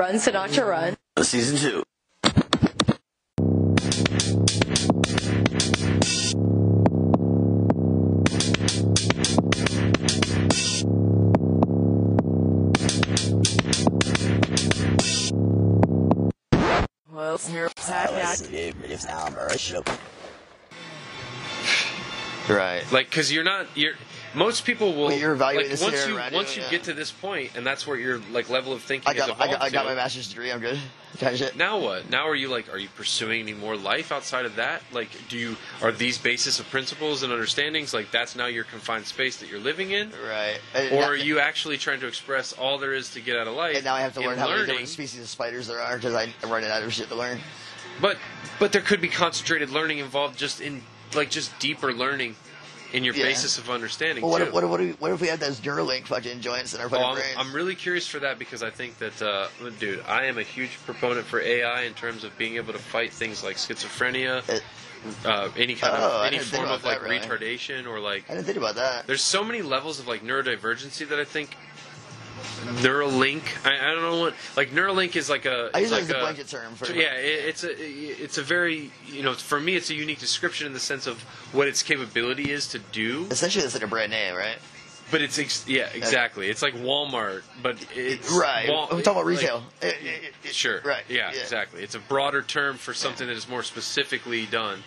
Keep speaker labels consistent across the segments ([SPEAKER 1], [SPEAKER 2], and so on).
[SPEAKER 1] Run, Sinatra, run.
[SPEAKER 2] Season two.
[SPEAKER 3] Well, here's that.
[SPEAKER 2] Right.
[SPEAKER 4] Like, because you're not you're most people will.
[SPEAKER 2] Well, you're evaluating
[SPEAKER 4] like,
[SPEAKER 2] this
[SPEAKER 4] once
[SPEAKER 2] here,
[SPEAKER 4] you
[SPEAKER 2] right?
[SPEAKER 4] once you
[SPEAKER 2] Yeah.
[SPEAKER 4] get to this point, and that's where your like level of thinking
[SPEAKER 2] I got,
[SPEAKER 4] is
[SPEAKER 2] I got, I got
[SPEAKER 4] to,
[SPEAKER 2] my master's degree. I'm good. Kind of shit.
[SPEAKER 4] Now what? Now are you like are you pursuing any more life outside of that? Like do you are these basis of principles and understandings like that's now your confined space that you're living in?
[SPEAKER 2] Right. And
[SPEAKER 4] Or
[SPEAKER 2] now-
[SPEAKER 4] are you actually trying to express all there is to get out of life?
[SPEAKER 2] And now I have to
[SPEAKER 4] in
[SPEAKER 2] learn how many
[SPEAKER 4] learning?
[SPEAKER 2] different species of spiders there are because I run out of shit to learn.
[SPEAKER 4] But but there could be concentrated learning involved just in like just deeper learning in your
[SPEAKER 2] Yeah.
[SPEAKER 4] basis of understanding
[SPEAKER 2] Well, what
[SPEAKER 4] too.
[SPEAKER 2] if, what, if, what, if, what if we had those Neuralink fucking joints in our
[SPEAKER 4] Oh,
[SPEAKER 2] fucking
[SPEAKER 4] I'm,
[SPEAKER 2] brains?
[SPEAKER 4] I'm really curious for that because I think that, uh, dude, I am a huge proponent for AI in terms of being able to fight things like schizophrenia,
[SPEAKER 2] It-
[SPEAKER 4] uh, any kind
[SPEAKER 2] Oh,
[SPEAKER 4] of
[SPEAKER 2] I
[SPEAKER 4] any
[SPEAKER 2] didn't think
[SPEAKER 4] form
[SPEAKER 2] about
[SPEAKER 4] of like
[SPEAKER 2] that, really.
[SPEAKER 4] retardation or like.
[SPEAKER 2] I didn't think about that.
[SPEAKER 4] There's so many levels of like neurodivergency that I think Neuralink. I, I don't know what like Neuralink is like a.
[SPEAKER 2] I
[SPEAKER 4] is
[SPEAKER 2] use it
[SPEAKER 4] like
[SPEAKER 2] as a blanket term for
[SPEAKER 4] yeah, it, it's a it's a very you know for me it's a unique description in the sense of what its capability is to do.
[SPEAKER 2] Essentially, it's like a brand name, right?
[SPEAKER 4] But it's ex- yeah, exactly. It's like Walmart, but it's
[SPEAKER 2] Right.
[SPEAKER 4] Wal-
[SPEAKER 2] We're talking about
[SPEAKER 4] like-
[SPEAKER 2] retail. It- it- it- it-
[SPEAKER 4] sure.
[SPEAKER 2] Right.
[SPEAKER 4] Yeah, Exactly. It's a broader term for something that is more specifically done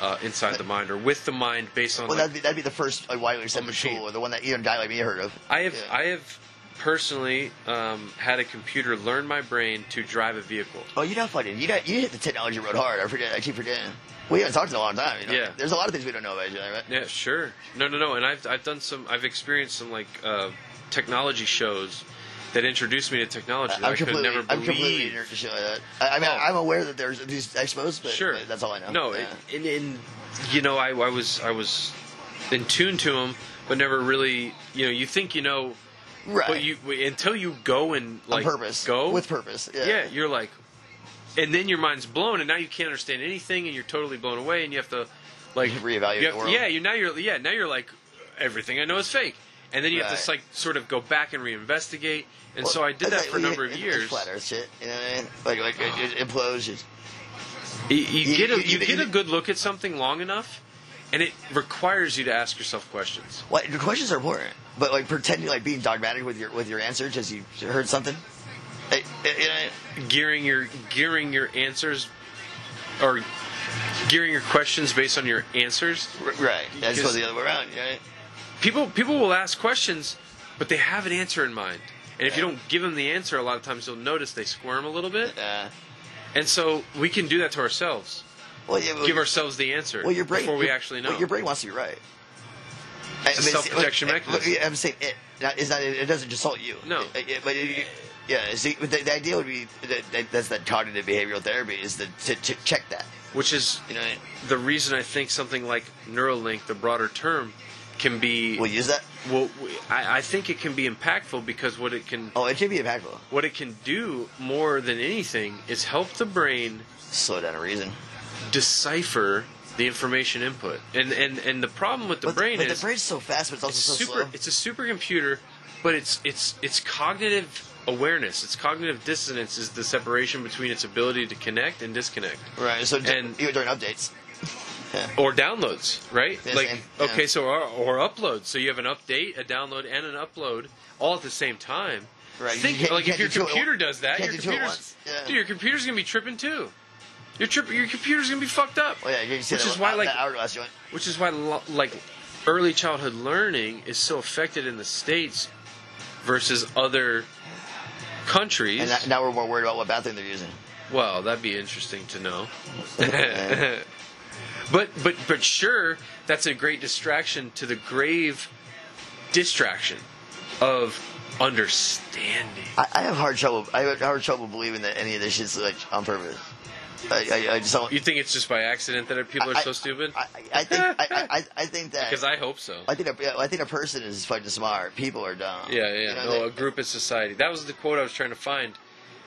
[SPEAKER 4] uh, inside the mind or with the mind, based on.
[SPEAKER 2] Well,
[SPEAKER 4] like,
[SPEAKER 2] that'd be, that'd be the first like, widely accepted
[SPEAKER 4] machine.
[SPEAKER 2] tool, the one that even a guy like me heard of.
[SPEAKER 4] I have
[SPEAKER 2] yeah.
[SPEAKER 4] I have personally um, had a computer learn my brain to drive a vehicle.
[SPEAKER 2] Oh, you know, fucking, you know, you hit the technology road hard. I forget. I keep forgetting. We haven't talked in a long time. You know?
[SPEAKER 4] Yeah.
[SPEAKER 2] There's a lot of things we don't know about each other, right?
[SPEAKER 4] Yeah, sure. No, no, no. And I've I've done some. I've experienced some like uh, technology shows that introduced me to technology that I
[SPEAKER 2] I'm
[SPEAKER 4] could
[SPEAKER 2] completely,
[SPEAKER 4] never
[SPEAKER 2] I'm completely
[SPEAKER 4] believe.
[SPEAKER 2] ignorant to shit like that. I, I mean,
[SPEAKER 4] Oh.
[SPEAKER 2] I'm aware that there's these expos, but,
[SPEAKER 4] sure,
[SPEAKER 2] but that's all I know.
[SPEAKER 4] No,
[SPEAKER 2] yeah.
[SPEAKER 4] and, and you know, I, I was I was in tune to them, but never really. You know, you think you know,
[SPEAKER 2] right.
[SPEAKER 4] but you until you go and
[SPEAKER 2] on
[SPEAKER 4] like
[SPEAKER 2] purpose,
[SPEAKER 4] go
[SPEAKER 2] with purpose. Yeah.
[SPEAKER 4] yeah, you're like, and then your mind's blown, and now you can't understand anything, and you're totally blown away, and you have to like
[SPEAKER 2] Reevaluate
[SPEAKER 4] you have-
[SPEAKER 2] the world.
[SPEAKER 4] Yeah, you now you're yeah now you're like everything I know is fake, and then you have to
[SPEAKER 2] Right.
[SPEAKER 4] like sort of go back and reinvestigate, and
[SPEAKER 2] Well,
[SPEAKER 4] so I did
[SPEAKER 2] it's
[SPEAKER 4] that
[SPEAKER 2] like-
[SPEAKER 4] for a number of
[SPEAKER 2] it's
[SPEAKER 4] years.
[SPEAKER 2] Flat Earth shit, you know what I mean? Like, like it, it implodes. It's,
[SPEAKER 4] You, you
[SPEAKER 2] You-
[SPEAKER 4] get a,
[SPEAKER 2] you-
[SPEAKER 4] you get
[SPEAKER 2] you-
[SPEAKER 4] a good look at something long enough, and it requires you to ask yourself questions.
[SPEAKER 2] well, the questions are important, but like pretending like being dogmatic with your with your answer because you heard something. It, it, you know,
[SPEAKER 4] gearing your gearing your answers or gearing your questions based on your answers.
[SPEAKER 2] R- Right. That's
[SPEAKER 4] Because-
[SPEAKER 2] supposed to be the other way around, right?
[SPEAKER 4] People people will ask questions, but they have an answer in mind. And if you don't give them the answer, a lot of times you'll notice they squirm a little bit.
[SPEAKER 2] Uh,
[SPEAKER 4] And so we can do that to ourselves.
[SPEAKER 2] well, yeah, well,
[SPEAKER 4] Give ourselves the answer
[SPEAKER 2] well, your brain,
[SPEAKER 4] before we
[SPEAKER 2] your-
[SPEAKER 4] actually know.
[SPEAKER 2] Well, your brain wants to be right. I-
[SPEAKER 4] It's a
[SPEAKER 2] I mean,
[SPEAKER 4] self-protection
[SPEAKER 2] look,
[SPEAKER 4] mechanism.
[SPEAKER 2] Look, I'm saying it. Not, it's not, it doesn't just assault you.
[SPEAKER 4] No.
[SPEAKER 2] It- it- but it, yeah, see, but the, the idea would be that, that, that's that cognitive behavioral therapy is the, to, to check that.
[SPEAKER 4] Which is
[SPEAKER 2] You know,
[SPEAKER 4] the reason I think something like Neuralink, the broader term, can be
[SPEAKER 2] we'll use that.
[SPEAKER 4] well, I, I think it can be impactful because what it can
[SPEAKER 2] Oh, it can be impactful.
[SPEAKER 4] what it can do more than anything is help the brain
[SPEAKER 2] Slow down a reason.
[SPEAKER 4] decipher the information input. And and, and the problem with the
[SPEAKER 2] but
[SPEAKER 4] brain
[SPEAKER 2] but
[SPEAKER 4] is
[SPEAKER 2] the brain's so fast, but it's also
[SPEAKER 4] it's
[SPEAKER 2] so
[SPEAKER 4] super
[SPEAKER 2] slow.
[SPEAKER 4] it's a supercomputer, but it's it's it's cognitive awareness. It's cognitive dissonance is the separation between its ability to connect and disconnect.
[SPEAKER 2] Right. So
[SPEAKER 4] and-
[SPEAKER 2] even during updates,
[SPEAKER 4] Or downloads, right?
[SPEAKER 2] Yeah,
[SPEAKER 4] like
[SPEAKER 2] same. Yeah.
[SPEAKER 4] okay, so or, or uploads. So you have an update, a download, and an upload all at the same time.
[SPEAKER 2] Right, you
[SPEAKER 4] Think
[SPEAKER 2] can't-
[SPEAKER 4] like
[SPEAKER 2] you
[SPEAKER 4] if
[SPEAKER 2] can't do two
[SPEAKER 4] your
[SPEAKER 2] at
[SPEAKER 4] computer
[SPEAKER 2] once.
[SPEAKER 4] does that,
[SPEAKER 2] You
[SPEAKER 4] your
[SPEAKER 2] can't do two at
[SPEAKER 4] computer's
[SPEAKER 2] once. Yeah.
[SPEAKER 4] dude, your computer's gonna be tripping too. Your trip, your computer's gonna be fucked up.
[SPEAKER 2] well, Oh, yeah, you can see
[SPEAKER 4] Which
[SPEAKER 2] that
[SPEAKER 4] is
[SPEAKER 2] one-
[SPEAKER 4] why,
[SPEAKER 2] that
[SPEAKER 4] like-
[SPEAKER 2] hourglass joint.
[SPEAKER 4] Which is why, lo- like, early childhood learning is so affected in the states versus other countries.
[SPEAKER 2] And that, now we're more worried about what bathroom they're using.
[SPEAKER 4] well, that'd be interesting to know. but but but sure, that's a great distraction to the grave distraction of understanding.
[SPEAKER 2] I, I have hard trouble. I have hard trouble believing that any of this shit's like on purpose. I, I, I just don't.
[SPEAKER 4] You think it's just by accident that people are
[SPEAKER 2] I-
[SPEAKER 4] so stupid?
[SPEAKER 2] I, I think. I, I, I think that.
[SPEAKER 4] Because I hope so.
[SPEAKER 2] I think. A, yeah, I think a person is fucking smart. People are dumb.
[SPEAKER 4] Yeah, yeah.
[SPEAKER 2] You know,
[SPEAKER 4] no,
[SPEAKER 2] they-
[SPEAKER 4] a group is society. That was the quote I was trying to find,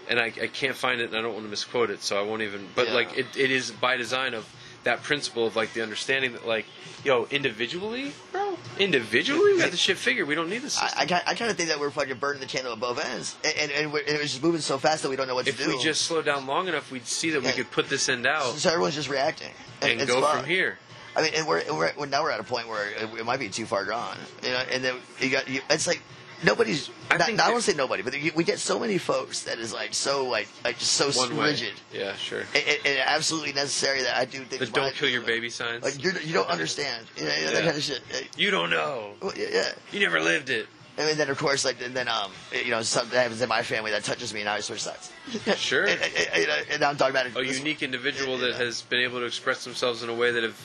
[SPEAKER 4] and I, I can't find it, and I don't want to misquote it, so I won't even. But
[SPEAKER 2] Yeah.
[SPEAKER 4] like, it, it is by design of that principle of like the understanding that like, yo, individually, bro, individually, we got the shit figured. We don't need this.
[SPEAKER 2] I, I, ki- I kind of think that we're fucking burning the candle at both ends, and, and, and, we're, and it was just moving so fast that we don't know what
[SPEAKER 4] If
[SPEAKER 2] to do.
[SPEAKER 4] we just slow down long enough, we'd see that we
[SPEAKER 2] Yeah.
[SPEAKER 4] could put this end out
[SPEAKER 2] so everyone's just reacting
[SPEAKER 4] and
[SPEAKER 2] it's
[SPEAKER 4] go
[SPEAKER 2] fun.
[SPEAKER 4] from here.
[SPEAKER 2] I mean, and we're, and we're well, now we're at a point where it, it might be too far gone, you know. And then you got you, it's like nobody's.
[SPEAKER 4] I
[SPEAKER 2] not,
[SPEAKER 4] think
[SPEAKER 2] not- I
[SPEAKER 4] that-
[SPEAKER 2] won't say nobody, but you, we get so many folks that is like so like like just so
[SPEAKER 4] One way.
[SPEAKER 2] rigid
[SPEAKER 4] Yeah, sure.
[SPEAKER 2] and, and, and absolutely necessary that I do think
[SPEAKER 4] The don't kill your baby signs.
[SPEAKER 2] Like you're, you don't understand, you know, that
[SPEAKER 4] Yeah.
[SPEAKER 2] kind of shit. Uh,
[SPEAKER 4] you don't know.
[SPEAKER 2] well, yeah, yeah.
[SPEAKER 4] You never lived it.
[SPEAKER 2] And then, of course, like, and then, um, you know, something happens in my family that touches me, and I switch sides.
[SPEAKER 4] Sure.
[SPEAKER 2] and, and, and, and now I'm dogmatic.
[SPEAKER 4] a unique individual
[SPEAKER 2] Yeah.
[SPEAKER 4] that has been able to express themselves in a way that have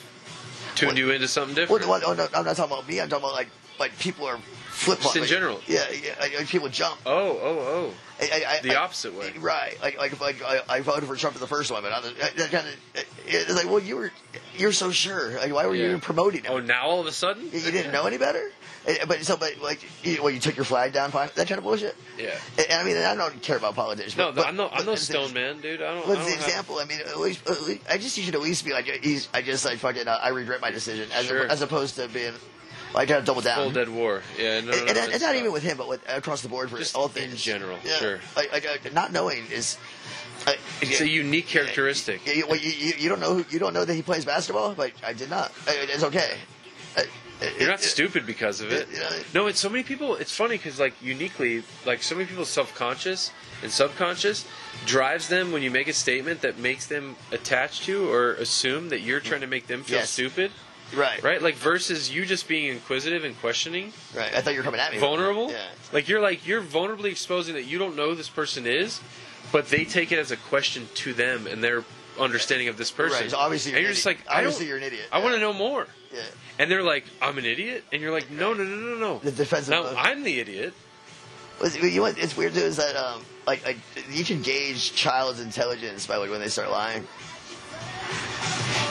[SPEAKER 4] tuned you into something
[SPEAKER 2] Well,
[SPEAKER 4] different.
[SPEAKER 2] well, oh, no, I'm not talking about me. I'm talking about like, like people are flip
[SPEAKER 4] Just in general.
[SPEAKER 2] Yeah, yeah like, like people jump.
[SPEAKER 4] oh, oh, oh.
[SPEAKER 2] I, I, I,
[SPEAKER 4] The
[SPEAKER 2] I-
[SPEAKER 4] opposite way.
[SPEAKER 2] Right. Like, like, like I, I voted for Trump in the first one, but I, that kind of, it's like, well, you were, you're so sure. Like, why were you
[SPEAKER 4] Yeah.
[SPEAKER 2] even promoting him?
[SPEAKER 4] Oh, now all of a sudden?
[SPEAKER 2] You didn't know any better, Eh, but so but like, you, well, you took your flag down, fine, that kind of bullshit.
[SPEAKER 4] Yeah.
[SPEAKER 2] And, and I mean, I don't care about politics.
[SPEAKER 4] No,
[SPEAKER 2] but, but,
[SPEAKER 4] I'm no, I'm
[SPEAKER 2] but
[SPEAKER 4] no
[SPEAKER 2] it's-
[SPEAKER 4] stone man, dude. I don't.
[SPEAKER 2] What's
[SPEAKER 4] I don't
[SPEAKER 2] the
[SPEAKER 4] have-
[SPEAKER 2] example? I mean, at least, at least- I just you should at least be like, he's, I just like fucking, uh, I regret my decision, as,
[SPEAKER 4] Sure.
[SPEAKER 2] as opposed to being, well, I gotta double down.
[SPEAKER 4] Full dead war. Yeah, no, no,
[SPEAKER 2] and, and,
[SPEAKER 4] no,
[SPEAKER 2] and
[SPEAKER 4] it's
[SPEAKER 2] not
[SPEAKER 4] not.
[SPEAKER 2] even with him, but with across the board for
[SPEAKER 4] Just
[SPEAKER 2] all
[SPEAKER 4] in
[SPEAKER 2] things
[SPEAKER 4] general,
[SPEAKER 2] Yeah.
[SPEAKER 4] sure.
[SPEAKER 2] Like, like uh, not knowing is. Uh,
[SPEAKER 4] It's a unique characteristic.
[SPEAKER 2] yeah, you, well, you, you, you don't know who, you don't know that he plays basketball, but I did not. Uh, It's okay. Uh,
[SPEAKER 4] You're not
[SPEAKER 2] it- it-
[SPEAKER 4] stupid because of it.
[SPEAKER 2] Yeah.
[SPEAKER 4] No, it's so many people. It's funny because like uniquely, like so many people's subconscious and subconscious drives them when you make a statement that makes them attach to or assume that you're trying to make them feel
[SPEAKER 2] Yes.
[SPEAKER 4] stupid.
[SPEAKER 2] Right.
[SPEAKER 4] Right? Like versus you just being inquisitive and questioning,
[SPEAKER 2] Right. I thought you were coming at me.
[SPEAKER 4] vulnerable.
[SPEAKER 2] Yeah.
[SPEAKER 4] Like you're like you're vulnerably exposing that you don't know who this person is, but they take it as a question to them and their understanding of this person.
[SPEAKER 2] Right, so obviously
[SPEAKER 4] and
[SPEAKER 2] you're
[SPEAKER 4] you're
[SPEAKER 2] an
[SPEAKER 4] just like
[SPEAKER 2] idiot.
[SPEAKER 4] I
[SPEAKER 2] Obviously
[SPEAKER 4] don't,
[SPEAKER 2] you're an idiot.
[SPEAKER 4] I want
[SPEAKER 2] Yeah.
[SPEAKER 4] to know more.
[SPEAKER 2] Yeah.
[SPEAKER 4] And they're like, I'm an idiot, and you're like, No, no, no, no, no.
[SPEAKER 2] The defensive
[SPEAKER 4] No,
[SPEAKER 2] mode.
[SPEAKER 4] I'm the idiot.
[SPEAKER 2] Well, see, You know what, it's weird too is that um, like, like you can gauge child's intelligence by like when they start lying.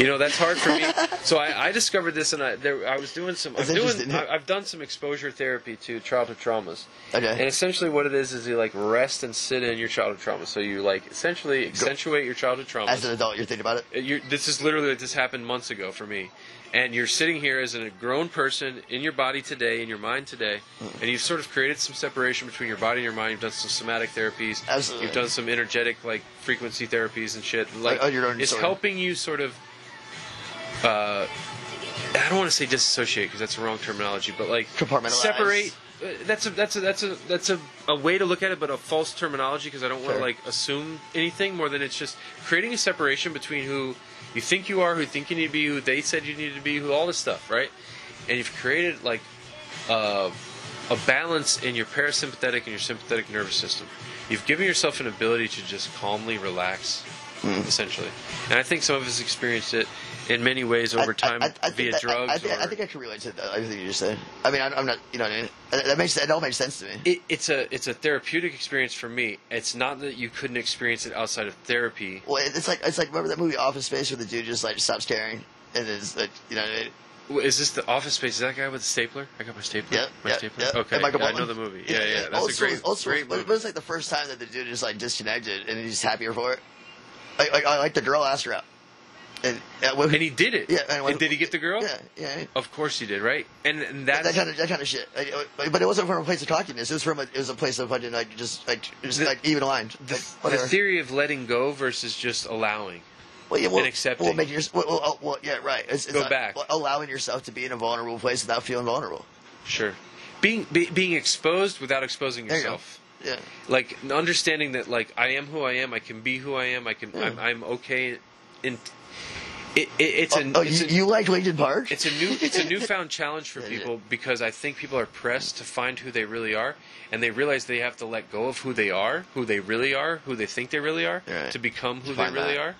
[SPEAKER 4] You know that's hard for me. so I, I discovered this, and I there, I was doing some. I'm
[SPEAKER 2] That's
[SPEAKER 4] doing.
[SPEAKER 2] interesting.
[SPEAKER 4] I, I've done some exposure therapy to childhood traumas.
[SPEAKER 2] Okay.
[SPEAKER 4] And essentially, what it is is you like rest and sit in your childhood trauma. So you like essentially accentuate your childhood traumas.
[SPEAKER 2] As an adult, you're thinking about it.
[SPEAKER 4] you're, this is literally this happened months ago for me and you're sitting here as a grown person in your body today in your mind today
[SPEAKER 2] Hmm.
[SPEAKER 4] and you've sort of created some separation between your body and your mind you've done some somatic therapies
[SPEAKER 2] Absolutely.
[SPEAKER 4] you've done some energetic like frequency therapies and shit like
[SPEAKER 2] oh, your own
[SPEAKER 4] it's
[SPEAKER 2] sort of-
[SPEAKER 4] helping you sort of uh, i don't want to say disassociate because that's the wrong terminology but like
[SPEAKER 2] Compartmentalize.
[SPEAKER 4] separate uh, that's a that's a that's a that's a, a way to look at it, but a false terminology because I don't want to
[SPEAKER 2] Fair.
[SPEAKER 4] like assume anything more than it's just creating a separation between who you think you are, who you think you need to be, who they said you needed to be, who all this stuff, right? And you've created like uh, a balance in your parasympathetic and your sympathetic nervous system. You've given yourself an ability to just calmly relax,
[SPEAKER 2] Mm-hmm.
[SPEAKER 4] essentially. And I think some of us experienced it in many ways over time via
[SPEAKER 2] think that-
[SPEAKER 4] drugs.
[SPEAKER 2] I, I, think,
[SPEAKER 4] or,
[SPEAKER 2] I think I can relate to that, everything you just said. I mean, I, I'm not, you know, what I mean? that that makes that all makes sense to me.
[SPEAKER 4] it, it's a it's a therapeutic experience for me. It's not that you couldn't experience it outside of therapy.
[SPEAKER 2] Well, it's like it's like remember that movie Office Space where the dude just like stops caring and is like, you know, what I mean?
[SPEAKER 4] W- Is this the Office Space? Is that guy with the stapler? I got my stapler.
[SPEAKER 2] Yep,
[SPEAKER 4] my
[SPEAKER 2] yep,
[SPEAKER 4] stapler.
[SPEAKER 2] yep.
[SPEAKER 4] Okay,
[SPEAKER 2] And Michael
[SPEAKER 4] yeah, I know
[SPEAKER 2] Bolton.
[SPEAKER 4] the movie. Yeah, yeah, that's
[SPEAKER 2] old
[SPEAKER 4] a great,
[SPEAKER 2] Stories- old Stories,
[SPEAKER 4] great
[SPEAKER 2] but
[SPEAKER 4] movie.
[SPEAKER 2] it was like the first time that the dude is like disconnected and he's happier for it. Like, like, I- like the girl asked her out, and, and, when-
[SPEAKER 4] and he did it.
[SPEAKER 2] yeah, when-
[SPEAKER 4] and did he get the girl?
[SPEAKER 2] Yeah, yeah.
[SPEAKER 4] Of course he did, right? And, and
[SPEAKER 2] That
[SPEAKER 4] that's
[SPEAKER 2] kind of that kind of shit, Like, uh, but it wasn't from a place of cockiness. It was from a, it was a place of fucking like just like just
[SPEAKER 4] The-
[SPEAKER 2] like even aligned.
[SPEAKER 4] the,
[SPEAKER 2] Like,
[SPEAKER 4] the
[SPEAKER 2] whatever.
[SPEAKER 4] theory of letting go versus just allowing.
[SPEAKER 2] well, yeah, well,
[SPEAKER 4] and accepting.
[SPEAKER 2] Well, making your, well, well, oh, well, yeah, right. It's, it's
[SPEAKER 4] Go
[SPEAKER 2] not-
[SPEAKER 4] back.
[SPEAKER 2] well, allowing yourself to be in a vulnerable place without feeling vulnerable.
[SPEAKER 4] Sure, being be, being exposed without exposing
[SPEAKER 2] There you
[SPEAKER 4] yourself.
[SPEAKER 2] go. Yeah.
[SPEAKER 4] like understanding that like I am who I am, I can be who I am, I can
[SPEAKER 2] Hmm.
[SPEAKER 4] I'm, I'm okay. In it, it, it's an
[SPEAKER 2] oh,
[SPEAKER 4] it's
[SPEAKER 2] you,
[SPEAKER 4] a,
[SPEAKER 2] you like Lincoln Park?
[SPEAKER 4] it's a new it's a newfound challenge for
[SPEAKER 2] Yeah, yeah.
[SPEAKER 4] people because I think people are pressed to find who they really are, and they realize they have to let go of who they are, who they really are, who they think they really are,
[SPEAKER 2] Right.
[SPEAKER 4] to become who they
[SPEAKER 2] find
[SPEAKER 4] really
[SPEAKER 2] that.
[SPEAKER 4] are.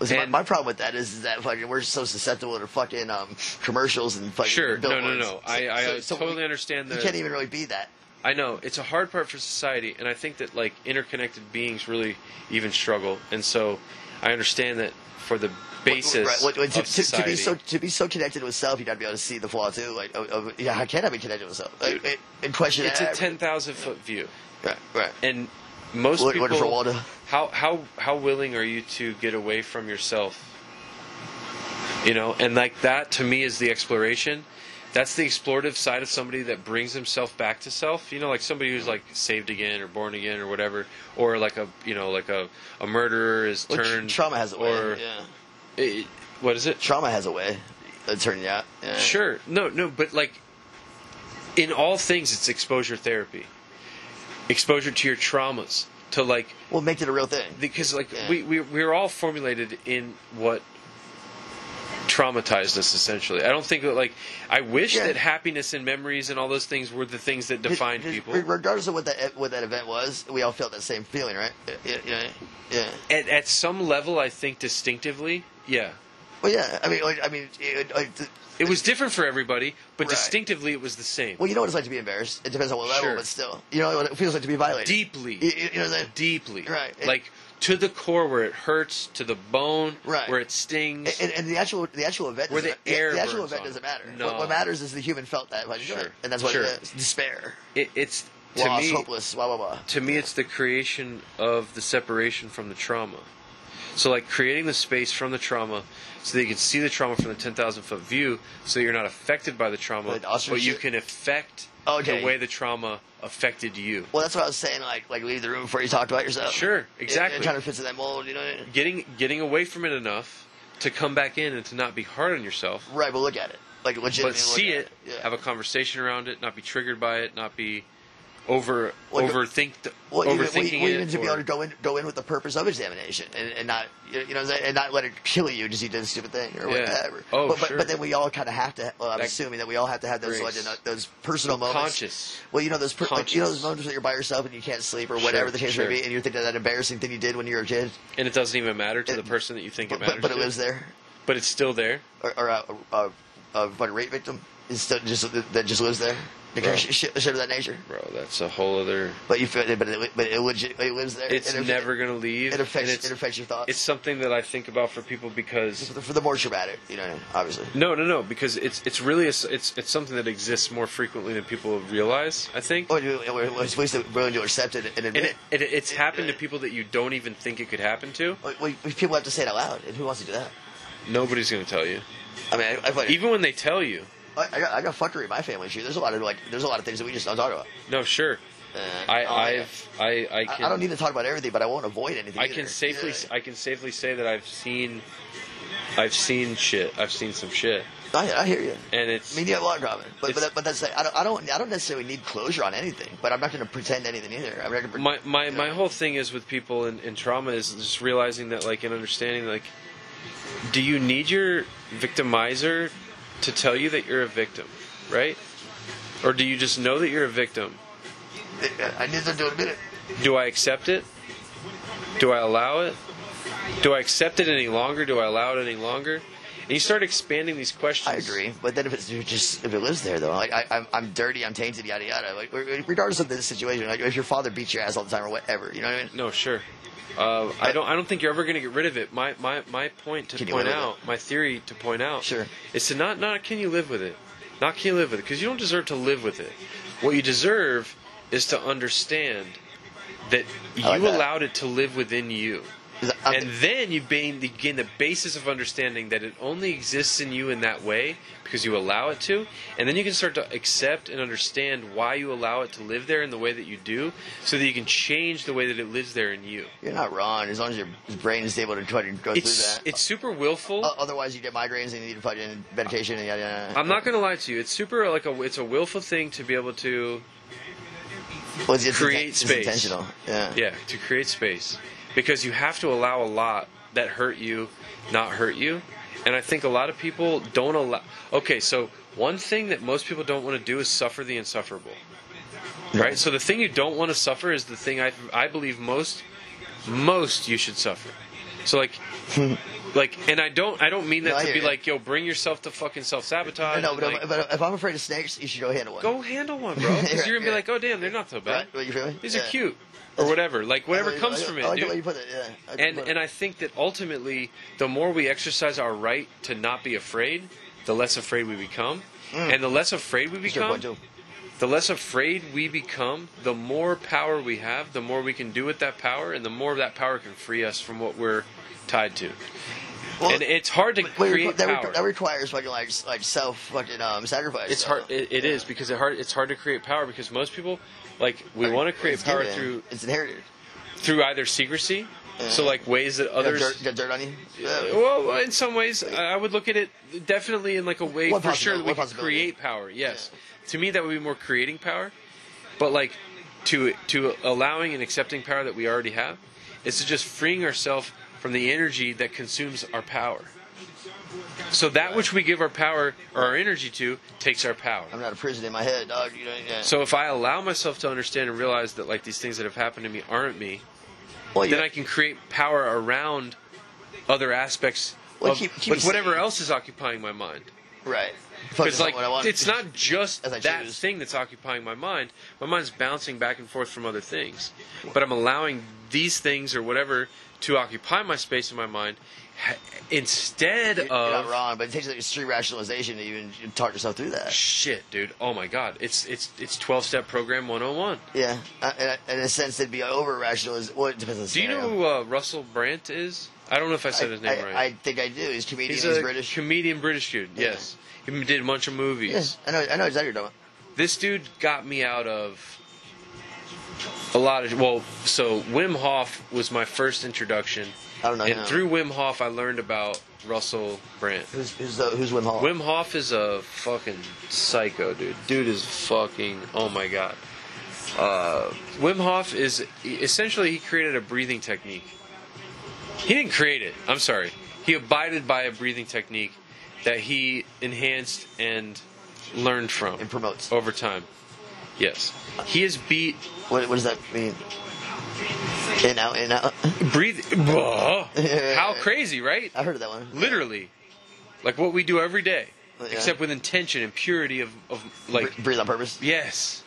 [SPEAKER 2] Listen, my,
[SPEAKER 4] And-
[SPEAKER 2] my problem with that is, is that fucking we're so susceptible to fucking um, commercials and fucking
[SPEAKER 4] Sure, no, no,
[SPEAKER 2] billboards.
[SPEAKER 4] no. I, I
[SPEAKER 2] So- so
[SPEAKER 4] totally
[SPEAKER 2] we-
[SPEAKER 4] understand
[SPEAKER 2] You
[SPEAKER 4] the
[SPEAKER 2] can't even really be that.
[SPEAKER 4] I know it's a hard part for society, and I think that like interconnected beings really even struggle, and so I understand that for the basis
[SPEAKER 2] Well, to,
[SPEAKER 4] of
[SPEAKER 2] to- to
[SPEAKER 4] society.
[SPEAKER 2] be so to be so connected with self, you got to be able to see the flaw too. Like, of, of, yeah, how can I be connected with self? Like,
[SPEAKER 4] Dude.
[SPEAKER 2] it- and question
[SPEAKER 4] it's a
[SPEAKER 2] every-
[SPEAKER 4] ten thousand foot view,
[SPEAKER 2] Right, right.
[SPEAKER 4] and most
[SPEAKER 2] Look- looking for
[SPEAKER 4] people.
[SPEAKER 2] Waldo.
[SPEAKER 4] How how how willing are you to get away from yourself? You know, and like that to me is the exploration. That's the explorative side of somebody that brings himself back to self. You know, like somebody who's like saved again or born again or whatever, or like a you know like a, a murderer is
[SPEAKER 2] Well, tr-
[SPEAKER 4] turned
[SPEAKER 2] trauma has a way.
[SPEAKER 4] or
[SPEAKER 2] yeah.
[SPEAKER 4] it- what is it?
[SPEAKER 2] Trauma has a way of turning you out. Yeah.
[SPEAKER 4] Sure. No, no, but like in all things, it's exposure therapy, exposure to your traumas, to like
[SPEAKER 2] Well, make it a real thing.
[SPEAKER 4] because like
[SPEAKER 2] Yeah.
[SPEAKER 4] we, we we're all formulated in what traumatized us essentially. I don't think that like I wish
[SPEAKER 2] Yeah.
[SPEAKER 4] that happiness and memories and all those things were the things that defined
[SPEAKER 2] Re- re-
[SPEAKER 4] people.
[SPEAKER 2] Regardless of what that what that event was, we all felt that same feeling, right? Yeah, yeah, yeah.
[SPEAKER 4] At at some level, I think distinctively, yeah,
[SPEAKER 2] Well, yeah. I mean, like, I mean, it, like, the-
[SPEAKER 4] it was different for everybody, but
[SPEAKER 2] Right.
[SPEAKER 4] distinctively it was the same.
[SPEAKER 2] well, you know what it's like to be embarrassed. It depends on what level,
[SPEAKER 4] Sure.
[SPEAKER 2] but still, you know what it feels like to be violated.
[SPEAKER 4] Deeply.
[SPEAKER 2] You, you know what I'm saying?
[SPEAKER 4] deeply,
[SPEAKER 2] Right.
[SPEAKER 4] Like to the core, where it hurts, to the bone,
[SPEAKER 2] Right.
[SPEAKER 4] where it stings.
[SPEAKER 2] And, and the actual the actual event
[SPEAKER 4] Where
[SPEAKER 2] doesn't-
[SPEAKER 4] the air
[SPEAKER 2] actual
[SPEAKER 4] burns
[SPEAKER 2] event
[SPEAKER 4] on
[SPEAKER 2] doesn't
[SPEAKER 4] it.
[SPEAKER 2] matter.
[SPEAKER 4] No.
[SPEAKER 2] What, what matters is the human felt that by
[SPEAKER 4] Sure.
[SPEAKER 2] sure. and that's what
[SPEAKER 4] Sure.
[SPEAKER 2] it is. Despair,
[SPEAKER 4] It, it's to
[SPEAKER 2] loss,
[SPEAKER 4] me
[SPEAKER 2] hopeless, blah blah blah.
[SPEAKER 4] to me it's the creation of the separation from the trauma so like creating the space from the trauma so that you can see the trauma from the 10,000 foot view so that you're not affected by the trauma
[SPEAKER 2] Like the ostrich
[SPEAKER 4] but you
[SPEAKER 2] shit?
[SPEAKER 4] can affect
[SPEAKER 2] Okay.
[SPEAKER 4] the way the trauma affected you
[SPEAKER 2] Well, that's what I was saying. Like like leave the room before you talked about yourself.
[SPEAKER 4] Sure,
[SPEAKER 2] And-
[SPEAKER 4] exactly.
[SPEAKER 2] And trying to fit into that mold, you know. What I mean?
[SPEAKER 4] getting getting away from it enough to come back in and to not be hard on yourself
[SPEAKER 2] Right, but look at it. Like legitimately
[SPEAKER 4] but see
[SPEAKER 2] look at
[SPEAKER 4] it
[SPEAKER 2] Yeah.
[SPEAKER 4] have a conversation around it not be triggered by it not be over
[SPEAKER 2] Well, you-
[SPEAKER 4] overthink
[SPEAKER 2] uh, well, even, well,
[SPEAKER 4] overthinking
[SPEAKER 2] well, even
[SPEAKER 4] it
[SPEAKER 2] to be
[SPEAKER 4] or-
[SPEAKER 2] able to go in, go in with the purpose of examination, and, and not, you know, what I'm saying, and not let it kill you because you did a stupid thing or
[SPEAKER 4] Yeah.
[SPEAKER 2] whatever.
[SPEAKER 4] Oh,
[SPEAKER 2] but, but,
[SPEAKER 4] sure.
[SPEAKER 2] but then we all kind of have to. Well, I'm
[SPEAKER 4] That
[SPEAKER 2] assuming that we all have to have those
[SPEAKER 4] creates-
[SPEAKER 2] legend, those personal moments.
[SPEAKER 4] conscious.
[SPEAKER 2] Well, you know those per, like, you know those
[SPEAKER 4] Conscious.
[SPEAKER 2] moments that you're by yourself and you can't sleep or
[SPEAKER 4] Sure,
[SPEAKER 2] whatever the case
[SPEAKER 4] sure.
[SPEAKER 2] may be, and you think of that embarrassing thing you did when you were a kid,
[SPEAKER 4] and it doesn't even matter to
[SPEAKER 2] It-
[SPEAKER 4] the person that you think
[SPEAKER 2] but,
[SPEAKER 4] it matters
[SPEAKER 2] but, but it
[SPEAKER 4] to.
[SPEAKER 2] lives there,
[SPEAKER 4] but it's still there
[SPEAKER 2] or, or a, a, a, a what, a rape victim is still just that just lives there.
[SPEAKER 4] Bro.
[SPEAKER 2] Because shit, shit of that nature.
[SPEAKER 4] Bro, that's a whole other.
[SPEAKER 2] But you feel, but it, but it legit, it lives there.
[SPEAKER 4] It's
[SPEAKER 2] It affects-
[SPEAKER 4] never gonna leave.
[SPEAKER 2] It affects,
[SPEAKER 4] and it's,
[SPEAKER 2] it affects your thoughts.
[SPEAKER 4] it's something that I think about for people because
[SPEAKER 2] for the, for the more traumatic, you know, obviously.
[SPEAKER 4] no, no, no, because it's it's really a s it's it's something that exists more frequently than people realize. I think,
[SPEAKER 2] Or you- or at least they're willing to accept it and
[SPEAKER 4] and
[SPEAKER 2] admit
[SPEAKER 4] it, it, it's happened to
[SPEAKER 2] yeah.
[SPEAKER 4] people that you don't even think it could happen to.
[SPEAKER 2] Well, well, people have to say it out loud, and who wants to do that?
[SPEAKER 4] Nobody's gonna tell you,
[SPEAKER 2] I mean, I, I, find-
[SPEAKER 4] even when they tell you.
[SPEAKER 2] I, I got, I got fuckery in my family too. There's a lot of like, there's a lot of things that we just don't talk about.
[SPEAKER 4] No, sure.
[SPEAKER 2] Uh,
[SPEAKER 4] I
[SPEAKER 2] oh,
[SPEAKER 4] I've I I
[SPEAKER 2] yeah. I-
[SPEAKER 4] can
[SPEAKER 2] I don't need to talk about everything, but I won't avoid anything.
[SPEAKER 4] I
[SPEAKER 2] either.
[SPEAKER 4] can safely
[SPEAKER 2] Yeah.
[SPEAKER 4] I can safely say that I've seen I've seen shit. I've seen some shit,
[SPEAKER 2] I, I hear you.
[SPEAKER 4] and it's
[SPEAKER 2] I mean, you have a lot in common, but but,
[SPEAKER 4] It's-
[SPEAKER 2] that, but that's like, I don't I don't I don't necessarily need closure on anything, but I'm not going to pretend anything either. I'm not going to. Pre-
[SPEAKER 4] my my, my whole thing is with people in, in trauma is just realizing that like and understanding like do you need your victimizer to tell you that you're a victim right or do you just know that you're a victim
[SPEAKER 2] I need to do it in a minute.
[SPEAKER 4] do i accept it do i allow it do i accept it any longer do i allow it any longer and you start expanding these questions
[SPEAKER 2] I agree, but then if it's you're just if it lives there though, like I, I'm, I'm dirty, I'm tainted, yada yada. Like re- regardless of the situation, like if your father beats your ass all the time or whatever, you know what I mean?
[SPEAKER 4] No, sure. Uh, I don't. I don't think you're ever going to get rid of it. My my my point to
[SPEAKER 2] Can you
[SPEAKER 4] point
[SPEAKER 2] live with
[SPEAKER 4] out, my theory to point out,
[SPEAKER 2] Sure.
[SPEAKER 4] is to not not can you live with it, not can you live with it, because you don't deserve to live with it. What you deserve is to understand that you
[SPEAKER 2] like that.
[SPEAKER 4] allowed it to live within you,
[SPEAKER 2] 'Cause I'm-
[SPEAKER 4] and then you gain the, gain the basis of understanding that it only exists in you in that way because you allow it to, and then you can start to accept and understand why you allow it to live there in the way that you do, so that you can change the way that it lives there in you.
[SPEAKER 2] you're not wrong as long as your brain is able to try to go
[SPEAKER 4] It's
[SPEAKER 2] through that.
[SPEAKER 4] it's super willful.
[SPEAKER 2] O- Otherwise, you get migraines and you need fucking medication and yada yada.
[SPEAKER 4] I'm not gonna lie to you. It's super like a it's a willful thing to be able to
[SPEAKER 2] Well, it's, it's,
[SPEAKER 4] create
[SPEAKER 2] it's
[SPEAKER 4] space.
[SPEAKER 2] intentional. Yeah.
[SPEAKER 4] yeah to create space because you have to allow a lot that hurt you, not hurt you, and I think a lot of people don't allow. Okay, so one thing that most people don't want to do is suffer the insufferable, right? So the thing you don't want to suffer is the thing I I believe most most you should suffer. So like. Like and I don't I don't mean that
[SPEAKER 2] No, I
[SPEAKER 4] to
[SPEAKER 2] hear
[SPEAKER 4] be
[SPEAKER 2] you.
[SPEAKER 4] like yo bring yourself to fucking self sabotage.
[SPEAKER 2] No, but, if, but if I'm afraid of snakes, you should go handle one.
[SPEAKER 4] go handle one, bro. Because you're gonna be like, oh damn, they're not so bad.
[SPEAKER 2] Right? What, you feel me?
[SPEAKER 4] These are
[SPEAKER 2] Yeah.
[SPEAKER 4] cute, or whatever. Like whatever
[SPEAKER 2] I like-
[SPEAKER 4] comes
[SPEAKER 2] I like-
[SPEAKER 4] from
[SPEAKER 2] I
[SPEAKER 4] it,
[SPEAKER 2] like the way you
[SPEAKER 4] dude.
[SPEAKER 2] put it. Yeah. I like the way you
[SPEAKER 4] And
[SPEAKER 2] put it.
[SPEAKER 4] and I think that ultimately, the more we exercise our right to not be afraid, the less afraid we become.
[SPEAKER 2] Mm.
[SPEAKER 4] And the less afraid we
[SPEAKER 2] It's your
[SPEAKER 4] become,
[SPEAKER 2] point, too.
[SPEAKER 4] the less afraid we become, the more power we have, the more we can do with that power, and the more that power can free us from what we're tied to.
[SPEAKER 2] Well,
[SPEAKER 4] and it's hard to
[SPEAKER 2] Wait,
[SPEAKER 4] create
[SPEAKER 2] that,
[SPEAKER 4] power.
[SPEAKER 2] that requires fucking like s- like self fucking um sacrifice.
[SPEAKER 4] it's
[SPEAKER 2] though.
[SPEAKER 4] hard. It, it is because it hard. It's hard to create power because most people, like, we
[SPEAKER 2] I mean,
[SPEAKER 4] want to create
[SPEAKER 2] it's
[SPEAKER 4] power
[SPEAKER 2] given.
[SPEAKER 4] through
[SPEAKER 2] it's inherited.
[SPEAKER 4] through either secrecy, so
[SPEAKER 2] Yeah.
[SPEAKER 4] like ways that
[SPEAKER 2] You got
[SPEAKER 4] others.
[SPEAKER 2] dirt, got dirt on you. Oh, Yeah.
[SPEAKER 4] Well, in some ways, I I would look at it definitely in like a way
[SPEAKER 2] One
[SPEAKER 4] for sure
[SPEAKER 2] possibility-
[SPEAKER 4] that we
[SPEAKER 2] one
[SPEAKER 4] could
[SPEAKER 2] possibility.
[SPEAKER 4] create power. Yes, to me that would be more creating power, but like to to allowing and accepting power that we already have is to just freeing ourselves from the energy that consumes our power. So that which we give our power or our energy to takes our power.
[SPEAKER 2] I'm not a prison in my head, dog. You know, yeah.
[SPEAKER 4] So if I allow myself to understand and realize that like these things that have happened to me aren't me,
[SPEAKER 2] well,
[SPEAKER 4] then I can create power around other aspects
[SPEAKER 2] Well,
[SPEAKER 4] of
[SPEAKER 2] keep- keep
[SPEAKER 4] like, whatever
[SPEAKER 2] saying-
[SPEAKER 4] else is occupying my mind.
[SPEAKER 2] right.
[SPEAKER 4] Because
[SPEAKER 2] Focus on
[SPEAKER 4] like
[SPEAKER 2] what I want.
[SPEAKER 4] it's not just
[SPEAKER 2] As I
[SPEAKER 4] that
[SPEAKER 2] choose.
[SPEAKER 4] thing that's occupying my mind. My mind's bouncing back and forth from other things, but I'm allowing these things or whatever to occupy my space in my mind ha- instead
[SPEAKER 2] You're, you're
[SPEAKER 4] of
[SPEAKER 2] not wrong, but it takes like extreme rationalization to even talk yourself through that.
[SPEAKER 4] shit, dude. Oh my god, it's it's it's twelve step program one hundred and one.
[SPEAKER 2] Yeah, uh, in a- in a sense, it'd be over rationalization. Well, it depends on the
[SPEAKER 4] Do you know
[SPEAKER 2] scenario.
[SPEAKER 4] who uh, Russell Brandt is? I don't know if I said his
[SPEAKER 2] I,
[SPEAKER 4] name
[SPEAKER 2] I,
[SPEAKER 4] right.
[SPEAKER 2] I think I do. He's comedian.
[SPEAKER 4] he's
[SPEAKER 2] He's,
[SPEAKER 4] a
[SPEAKER 2] British.
[SPEAKER 4] comedian, British dude.
[SPEAKER 2] Yeah.
[SPEAKER 4] Yes, he did a bunch of movies.
[SPEAKER 2] yeah, I know. I know exactly what you're talking
[SPEAKER 4] this dude got me out of a lot of well so wim hof was my first introduction
[SPEAKER 2] about. I don't know.
[SPEAKER 4] and
[SPEAKER 2] him.
[SPEAKER 4] through wim hof i learned about russell brand
[SPEAKER 2] who's who's uh, who's Wim Hof?
[SPEAKER 4] wim hof is a fucking psycho dude dude is fucking oh my god uh, wim hof is essentially he created a breathing technique he didn't create it i'm sorry he abided by a breathing technique that he enhanced and learned from
[SPEAKER 2] and promotes.
[SPEAKER 4] over time. Yes. He has beat
[SPEAKER 2] What, what does that mean? In out in out.
[SPEAKER 4] breathe Whoa. How crazy, right?
[SPEAKER 2] I heard of that one.
[SPEAKER 4] Literally. Like what we do every day.
[SPEAKER 2] Yeah.
[SPEAKER 4] Except with intention and purity of, of like
[SPEAKER 2] Br- breathe on purpose.
[SPEAKER 4] yes.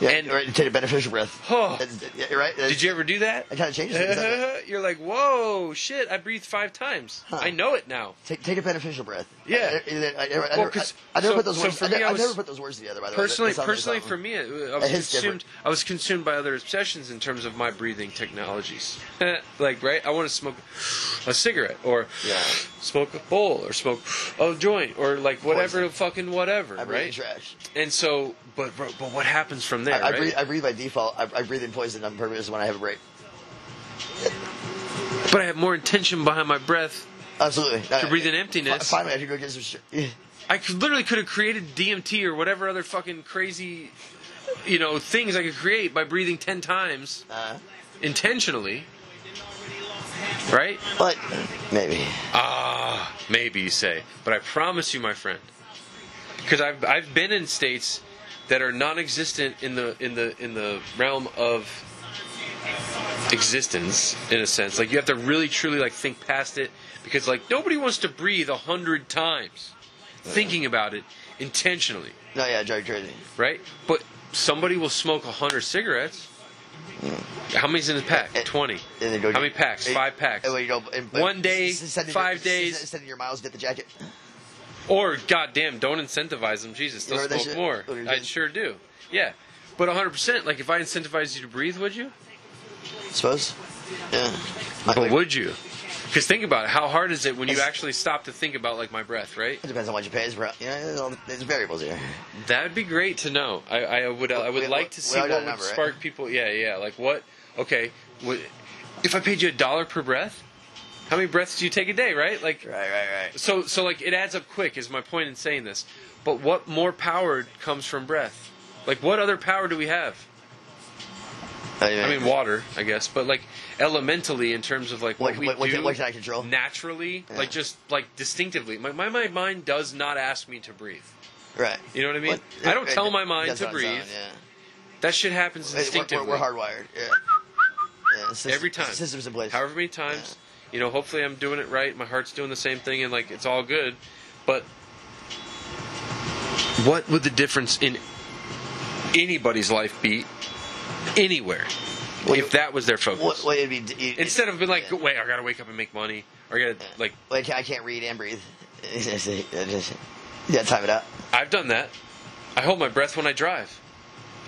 [SPEAKER 2] Yeah,
[SPEAKER 4] and-
[SPEAKER 2] right, take a beneficial breath.
[SPEAKER 4] Oh.
[SPEAKER 2] That's- yeah, you're right.
[SPEAKER 4] Did you ever do that?
[SPEAKER 2] I kind of changed it.
[SPEAKER 4] You're like, whoa, shit! I breathed five times.
[SPEAKER 2] Huh. Oh,
[SPEAKER 4] I know it now.
[SPEAKER 2] take, take a beneficial breath.
[SPEAKER 4] Yeah.
[SPEAKER 2] I, I, I, I, I,
[SPEAKER 4] Well,
[SPEAKER 2] never-
[SPEAKER 4] 'cause-
[SPEAKER 2] I, I never
[SPEAKER 4] so-
[SPEAKER 2] put those
[SPEAKER 4] so
[SPEAKER 2] words.
[SPEAKER 4] for
[SPEAKER 2] I,
[SPEAKER 4] me,
[SPEAKER 2] ne-
[SPEAKER 4] I
[SPEAKER 2] I
[SPEAKER 4] was-
[SPEAKER 2] never put those words together. By the way.
[SPEAKER 4] Personally,
[SPEAKER 2] That sounds like
[SPEAKER 4] personally,
[SPEAKER 2] something.
[SPEAKER 4] for me, I was
[SPEAKER 2] It's
[SPEAKER 4] consumed.
[SPEAKER 2] different.
[SPEAKER 4] I was consumed by other obsessions in terms of my breathing technologies. like, right? I want to smoke a cigarette, or
[SPEAKER 2] Yeah.
[SPEAKER 4] smoke a bowl, or smoke a joint, or like whatever,
[SPEAKER 2] Poison.
[SPEAKER 4] fucking whatever,
[SPEAKER 2] I breathe in
[SPEAKER 4] right?
[SPEAKER 2] trash.
[SPEAKER 4] And so, but bro, but what happens from there,
[SPEAKER 2] I, I
[SPEAKER 4] right?
[SPEAKER 2] breathe. I breathe by default. I, I breathe in poison on purpose when I have a break.
[SPEAKER 4] but I have more intention behind my breath.
[SPEAKER 2] Absolutely. Uh,
[SPEAKER 4] To breathe in emptiness.
[SPEAKER 2] Finally, I could go get some shit. Yeah.
[SPEAKER 4] I could, literally could have created DMT or whatever other fucking crazy, you know, things I could create by breathing ten times
[SPEAKER 2] Uh,
[SPEAKER 4] intentionally, right?
[SPEAKER 2] but maybe.
[SPEAKER 4] Ah, maybe you say, but I promise you, my friend, because I've I've been in states that are non-existent in the in the in the realm of existence, in a sense. Like you have to really truly like think past it, because like nobody wants to breathe a hundred times, thinking about it intentionally,
[SPEAKER 2] No, yeah, I drive crazy.
[SPEAKER 4] right? But somebody will smoke a hundred cigarettes. How many's in a pack? Twenty.
[SPEAKER 2] And then go
[SPEAKER 4] How many packs?
[SPEAKER 2] and-
[SPEAKER 4] Five packs.
[SPEAKER 2] and when you don't- and-
[SPEAKER 4] One day,
[SPEAKER 2] s- s- send in
[SPEAKER 4] five
[SPEAKER 2] your,
[SPEAKER 4] days.
[SPEAKER 2] s- Send in your miles, get the jacket.
[SPEAKER 4] Or goddamn, don't incentivize them. Jesus,
[SPEAKER 2] You
[SPEAKER 4] they'll
[SPEAKER 2] heard that
[SPEAKER 4] smoke
[SPEAKER 2] shit?
[SPEAKER 4] more.
[SPEAKER 2] What you
[SPEAKER 4] I
[SPEAKER 2] did?
[SPEAKER 4] sure do. Yeah, but 100. percent Like if I incentivized you to breathe, would you?
[SPEAKER 2] Suppose. Yeah.
[SPEAKER 4] But
[SPEAKER 2] Like,
[SPEAKER 4] would you? Because think about it. How hard is it when you
[SPEAKER 2] It's-
[SPEAKER 4] actually stop to think about like my breath? Right.
[SPEAKER 2] It depends on what you pay. It's, pro- you know, there's, all, there's variables here.
[SPEAKER 4] That'd be great to know. I, I would. I would
[SPEAKER 2] We-
[SPEAKER 4] like
[SPEAKER 2] we-
[SPEAKER 4] to
[SPEAKER 2] we
[SPEAKER 4] see
[SPEAKER 2] all
[SPEAKER 4] what
[SPEAKER 2] got a
[SPEAKER 4] would
[SPEAKER 2] number, right?
[SPEAKER 4] spark people. Yeah, yeah. Like what? Okay. What, if I paid you a dollar per breath, how many breaths do you take a day? Right. Like.
[SPEAKER 2] Right, right, right.
[SPEAKER 4] So so like it adds up quick is my point in saying this. But what more power comes from breath? Like what other power do we have? I mean, water, I guess, but like elementally in terms of like what,
[SPEAKER 2] What-
[SPEAKER 4] we
[SPEAKER 2] what- what
[SPEAKER 4] do
[SPEAKER 2] can- what can I control?
[SPEAKER 4] naturally,
[SPEAKER 2] Yeah.
[SPEAKER 4] like just like distinctively. My, my my mind does not ask me to breathe.
[SPEAKER 2] right.
[SPEAKER 4] You know what I mean?
[SPEAKER 2] What-
[SPEAKER 4] I don't tell my mind
[SPEAKER 2] That's
[SPEAKER 4] to
[SPEAKER 2] what I'm
[SPEAKER 4] breathe.
[SPEAKER 2] saying,
[SPEAKER 4] That shit happens
[SPEAKER 2] yeah. Hey,
[SPEAKER 4] instinctively.
[SPEAKER 2] We're, we're, we're hardwired. Yeah. yeah system,
[SPEAKER 4] Every time.
[SPEAKER 2] Systems in place.
[SPEAKER 4] However many times, you know, hopefully I'm doing it right. My heart's doing the same thing, and like it's all good. But what would the difference in anybody's life be anywhere
[SPEAKER 2] Well,
[SPEAKER 4] if that was their focus?
[SPEAKER 2] What, what it'd be, d- you-
[SPEAKER 4] Instead of being like,
[SPEAKER 2] yeah.
[SPEAKER 4] wait, I gotta wake up and make money, or I gotta
[SPEAKER 2] Yeah.
[SPEAKER 4] like,
[SPEAKER 2] Well, I can't- I can't read and breathe. It's just- it's just- yeah, time it out.
[SPEAKER 4] I've done that. I hold my breath when I drive.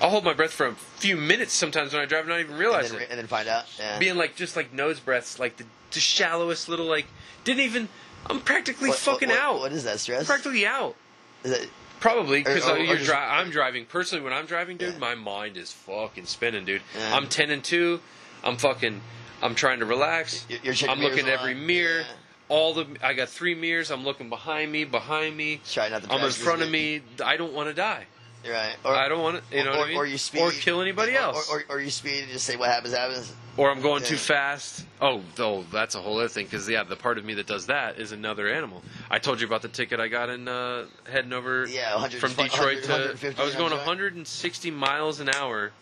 [SPEAKER 4] I'll hold my breath for a few minutes sometimes when I drive and not even
[SPEAKER 2] and
[SPEAKER 4] realize
[SPEAKER 2] then,
[SPEAKER 4] it.
[SPEAKER 2] and then find out. Yeah.
[SPEAKER 4] Being like just like nose breaths, like the, the shallowest little like didn't even. I'm practically
[SPEAKER 2] What-
[SPEAKER 4] fucking
[SPEAKER 2] what- what-
[SPEAKER 4] out.
[SPEAKER 2] What is that stress?
[SPEAKER 4] practically out.
[SPEAKER 2] Is that-
[SPEAKER 4] Probably
[SPEAKER 2] Or-
[SPEAKER 4] because
[SPEAKER 2] or- or
[SPEAKER 4] you're
[SPEAKER 2] just-
[SPEAKER 4] dri- I'm driving personally. When I'm driving, dude,
[SPEAKER 2] Yeah.
[SPEAKER 4] my mind is fucking spinning, dude.
[SPEAKER 2] Yeah.
[SPEAKER 4] I'm ten and two. I'm fucking. I'm trying to relax.
[SPEAKER 2] You're- you're checking
[SPEAKER 4] I'm looking
[SPEAKER 2] mirrors
[SPEAKER 4] at
[SPEAKER 2] a
[SPEAKER 4] every
[SPEAKER 2] lot.
[SPEAKER 4] mirror.
[SPEAKER 2] Yeah.
[SPEAKER 4] All the I got three mirrors. I'm looking behind me, behind me.
[SPEAKER 2] Try not to
[SPEAKER 4] I'm in
[SPEAKER 2] crash
[SPEAKER 4] front of
[SPEAKER 2] this
[SPEAKER 4] me. I don't want to die.
[SPEAKER 2] You're right. Or,
[SPEAKER 4] I don't want to. You know
[SPEAKER 2] or,
[SPEAKER 4] what I mean?
[SPEAKER 2] Or you speed.
[SPEAKER 4] or kill anybody
[SPEAKER 2] or-
[SPEAKER 4] else.
[SPEAKER 2] Or, or, or you speed and just say what happens happens.
[SPEAKER 4] Or I'm going too
[SPEAKER 2] Yeah.
[SPEAKER 4] fast. Oh, though that's a whole other thing because yeah, the part of me that does that is another animal. I told you about the ticket I got in uh, heading over
[SPEAKER 2] Yeah, 100
[SPEAKER 4] from
[SPEAKER 2] 100
[SPEAKER 4] Detroit to
[SPEAKER 2] 150,
[SPEAKER 4] I was going
[SPEAKER 2] 100.
[SPEAKER 4] 160 miles an hour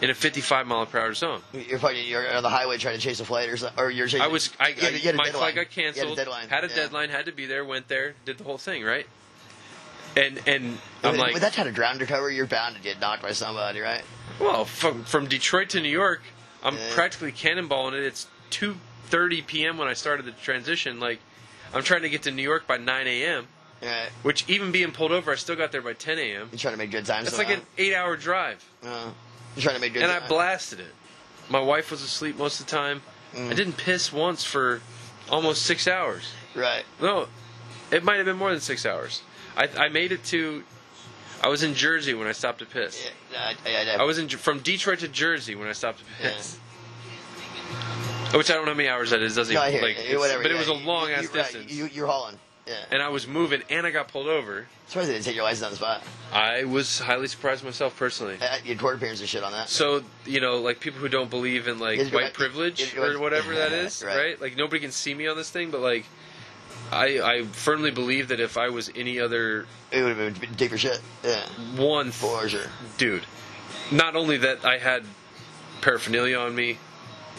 [SPEAKER 4] in a 55 mile per hour zone.
[SPEAKER 2] You're fucking. You're on the highway trying to chase a flight or something. Or you're. Chasing,
[SPEAKER 4] I was I,
[SPEAKER 2] You had, a- you
[SPEAKER 4] I
[SPEAKER 2] had a
[SPEAKER 4] my
[SPEAKER 2] deadline.
[SPEAKER 4] flight got
[SPEAKER 2] You
[SPEAKER 4] canceled.
[SPEAKER 2] Had a deadline.
[SPEAKER 4] Had a
[SPEAKER 2] yeah.
[SPEAKER 4] deadline. Had to be there. Went there. Did the whole thing right. And and
[SPEAKER 2] With,
[SPEAKER 4] I'm like,
[SPEAKER 2] with that kind of ground to cover, you're bound to get knocked by somebody, right?
[SPEAKER 4] Well, from from Detroit to New York, I'm
[SPEAKER 2] Yeah.
[SPEAKER 4] practically cannonballing it. It's 2:30 p.m. when I started the transition. Like, I'm trying to get to New York by 9 a.m.
[SPEAKER 2] You're right.
[SPEAKER 4] Which, even being pulled over, I still got there by 10 a.m.
[SPEAKER 2] You're trying to make good time.
[SPEAKER 4] That's like
[SPEAKER 2] somehow.
[SPEAKER 4] an eight-hour drive,
[SPEAKER 2] Uh, you're trying to make good.
[SPEAKER 4] and
[SPEAKER 2] time.
[SPEAKER 4] I blasted it. My wife was asleep most of the time. I didn't piss once for almost six hours.
[SPEAKER 2] Right.
[SPEAKER 4] No, it might have been more than six hours. I, I made it to. I was in Jersey when I stopped to piss.
[SPEAKER 2] Yeah, I, I, I,
[SPEAKER 4] I was in from Detroit to Jersey when I stopped. Which I don't know how many hours that is. Doesn't
[SPEAKER 2] no, I
[SPEAKER 4] even
[SPEAKER 2] hear
[SPEAKER 4] like,
[SPEAKER 2] you.
[SPEAKER 4] it's-
[SPEAKER 2] whatever.
[SPEAKER 4] but it
[SPEAKER 2] yeah.
[SPEAKER 4] was a long
[SPEAKER 2] you,
[SPEAKER 4] ass
[SPEAKER 2] you, right,
[SPEAKER 4] distance,
[SPEAKER 2] You, you're hauling. Yeah.
[SPEAKER 4] and I was moving, and I got pulled over.
[SPEAKER 2] Surprised they didn't take your license on the spot.
[SPEAKER 4] I was highly surprised myself personally.
[SPEAKER 2] Uh, Your court appearance and shit on that.
[SPEAKER 4] So you know, like people who don't believe in like
[SPEAKER 2] Yes, you're
[SPEAKER 4] white
[SPEAKER 2] right. Yes,
[SPEAKER 4] privilege
[SPEAKER 2] you're
[SPEAKER 4] or
[SPEAKER 2] right.
[SPEAKER 4] whatever that is,
[SPEAKER 2] Right.
[SPEAKER 4] right. Like nobody can see me on this thing, but like. I, I firmly believe that if I was any other
[SPEAKER 2] It would have been deeper shit. Yeah.
[SPEAKER 4] one th-
[SPEAKER 2] For sure.
[SPEAKER 4] dude, not only that I had paraphernalia on me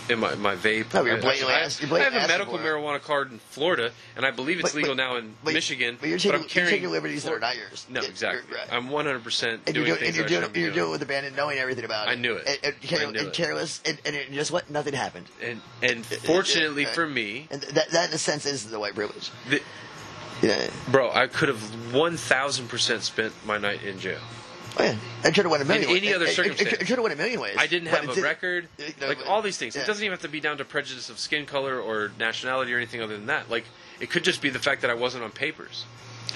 [SPEAKER 4] in my, my vape.
[SPEAKER 2] No, but you're
[SPEAKER 4] I-
[SPEAKER 2] blatantly
[SPEAKER 4] I,
[SPEAKER 2] ask- you're blatantly
[SPEAKER 4] I have a
[SPEAKER 2] asking
[SPEAKER 4] medical
[SPEAKER 2] for it.
[SPEAKER 4] marijuana card in Florida, and I believe it's
[SPEAKER 2] But-
[SPEAKER 4] legal
[SPEAKER 2] but-
[SPEAKER 4] now in
[SPEAKER 2] but-
[SPEAKER 4] Michigan.
[SPEAKER 2] But you're taking,
[SPEAKER 4] I'm carrying
[SPEAKER 2] you're taking liberties that are not yours.
[SPEAKER 4] No,
[SPEAKER 2] Yeah,
[SPEAKER 4] exactly.
[SPEAKER 2] you're right.
[SPEAKER 4] I'm 100 percent
[SPEAKER 2] and you're
[SPEAKER 4] doing
[SPEAKER 2] doing, and
[SPEAKER 4] things
[SPEAKER 2] you're
[SPEAKER 4] I
[SPEAKER 2] doing,
[SPEAKER 4] shouldn't be
[SPEAKER 2] you're
[SPEAKER 4] doing.
[SPEAKER 2] doing it with abandon, knowing everything about it.
[SPEAKER 4] I knew it.
[SPEAKER 2] And, and, care-
[SPEAKER 4] I knew
[SPEAKER 2] and
[SPEAKER 4] it.
[SPEAKER 2] careless, and, and, and just what? Nothing happened.
[SPEAKER 4] And and fortunately
[SPEAKER 2] right.
[SPEAKER 4] for me,
[SPEAKER 2] And that, that in a sense, is the white privilege.
[SPEAKER 4] the,
[SPEAKER 2] Yeah.
[SPEAKER 4] bro, I could have 1,000 percent spent my night in jail.
[SPEAKER 2] Oh, yeah. It could have went a million
[SPEAKER 4] In any
[SPEAKER 2] ways.
[SPEAKER 4] other
[SPEAKER 2] It- it-
[SPEAKER 4] circumstance.
[SPEAKER 2] It, could have went a million ways.
[SPEAKER 4] I didn't
[SPEAKER 2] but
[SPEAKER 4] have
[SPEAKER 2] it
[SPEAKER 4] a
[SPEAKER 2] didn't.
[SPEAKER 4] record,
[SPEAKER 2] It- no,
[SPEAKER 4] like
[SPEAKER 2] but-
[SPEAKER 4] all these things.
[SPEAKER 2] yeah.
[SPEAKER 4] It doesn't even have to be down to prejudice of skin color or nationality or anything other than that. Like it could just be the fact that I wasn't on papers.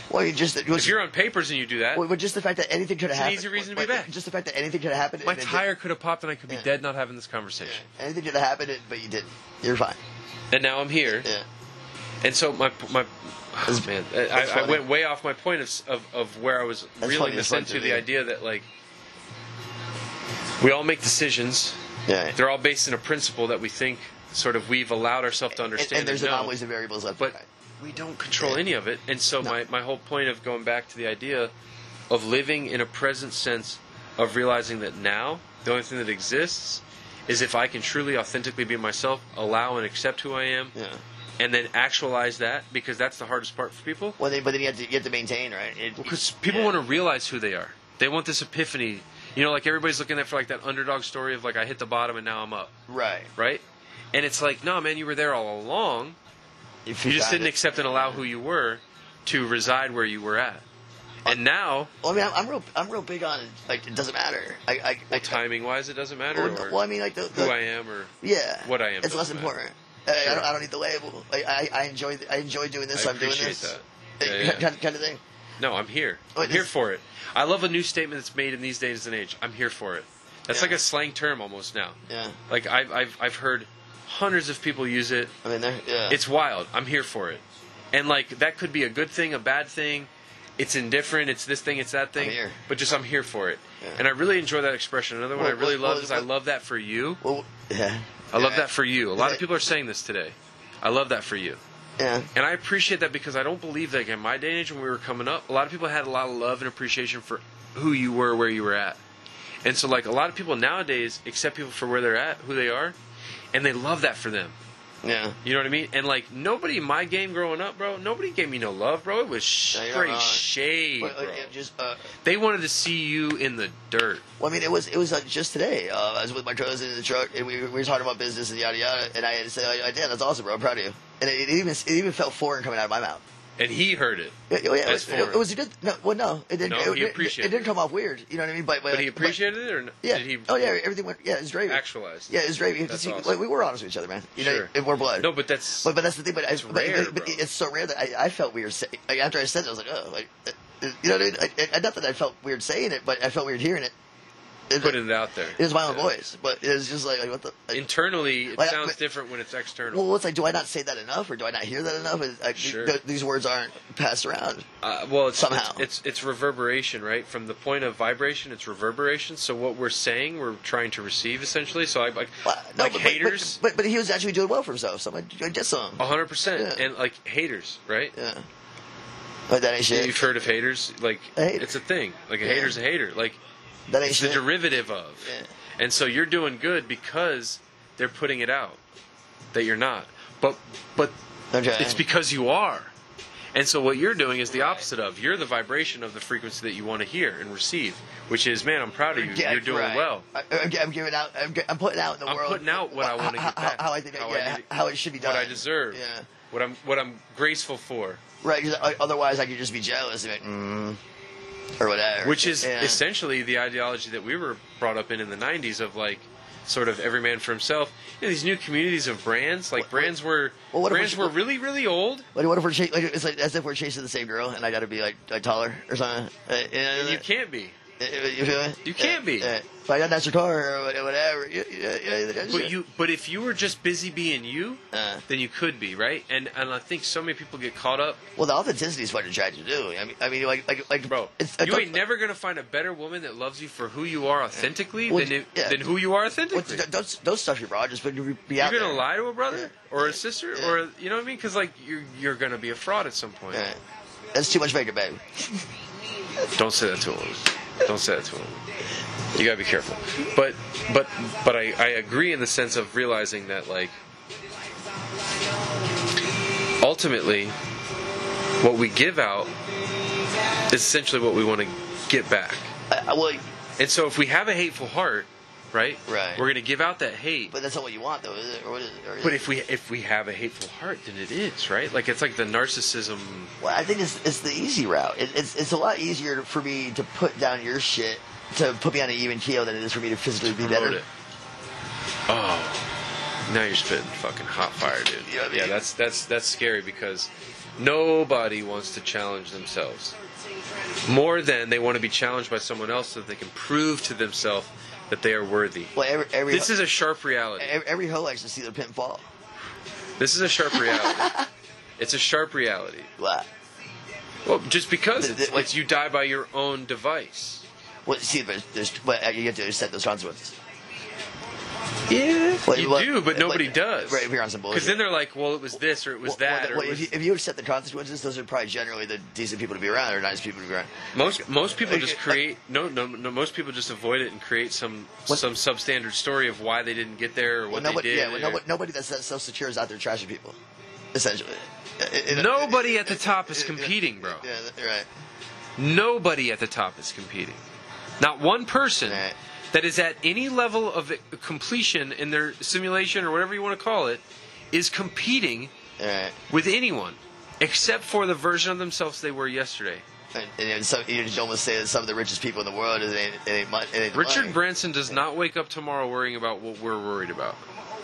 [SPEAKER 2] Well, you just it was-
[SPEAKER 4] If you're on papers and you do that,
[SPEAKER 2] Well, but just the fact that anything could have
[SPEAKER 4] an
[SPEAKER 2] happened.
[SPEAKER 4] easy reason to be
[SPEAKER 2] but-
[SPEAKER 4] back.
[SPEAKER 2] Just the fact that anything could have happened.
[SPEAKER 4] my
[SPEAKER 2] and it
[SPEAKER 4] tire could have popped and I could be
[SPEAKER 2] Yeah.
[SPEAKER 4] dead not having this conversation.
[SPEAKER 2] didn't. Anything could have happened, and- but you didn't. You're fine.
[SPEAKER 4] And now I'm here.
[SPEAKER 2] Yeah.
[SPEAKER 4] And so my my oh,
[SPEAKER 2] That's-
[SPEAKER 4] man,
[SPEAKER 2] that's
[SPEAKER 4] I, I
[SPEAKER 2] funny.
[SPEAKER 4] went way off my point of of, of where I was reeling
[SPEAKER 2] funny
[SPEAKER 4] this
[SPEAKER 2] as fuck
[SPEAKER 4] into
[SPEAKER 2] to
[SPEAKER 4] the
[SPEAKER 2] me.
[SPEAKER 4] idea that like we all make decisions.
[SPEAKER 2] Yeah.
[SPEAKER 4] They're all based on a principle that we think sort of we've allowed ourselves to
[SPEAKER 2] And-
[SPEAKER 4] understand.
[SPEAKER 2] and, there's
[SPEAKER 4] know.
[SPEAKER 2] anomalies and variables left.
[SPEAKER 4] but
[SPEAKER 2] and right.
[SPEAKER 4] we don't control any of it. And so my, my whole point of going back to the idea of living in a present sense of realizing that now the only thing that exists is if I can truly authentically be myself, allow and accept who I am,
[SPEAKER 2] Yeah.
[SPEAKER 4] and then actualize that because that's the hardest part for people.
[SPEAKER 2] Well, then, but then you have to you have to maintain, right?
[SPEAKER 4] Because people want to realize who they are. They want this epiphany. You know, like everybody's looking at for like that underdog story of like I hit the bottom and now I'm up,
[SPEAKER 2] to. Right.
[SPEAKER 4] right? And it's like, no, man, you were there all along.
[SPEAKER 2] If
[SPEAKER 4] You just
[SPEAKER 2] found
[SPEAKER 4] didn't
[SPEAKER 2] it-
[SPEAKER 4] accept and allow who you were to reside where you were at. And now,
[SPEAKER 2] Well, I mean, I'm, I'm real. I'm real big on like it doesn't matter. I, I, I
[SPEAKER 4] timing wise, it doesn't matter.
[SPEAKER 2] Well,
[SPEAKER 4] Or
[SPEAKER 2] well, I mean, like the, the
[SPEAKER 4] who I am, or
[SPEAKER 2] yeah,
[SPEAKER 4] what I am
[SPEAKER 2] It's less
[SPEAKER 4] doesn't matter.
[SPEAKER 2] important. I, I, don't, I don't need the label. Like, I, I enjoy. I enjoy doing this.
[SPEAKER 4] I
[SPEAKER 2] so I'm doing
[SPEAKER 4] appreciate
[SPEAKER 2] this.
[SPEAKER 4] that. Yeah, yeah.
[SPEAKER 2] Kind, kind of thing.
[SPEAKER 4] no, I'm here.
[SPEAKER 2] Well,
[SPEAKER 4] I'm here
[SPEAKER 2] this-
[SPEAKER 4] for it. I love a new statement that's made in these days and age. I'm here for it. That's
[SPEAKER 2] Yeah.
[SPEAKER 4] like a slang term almost now.
[SPEAKER 2] Yeah.
[SPEAKER 4] Like I've I've I've heard hundreds of people use it.
[SPEAKER 2] I mean, there. Yeah.
[SPEAKER 4] It's wild. I'm here for it. And like that could be a good thing, a bad thing. It's indifferent. It's this thing. It's that thing.
[SPEAKER 2] here.
[SPEAKER 4] But just I'm here for it.
[SPEAKER 2] Yeah.
[SPEAKER 4] And I really enjoy that expression. Another one
[SPEAKER 2] Well,
[SPEAKER 4] I really
[SPEAKER 2] well,
[SPEAKER 4] love
[SPEAKER 2] well,
[SPEAKER 4] is I
[SPEAKER 2] well-
[SPEAKER 4] love that for you.
[SPEAKER 2] Well, yeah.
[SPEAKER 4] I love
[SPEAKER 2] Yeah.
[SPEAKER 4] that for you. A lot
[SPEAKER 2] Right.
[SPEAKER 4] of people are saying this today. I love that for you.
[SPEAKER 2] Yeah.
[SPEAKER 4] And I appreciate that because I don't believe that like, in my day and age when we were coming up, a lot of people had a lot of love and appreciation for who you were, where you were at. And so, like, a lot of people nowadays accept people for where they're at, who they are, and they love that for them.
[SPEAKER 2] Yeah.
[SPEAKER 4] You know what I mean? And, like, nobody in my game growing up, bro, nobody gave me no love, bro. It was
[SPEAKER 2] No, you're
[SPEAKER 4] straight
[SPEAKER 2] not.
[SPEAKER 4] shade,
[SPEAKER 2] Well,
[SPEAKER 4] bro.
[SPEAKER 2] like, it just. Uh,
[SPEAKER 4] They wanted to see you in the dirt.
[SPEAKER 2] Well, I mean, it was it was like just today. Uh, I was with my cousin in the truck, and we, we were talking about business and yada yada. And I had said, like, "Damn, that's awesome, bro. I'm proud of you." And it, it even it even felt foreign coming out of my mouth.
[SPEAKER 4] and he heard it.
[SPEAKER 2] Yeah, yeah, it,
[SPEAKER 4] That's
[SPEAKER 2] was, it,
[SPEAKER 4] foreign.
[SPEAKER 2] it was. It did. No, well, no, it didn't.
[SPEAKER 4] No,
[SPEAKER 2] it,
[SPEAKER 4] he
[SPEAKER 2] it-
[SPEAKER 4] appreciated
[SPEAKER 2] it. didn't come off weird. You know what I mean? But,
[SPEAKER 4] But he appreciated it, or n-
[SPEAKER 2] Yeah.
[SPEAKER 4] did he?
[SPEAKER 2] oh yeah, everything went. Yeah, it's Draven.
[SPEAKER 4] Actualized.
[SPEAKER 2] Yeah, it's Draven. Because
[SPEAKER 4] That's
[SPEAKER 2] he-
[SPEAKER 4] awesome.
[SPEAKER 2] like, we were honest with each other, man. You know,
[SPEAKER 4] Sure.
[SPEAKER 2] it, we're blood.
[SPEAKER 4] No, but that's
[SPEAKER 2] But, but that's the thing. But, I,
[SPEAKER 4] It's
[SPEAKER 2] but,
[SPEAKER 4] rare,
[SPEAKER 2] but, but
[SPEAKER 4] bro.
[SPEAKER 2] it's so rare that I, I felt weird. Say, like, after I said it, I was like, oh, like, uh, uh, you know, what I mean? I, I, not that I felt weird saying it, but I felt weird hearing it. It,
[SPEAKER 4] put it out there.
[SPEAKER 2] it was my own
[SPEAKER 4] Yeah.
[SPEAKER 2] voice, but it was just like, like what the. Like,
[SPEAKER 4] Internally, it
[SPEAKER 2] Like,
[SPEAKER 4] sounds
[SPEAKER 2] but-
[SPEAKER 4] different when it's external.
[SPEAKER 2] well, it's like, do I not say that enough, or do I not hear that enough? Is- Like,
[SPEAKER 4] Sure.
[SPEAKER 2] th- these words aren't passed around.
[SPEAKER 4] Uh, well, it's,
[SPEAKER 2] Somehow.
[SPEAKER 4] it's it's it's reverberation, right? From the point of vibration, it's reverberation. So what we're saying, we're trying to receive essentially. So I like
[SPEAKER 2] Well, no, but,
[SPEAKER 4] like
[SPEAKER 2] but-
[SPEAKER 4] haters, Oh.
[SPEAKER 2] But, but, but he was actually doing well for himself. Someone I did some.
[SPEAKER 4] hundred percent,
[SPEAKER 2] Yeah.
[SPEAKER 4] and like haters, right?
[SPEAKER 2] Yeah. But that ain't shit.
[SPEAKER 4] You've heard of haters, like
[SPEAKER 2] A hater.
[SPEAKER 4] it's a thing. Like a
[SPEAKER 2] Yeah.
[SPEAKER 4] hater's a hater. Like
[SPEAKER 2] That ain't
[SPEAKER 4] it's the
[SPEAKER 2] shit.
[SPEAKER 4] derivative of.
[SPEAKER 2] Yeah.
[SPEAKER 4] And so you're doing good because they're putting it out that you're not. But but
[SPEAKER 2] I'm trying.
[SPEAKER 4] It's because you are. And so what you're doing is the opposite of. You're the vibration of the frequency that you want to hear and receive, which is, man, I'm proud of you.
[SPEAKER 2] Yeah,
[SPEAKER 4] You're doing
[SPEAKER 2] right.
[SPEAKER 4] well.
[SPEAKER 2] I, I'm, I'm giving out. I'm, gi- I'm putting out in the
[SPEAKER 4] I'm
[SPEAKER 2] world.
[SPEAKER 4] putting out what I wanna
[SPEAKER 2] how,
[SPEAKER 4] get back.
[SPEAKER 2] How, how I think.
[SPEAKER 4] How I
[SPEAKER 2] yeah,
[SPEAKER 4] need it.
[SPEAKER 2] how it should be done.
[SPEAKER 4] What I deserve.
[SPEAKER 2] Yeah.
[SPEAKER 4] What I'm what I'm graceful for,
[SPEAKER 2] Right. 'cause, uh, otherwise, I could just be jealous of it. Mm, or whatever.
[SPEAKER 4] which is
[SPEAKER 2] yeah.
[SPEAKER 4] essentially the ideology that we were brought up in in the 90s of like sort of every man for himself. You know, these new communities of brands, like
[SPEAKER 2] What-
[SPEAKER 4] brands were
[SPEAKER 2] Well, what if
[SPEAKER 4] brands
[SPEAKER 2] we're-
[SPEAKER 4] were really really old.
[SPEAKER 2] Like, what if we're cha- like, it's like as if we're chasing the same girl, and I got to be like, like taller or something. Uh,
[SPEAKER 4] And you can't be.
[SPEAKER 2] You feel me?
[SPEAKER 4] You can't be.
[SPEAKER 2] Uh, if I got a nicer car or wha- whatever, yeah, yeah, yeah, that's
[SPEAKER 4] But
[SPEAKER 2] it.
[SPEAKER 4] you but if you were just busy being you,
[SPEAKER 2] Uh.
[SPEAKER 4] then you could be, right? And and I think so many people get caught up
[SPEAKER 2] Well, the authenticity is what I tried to do. I mean, I mean, like, like, like
[SPEAKER 4] Bro,
[SPEAKER 2] it's,
[SPEAKER 4] you ain't never gonna find a better woman that loves you for who you are authentically
[SPEAKER 2] Well,
[SPEAKER 4] than, it-
[SPEAKER 2] yeah.
[SPEAKER 4] than who you are
[SPEAKER 2] Well,
[SPEAKER 4] authentically.
[SPEAKER 2] th- don't, don't stuff your bra. Just be, be
[SPEAKER 4] you're
[SPEAKER 2] out
[SPEAKER 4] gonna
[SPEAKER 2] there.
[SPEAKER 4] lie to a brother
[SPEAKER 2] Yeah.
[SPEAKER 4] or a sister
[SPEAKER 2] Yeah.
[SPEAKER 4] or you know what I mean? Because like you're you're gonna be a fraud at some point.
[SPEAKER 2] Yeah. Uh, That's too much makeup, baby.
[SPEAKER 4] Don't say that to a woman. Don't say that to a woman. You gotta be careful. But but but I, I agree in the sense of realizing that like ultimately what we give out is essentially what we want to get back.
[SPEAKER 2] I, I, well,
[SPEAKER 4] And so if we have a hateful heart, right?
[SPEAKER 2] Right.
[SPEAKER 4] We're gonna give out that hate. But,
[SPEAKER 2] but that's not what you want, though, is it? Or what is it? Or is it-
[SPEAKER 4] if we if we have a hateful heart, then it is, right? Like it's like the narcissism
[SPEAKER 2] well, I think it's it's the easy route. It, it's it's a lot easier for me to put down your shit to put me on an even keel than it is for me to physically be
[SPEAKER 4] promote
[SPEAKER 2] better.
[SPEAKER 4] it. Oh. Now you're spitting fucking hot fire, dude.
[SPEAKER 2] You know what I mean?
[SPEAKER 4] Yeah, that's that's that's scary because nobody wants to challenge themselves. More than they want to be challenged by someone else so that they can prove to themselves that they are worthy.
[SPEAKER 2] Well, every every
[SPEAKER 4] This is a sharp reality.
[SPEAKER 2] every, every hoe likes to see their pimp fall.
[SPEAKER 4] This is a sharp reality. It's a sharp reality.
[SPEAKER 2] Well,
[SPEAKER 4] Well, just because
[SPEAKER 2] Th-
[SPEAKER 4] it's,
[SPEAKER 2] th- like-
[SPEAKER 4] it's you die by your own device.
[SPEAKER 2] well see, but there's but uh, you have to accept those consequences.
[SPEAKER 4] Yeah,
[SPEAKER 2] Well,
[SPEAKER 4] you
[SPEAKER 2] well,
[SPEAKER 4] do, but
[SPEAKER 2] uh,
[SPEAKER 4] nobody
[SPEAKER 2] like,
[SPEAKER 4] does.
[SPEAKER 2] Right, if you're on some bullshit.
[SPEAKER 4] Because then they're like, well, it was this or it was
[SPEAKER 2] Well,
[SPEAKER 4] that.
[SPEAKER 2] well,
[SPEAKER 4] or it
[SPEAKER 2] well,
[SPEAKER 4] was-
[SPEAKER 2] if, you, if you accept the consequences, those are probably generally the decent people to be around or nice people to be around.
[SPEAKER 4] most most people just
[SPEAKER 2] uh,
[SPEAKER 4] create no, no no most people just avoid it and create some
[SPEAKER 2] What-
[SPEAKER 4] some substandard story of why they didn't get there or
[SPEAKER 2] Well,
[SPEAKER 4] what
[SPEAKER 2] nobody,
[SPEAKER 4] they did.
[SPEAKER 2] yeah, well,
[SPEAKER 4] or-
[SPEAKER 2] nobody, nobody that's that self secure is out there trashing people, essentially. Uh, It- it-
[SPEAKER 4] Nobody
[SPEAKER 2] it-
[SPEAKER 4] at the top is
[SPEAKER 2] it- it-
[SPEAKER 4] competing, bro.
[SPEAKER 2] uh, Yeah, th- right.
[SPEAKER 4] Nobody at the top is competing. Not one person
[SPEAKER 2] Right.
[SPEAKER 4] that is at any level of completion in their simulation or whatever you want to call it is competing
[SPEAKER 2] Right.
[SPEAKER 4] with anyone except for the version of themselves they were yesterday.
[SPEAKER 2] And, and then some, you just almost say that some of the richest people in the world, it ain't, it ain't, mu- it ain't the
[SPEAKER 4] Richard
[SPEAKER 2] money.
[SPEAKER 4] Branson does not wake up tomorrow worrying about what we're worried about.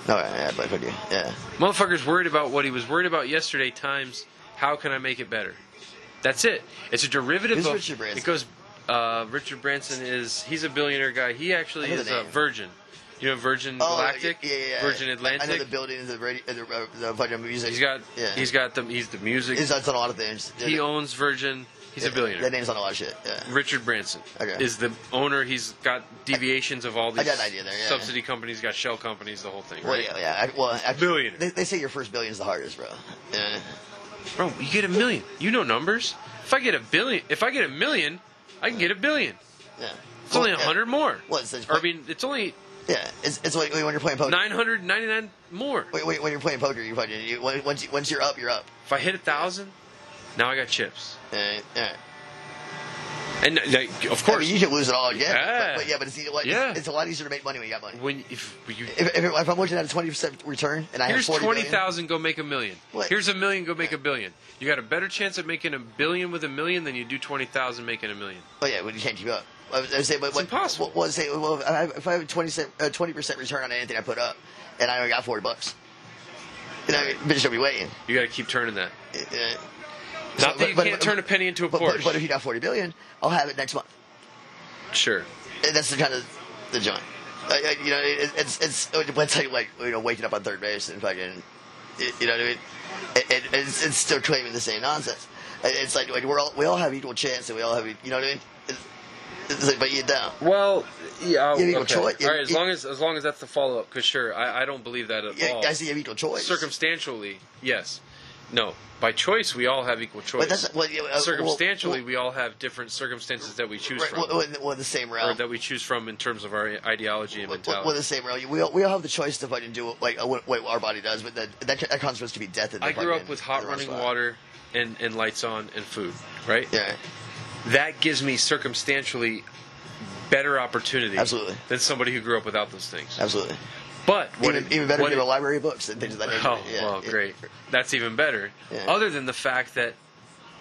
[SPEAKER 2] No, right, yeah, but fuck you. Yeah.
[SPEAKER 4] Motherfucker's worried about what he was worried about yesterday times how can I make it better? That's it. It's a derivative
[SPEAKER 2] Who's
[SPEAKER 4] of
[SPEAKER 2] Richard Branson?
[SPEAKER 4] it goes uh, Richard Branson is he's a billionaire guy. He actually
[SPEAKER 2] I know the
[SPEAKER 4] is a
[SPEAKER 2] name. Oh,
[SPEAKER 4] Virgin. You know Virgin Galactic,
[SPEAKER 2] yeah, yeah, yeah.
[SPEAKER 4] Virgin
[SPEAKER 2] I know the
[SPEAKER 4] Atlantic.
[SPEAKER 2] building, the radio, the, uh, the fucking music.
[SPEAKER 4] He's got
[SPEAKER 2] Yeah.
[SPEAKER 4] he's got the he's the music.
[SPEAKER 2] He's that's on a lot of things.
[SPEAKER 4] he owns Virgin. He's a billionaire.
[SPEAKER 2] That name's on a lot of shit. Yeah.
[SPEAKER 4] Richard Branson
[SPEAKER 2] Okay.
[SPEAKER 4] is the owner. He's got deviations of all these
[SPEAKER 2] I got an idea there, yeah.
[SPEAKER 4] subsidy companies, got shell companies, the whole thing.
[SPEAKER 2] Well,
[SPEAKER 4] Right?
[SPEAKER 2] yeah, yeah. I, well, I,
[SPEAKER 4] Billionaire.
[SPEAKER 2] They, they say your first billion is the hardest, bro. Yeah.
[SPEAKER 4] Bro, you get a million. You know numbers. If I get a billion, if I get a million, I can get a billion.
[SPEAKER 2] Yeah.
[SPEAKER 4] It's only a
[SPEAKER 2] Well, yeah.
[SPEAKER 4] hundred more.
[SPEAKER 2] Well, it's- it's-
[SPEAKER 4] or, I mean, it's only
[SPEAKER 2] Yeah, it's, it's like when you're playing poker.
[SPEAKER 4] nine hundred ninety nine more.
[SPEAKER 2] Wait, wait, when you're playing poker, you fucking you, when- once you, once you're up, you're up.
[SPEAKER 4] If I hit a thousand, now I got chips.
[SPEAKER 2] Uh, yeah.
[SPEAKER 4] And like, of
[SPEAKER 2] I
[SPEAKER 4] course,
[SPEAKER 2] mean, you can lose it all again.
[SPEAKER 4] Yeah.
[SPEAKER 2] But, but yeah, but it's, a lot- it's,
[SPEAKER 4] Yeah.
[SPEAKER 2] it's a lot easier to make money when you got money.
[SPEAKER 4] when if you
[SPEAKER 2] If, if, if I'm looking at a 20% return and I
[SPEAKER 4] here's
[SPEAKER 2] have 40
[SPEAKER 4] twenty
[SPEAKER 2] million,
[SPEAKER 4] thousand, go make a million.
[SPEAKER 2] What?
[SPEAKER 4] Here's a million, go make a billion. You got a better chance at making a billion with a million than you do twenty thousand making a million.
[SPEAKER 2] But yeah, when you can't keep up. I was, I was saying, but what,
[SPEAKER 4] impossible.
[SPEAKER 2] What, what was saying, well, if I have- if I have a 20 cent, uh, 20% return on anything I put up, and I only got 40 bucks, you know, bitch, I'll be waiting.
[SPEAKER 4] You got to keep turning that.
[SPEAKER 2] Uh,
[SPEAKER 4] Not
[SPEAKER 2] but-
[SPEAKER 4] that you
[SPEAKER 2] but-
[SPEAKER 4] can't
[SPEAKER 2] but-
[SPEAKER 4] turn a penny into a
[SPEAKER 2] but, but,
[SPEAKER 4] Porsche.
[SPEAKER 2] but if you got 40 billion, I'll have it next month.
[SPEAKER 4] sure.
[SPEAKER 2] And that's the kind of the joint. Like, like, you know, it, it's it's it's like like you know waking up on third base and fucking, it, you know what I mean? It, it, it's, it's still claiming the same nonsense. It, it's like, like we're all we all have equal chance and we all have e- you know what I mean? It's, it's like, but you don't.
[SPEAKER 4] Well, yeah.
[SPEAKER 2] You have equal
[SPEAKER 4] okay.
[SPEAKER 2] choice. You-
[SPEAKER 4] All right. As
[SPEAKER 2] you-
[SPEAKER 4] long as as long as that's the follow up, because sure, I, I don't believe that at
[SPEAKER 2] Yeah,
[SPEAKER 4] all.
[SPEAKER 2] guys, you have equal choice.
[SPEAKER 4] Circumstantially, yes. No, by choice we all have equal choice.
[SPEAKER 2] But that's well, yeah, uh, well,
[SPEAKER 4] Circumstantially,
[SPEAKER 2] well,
[SPEAKER 4] we all have different circumstances that we choose
[SPEAKER 2] right,
[SPEAKER 4] from,
[SPEAKER 2] well, well, in the- well, in the same
[SPEAKER 4] or
[SPEAKER 2] realm.
[SPEAKER 4] that we choose from in terms of our ideology and
[SPEAKER 2] Well, well, well, in
[SPEAKER 4] mentality.
[SPEAKER 2] the same realm. We all, we all have the choice to fucking do what, like uh, what, what our body does, but that that, that comes supposed to be death. In the
[SPEAKER 4] I grew up
[SPEAKER 2] fucking-
[SPEAKER 4] with
[SPEAKER 2] in
[SPEAKER 4] hot
[SPEAKER 2] the wrong
[SPEAKER 4] running
[SPEAKER 2] spot.
[SPEAKER 4] water and and lights on and food, right?
[SPEAKER 2] Yeah.
[SPEAKER 4] That gives me circumstantially better opportunity
[SPEAKER 2] Absolutely.
[SPEAKER 4] than somebody who grew up without those things.
[SPEAKER 2] Absolutely.
[SPEAKER 4] But what
[SPEAKER 2] even,
[SPEAKER 4] it-
[SPEAKER 2] even better,
[SPEAKER 4] what
[SPEAKER 2] give
[SPEAKER 4] it-
[SPEAKER 2] a library of books and things of that nature.
[SPEAKER 4] Oh,
[SPEAKER 2] Yeah,
[SPEAKER 4] well,
[SPEAKER 2] yeah.
[SPEAKER 4] great. That's even better.
[SPEAKER 2] Yeah.
[SPEAKER 4] Other than the fact that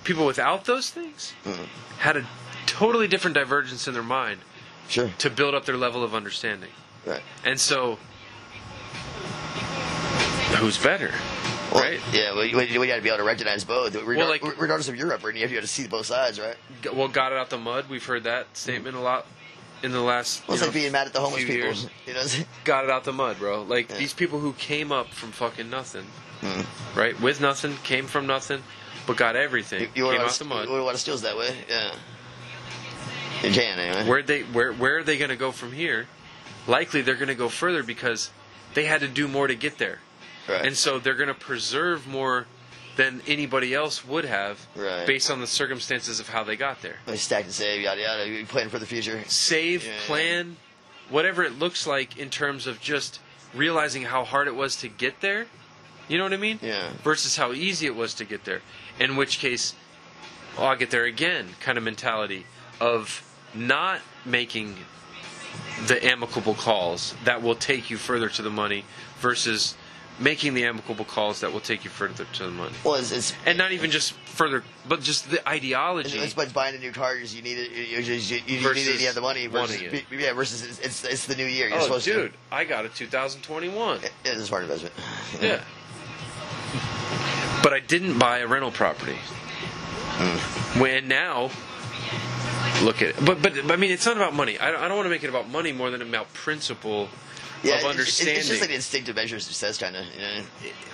[SPEAKER 4] people without those things
[SPEAKER 2] Mm-hmm.
[SPEAKER 4] had a totally different divergence in their mind
[SPEAKER 2] Sure.
[SPEAKER 4] to build up their level of understanding.
[SPEAKER 2] Right.
[SPEAKER 4] And so, who's better?
[SPEAKER 2] Well,
[SPEAKER 4] right?
[SPEAKER 2] Yeah, we, we, we got to be able to recognize both. Regard,
[SPEAKER 4] like-
[SPEAKER 2] regardless of Europe, Brittany, if you have to see both sides, right?
[SPEAKER 4] G- Well, got it out the mud. We've heard that statement a lot in the last. you
[SPEAKER 2] Well, it's
[SPEAKER 4] know,
[SPEAKER 2] like being mad at the homeless
[SPEAKER 4] few
[SPEAKER 2] people.
[SPEAKER 4] years.
[SPEAKER 2] You know, it's-
[SPEAKER 4] Got it out the mud, bro. Like
[SPEAKER 2] Yeah. Mm-hmm.
[SPEAKER 4] these people who came up from fucking nothing, right? With nothing, came from nothing, but got everything.
[SPEAKER 2] you, you
[SPEAKER 4] came out
[SPEAKER 2] want
[SPEAKER 4] the mud.
[SPEAKER 2] to want steals that way? Yeah. You can anyway.
[SPEAKER 4] where they where where are they going to go from here? Likely they're going to go further because they had to do more to get there,
[SPEAKER 2] right.
[SPEAKER 4] and so they're going to preserve more than anybody else would have
[SPEAKER 2] Right.
[SPEAKER 4] based on the circumstances of how they got there.
[SPEAKER 2] Like stack and save, yada yada. You plan for the future.
[SPEAKER 4] Save,
[SPEAKER 2] Yeah.
[SPEAKER 4] plan, whatever it looks like in terms of just realizing how hard it was to get there. You know what I mean?
[SPEAKER 2] Yeah.
[SPEAKER 4] Versus how easy it was to get there. In which case, oh, I'll get there again kind of mentality of not making the amicable calls that will take you further to the money versus making the amicable calls that will take you further to the money.
[SPEAKER 2] Well, it's, it's
[SPEAKER 4] And not even just further, but just the ideology.
[SPEAKER 2] It's like buying a new car because you need it. You, you, you, you need it.
[SPEAKER 4] Versus
[SPEAKER 2] You have the money. Versus,
[SPEAKER 4] wanting it.
[SPEAKER 2] yeah. Versus it's, it's it's the new year. You're
[SPEAKER 4] oh,
[SPEAKER 2] supposed
[SPEAKER 4] dude,
[SPEAKER 2] to.
[SPEAKER 4] I got a 2021.
[SPEAKER 2] It- It's a smart investment.
[SPEAKER 4] Yeah. But I didn't buy a rental property.
[SPEAKER 2] Hmm.
[SPEAKER 4] When now, look at it. But, but I mean, it's not about money. I don't, I don't want to make it about money more than about
[SPEAKER 2] Yeah,
[SPEAKER 4] principle
[SPEAKER 2] it's-
[SPEAKER 4] of
[SPEAKER 2] it's-
[SPEAKER 4] understanding.
[SPEAKER 2] It's just like an instinctive measure of success, kind of. You know,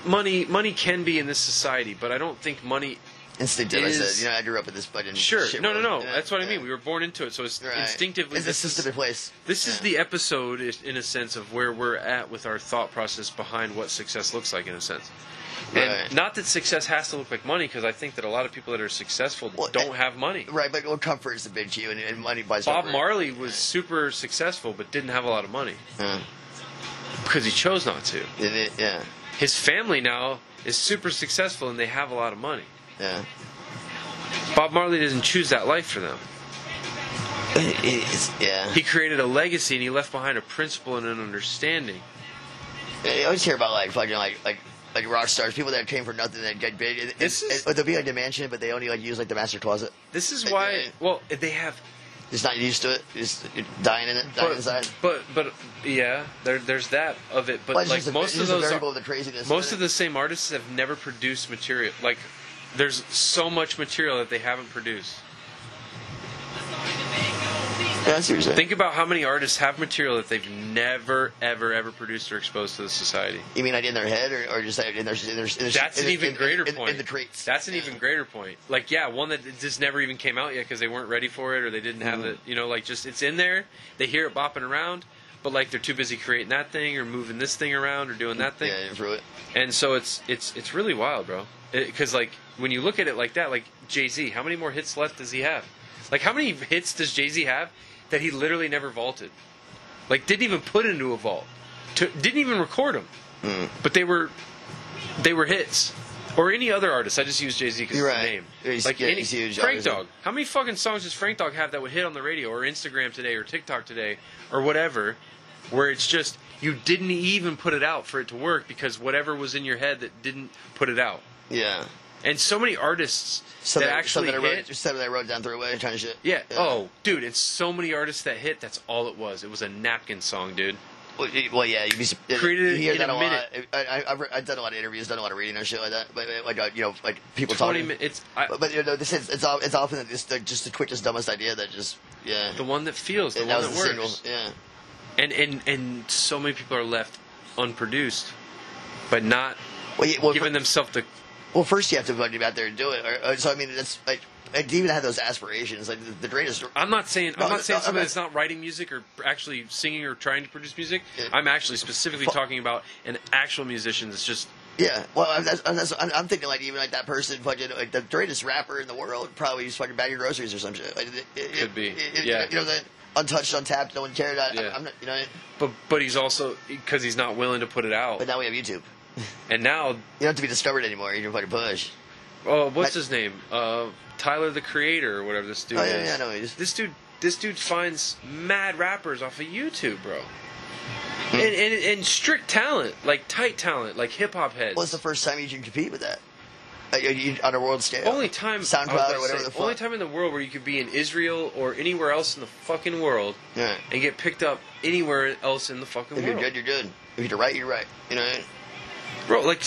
[SPEAKER 4] money money can be in this society, but I don't think money.
[SPEAKER 2] instinctive. I
[SPEAKER 4] Is-
[SPEAKER 2] said, you know, I grew up with this fucking
[SPEAKER 4] Sure,
[SPEAKER 2] Shit
[SPEAKER 4] no, no,
[SPEAKER 2] world,
[SPEAKER 4] no.
[SPEAKER 2] you know?
[SPEAKER 4] That's what I
[SPEAKER 2] Yeah.
[SPEAKER 4] mean. We were born into it, so it's
[SPEAKER 2] Right.
[SPEAKER 4] instinctively.
[SPEAKER 2] It's a
[SPEAKER 4] this
[SPEAKER 2] system
[SPEAKER 4] is,
[SPEAKER 2] in place.
[SPEAKER 4] this is
[SPEAKER 2] Yeah.
[SPEAKER 4] the episode, is- in a sense, of where we're at with our thought process behind what success looks like, in a sense. And
[SPEAKER 2] Right.
[SPEAKER 4] not that success has to look like money, because I think that a lot of people that are successful
[SPEAKER 2] Well,
[SPEAKER 4] don't
[SPEAKER 2] eh,
[SPEAKER 4] have money.
[SPEAKER 2] right, but well, comfort is the big key, and, and money buys
[SPEAKER 4] Bob
[SPEAKER 2] comfort.
[SPEAKER 4] Marley was super successful, but didn't have a lot of money
[SPEAKER 2] Yeah.
[SPEAKER 4] because he chose not to.
[SPEAKER 2] And it- yeah,
[SPEAKER 4] His family now is super successful, and they have a lot of money.
[SPEAKER 2] yeah.
[SPEAKER 4] Bob Marley doesn't choose that life for them.
[SPEAKER 2] It- it's- yeah.
[SPEAKER 4] He created a legacy and he left behind a principle and an understanding.
[SPEAKER 2] I always hear about like fucking like like like rock stars, people that came from nothing that get big. It,
[SPEAKER 4] This
[SPEAKER 2] it's
[SPEAKER 4] is-
[SPEAKER 2] it, they'll be like the mansion, but they only like use like the master closet.
[SPEAKER 4] This is why,
[SPEAKER 2] Yeah.
[SPEAKER 4] well, they have,
[SPEAKER 2] Just not used to it. Just you're dying in it, dying inside.
[SPEAKER 4] but, but, but yeah, there, there's that of it. But
[SPEAKER 2] Well, it's
[SPEAKER 4] like
[SPEAKER 2] just a-
[SPEAKER 4] most
[SPEAKER 2] it's
[SPEAKER 4] of
[SPEAKER 2] just a
[SPEAKER 4] those,
[SPEAKER 2] variable
[SPEAKER 4] are,
[SPEAKER 2] of the craziness.
[SPEAKER 4] most
[SPEAKER 2] isn't
[SPEAKER 4] of
[SPEAKER 2] it?
[SPEAKER 4] the same artists have never produced material. Like, there's so much material that they haven't produced.
[SPEAKER 2] Yeah, I see what you're saying.
[SPEAKER 4] Think about how many artists have material that they've never, ever, ever produced or exposed to the society.
[SPEAKER 2] You mean like in their head, or, or just like in their in their? In their
[SPEAKER 4] That's
[SPEAKER 2] in,
[SPEAKER 4] an even
[SPEAKER 2] in,
[SPEAKER 4] greater
[SPEAKER 2] in,
[SPEAKER 4] point.
[SPEAKER 2] In, the traits.
[SPEAKER 4] That's an
[SPEAKER 2] Yeah.
[SPEAKER 4] even greater point. Like, yeah, one that just never even came out yet because they weren't ready for it or they didn't have
[SPEAKER 2] Mm-hmm.
[SPEAKER 4] it. You know, like just it's in there. They hear it bopping around, but like they're too busy creating that thing or moving this thing around or doing that thing.
[SPEAKER 2] Mm, Yeah, through it.
[SPEAKER 4] And so it's it's it's really wild, bro. Because like when you look at it like that, like Jay Z, how many more hits left does he have? Like how many hits does Jay Z have that he literally never vaulted? Like didn't even put into
[SPEAKER 2] Hmm.
[SPEAKER 4] a vault, to, didn't even record them, but they were they were hits. or any other artist. I just use Jay Z because
[SPEAKER 2] You're
[SPEAKER 4] it's the
[SPEAKER 2] right.
[SPEAKER 4] name.
[SPEAKER 2] He's-
[SPEAKER 4] like
[SPEAKER 2] yeah,
[SPEAKER 4] any
[SPEAKER 2] he's huge,
[SPEAKER 4] Frank
[SPEAKER 2] obviously.
[SPEAKER 4] Dog. How many fucking songs does Frank Dog have that would hit on the radio or Instagram today or TikTok today or whatever, where it's just you didn't even put it out for it to work because whatever was in your head that didn't put it out.
[SPEAKER 2] Yeah.
[SPEAKER 4] And so many artists
[SPEAKER 2] Some
[SPEAKER 4] that
[SPEAKER 2] that,
[SPEAKER 4] actually
[SPEAKER 2] some that I
[SPEAKER 4] hit.
[SPEAKER 2] wrote, some that I wrote down through away trying to shit.
[SPEAKER 4] yeah. Oh, dude, it's so many artists that hit. That's all it was. It was a napkin song, dude.
[SPEAKER 2] Well, y- well, yeah, you'd be su-
[SPEAKER 4] Created
[SPEAKER 2] you hear
[SPEAKER 4] in
[SPEAKER 2] that
[SPEAKER 4] a
[SPEAKER 2] lot.
[SPEAKER 4] minute.
[SPEAKER 2] I, I, I've, re- I've done a lot of interviews, done a lot of reading and shit like that. But uh, like, uh, you know, like people
[SPEAKER 4] Twenty
[SPEAKER 2] talking.
[SPEAKER 4] minutes. It's I,
[SPEAKER 2] But, but you know, this is it's all it's often just the, just the quickest, dumbest idea that just yeah.
[SPEAKER 4] the one that feels. The
[SPEAKER 2] and
[SPEAKER 4] one
[SPEAKER 2] that
[SPEAKER 4] that
[SPEAKER 2] was the
[SPEAKER 4] works.
[SPEAKER 2] single. Yeah.
[SPEAKER 4] and and and so many people are left unproduced, but not
[SPEAKER 2] Well, yeah, well,
[SPEAKER 4] giving themselves the.
[SPEAKER 2] Well, first you have to fucking get out there and do it. Or, or, so I mean, that's like I didn't even have those aspirations. Like the, the greatest.
[SPEAKER 4] I'm not saying
[SPEAKER 2] No,
[SPEAKER 4] I'm not saying
[SPEAKER 2] no,
[SPEAKER 4] somebody
[SPEAKER 2] okay.
[SPEAKER 4] that's not writing music or actually singing or trying to produce music.
[SPEAKER 2] Yeah.
[SPEAKER 4] I'm actually specifically
[SPEAKER 2] Fu-
[SPEAKER 4] talking about an actual musician that's just
[SPEAKER 2] Yeah. Well, I'm, that's, I'm, that's, I'm, I'm thinking like even like that person fucking like the greatest rapper in the world probably is fucking bagging groceries or some shit. Like, it- it-
[SPEAKER 4] Could be.
[SPEAKER 2] it- it-
[SPEAKER 4] Yeah.
[SPEAKER 2] You know that untouched, untapped, no one cared. I,
[SPEAKER 4] Yeah.
[SPEAKER 2] I'm not, you know.
[SPEAKER 4] but but he's also because he's not willing to put it out.
[SPEAKER 2] But now we have YouTube.
[SPEAKER 4] And now,
[SPEAKER 2] You don't have to be discovered anymore. You can fucking push.
[SPEAKER 4] oh, what's
[SPEAKER 2] I-
[SPEAKER 4] his name? Uh, Tyler the Creator or whatever this dude
[SPEAKER 2] Oh
[SPEAKER 4] is.
[SPEAKER 2] yeah, yeah, no. He's,
[SPEAKER 4] This dude, this dude finds mad rappers off of YouTube, bro.
[SPEAKER 2] Hmm.
[SPEAKER 4] And, and and strict talent, like tight talent, like hip hop heads.
[SPEAKER 2] what's the first time you can compete with that? Like, you- you- on a world scale.
[SPEAKER 4] only time
[SPEAKER 2] SoundCloud
[SPEAKER 4] I was about to
[SPEAKER 2] or whatever
[SPEAKER 4] say,
[SPEAKER 2] the fuck.
[SPEAKER 4] Only time in the world where you could be in Israel or anywhere else in the fucking world
[SPEAKER 2] Yeah.
[SPEAKER 4] and get picked up anywhere else in the fucking
[SPEAKER 2] If you're
[SPEAKER 4] world,
[SPEAKER 2] good, you're good. If you're right, you're right. You know.
[SPEAKER 4] bro. Like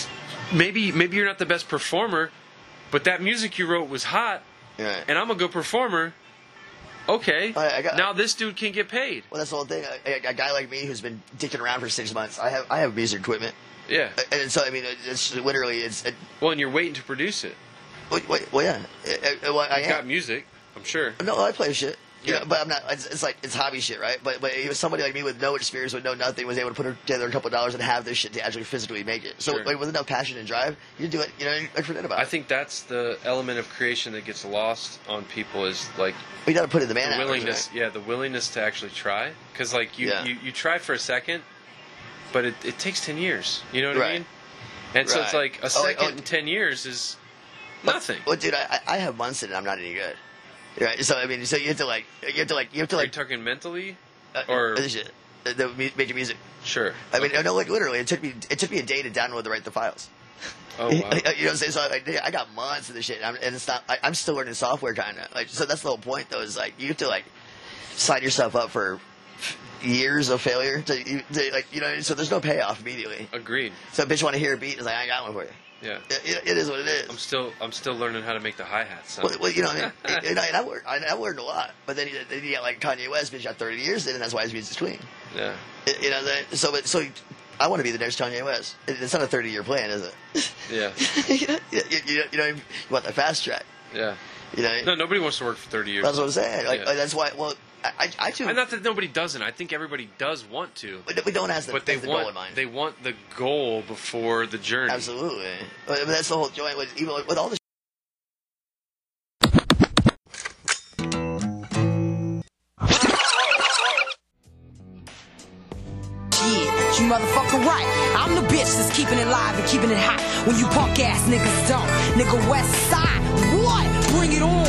[SPEAKER 4] maybe maybe you're not the best performer, but that music you wrote was hot,
[SPEAKER 2] Yeah.
[SPEAKER 4] and I'm a good performer. Okay,
[SPEAKER 2] I- I got-
[SPEAKER 4] now this dude can get paid.
[SPEAKER 2] Well, that's the whole thing. A, a- a guy like me who's been dicking around for six months, I have I have music equipment,
[SPEAKER 4] Yeah.
[SPEAKER 2] and so I mean, it's literally it's. It,
[SPEAKER 4] Well, and you're waiting to produce it.
[SPEAKER 2] well, well, well, yeah, It- it- well, I
[SPEAKER 4] You've got
[SPEAKER 2] am.
[SPEAKER 4] music, I'm sure.
[SPEAKER 2] No, I play shit. You
[SPEAKER 4] Yeah.
[SPEAKER 2] know, but I'm not. It's, it's like it's hobby shit, right? But but even somebody like me with no experience, with no nothing, was able to put together a couple dollars and have this shit to actually physically make it. So
[SPEAKER 4] Sure.
[SPEAKER 2] like with enough passion and drive, you can do it. You know, and forget about
[SPEAKER 4] I
[SPEAKER 2] it.
[SPEAKER 4] think that's the element of creation that gets lost on people is like
[SPEAKER 2] We got to put in the man
[SPEAKER 4] the
[SPEAKER 2] hours,
[SPEAKER 4] willingness.
[SPEAKER 2] right?
[SPEAKER 4] Yeah, the willingness to actually try. Because like you,
[SPEAKER 2] Yeah.
[SPEAKER 4] you, you try for a second, but it, it takes ten years. You know what I
[SPEAKER 2] Right.
[SPEAKER 4] mean? And so it's
[SPEAKER 2] Right.
[SPEAKER 4] like a
[SPEAKER 2] Oh, like,
[SPEAKER 4] second
[SPEAKER 2] oh,
[SPEAKER 4] in ten years is nothing.
[SPEAKER 2] Well, dude, I I I have months in it. I'm not any good. Right. So I mean, so you have to like you have to like you have to
[SPEAKER 4] Are you
[SPEAKER 2] like
[SPEAKER 4] talking mentally?
[SPEAKER 2] uh,
[SPEAKER 4] or-
[SPEAKER 2] this shit, the, the mu- major music.
[SPEAKER 4] Sure.
[SPEAKER 2] I mean, no, like literally, it took me it took me a day to download the right the files.
[SPEAKER 4] Oh wow.
[SPEAKER 2] you know what I'm saying? So like, I got months of this shit, and, I'm, and it's not. I, I'm still learning software kind of. Like, so that's the whole point, though. Is like you have to like sign yourself up for years of failure. To, you- to, like you know, what I mean? so there's no payoff immediately.
[SPEAKER 4] Agreed.
[SPEAKER 2] So bitch, want to hear a beat? It's like I ain't got one for you.
[SPEAKER 4] Yeah.
[SPEAKER 2] It, it is what it
[SPEAKER 4] I'm
[SPEAKER 2] is.
[SPEAKER 4] still I'm still learning how to make the hi hat sound.
[SPEAKER 2] Well, well, you know, I mean, and I, and I learned I, I learned a lot, but then you, then you got like Kanye West, bitch, got 30 years in, and that's why his music's clean.
[SPEAKER 4] yeah.
[SPEAKER 2] You know, that- so but- so I want to be the next Kanye West. It- It's not a 30 year plan, is it?
[SPEAKER 4] Yeah.
[SPEAKER 2] you, know, you, you, you know, you know, you want the fast track.
[SPEAKER 4] Yeah.
[SPEAKER 2] You know,
[SPEAKER 4] No, nobody wants to work for thirty years.
[SPEAKER 2] that's what I'm saying. Like,
[SPEAKER 4] Yeah.
[SPEAKER 2] like, that's why. Well, I, I, I do.
[SPEAKER 4] And not that nobody doesn't. I think everybody does want to.
[SPEAKER 2] but we don't ask the,
[SPEAKER 4] But they
[SPEAKER 2] have the goal in
[SPEAKER 4] want
[SPEAKER 2] mind.
[SPEAKER 4] they want the goal before the journey.
[SPEAKER 2] Absolutely. But, but that's the whole joint. With, even with all the.
[SPEAKER 1] Yeah, you motherfucker right. I'm the bitch that's keeping it live and keeping it hot. When you punk ass niggas don't. Nigga West Side, what? Bring it on.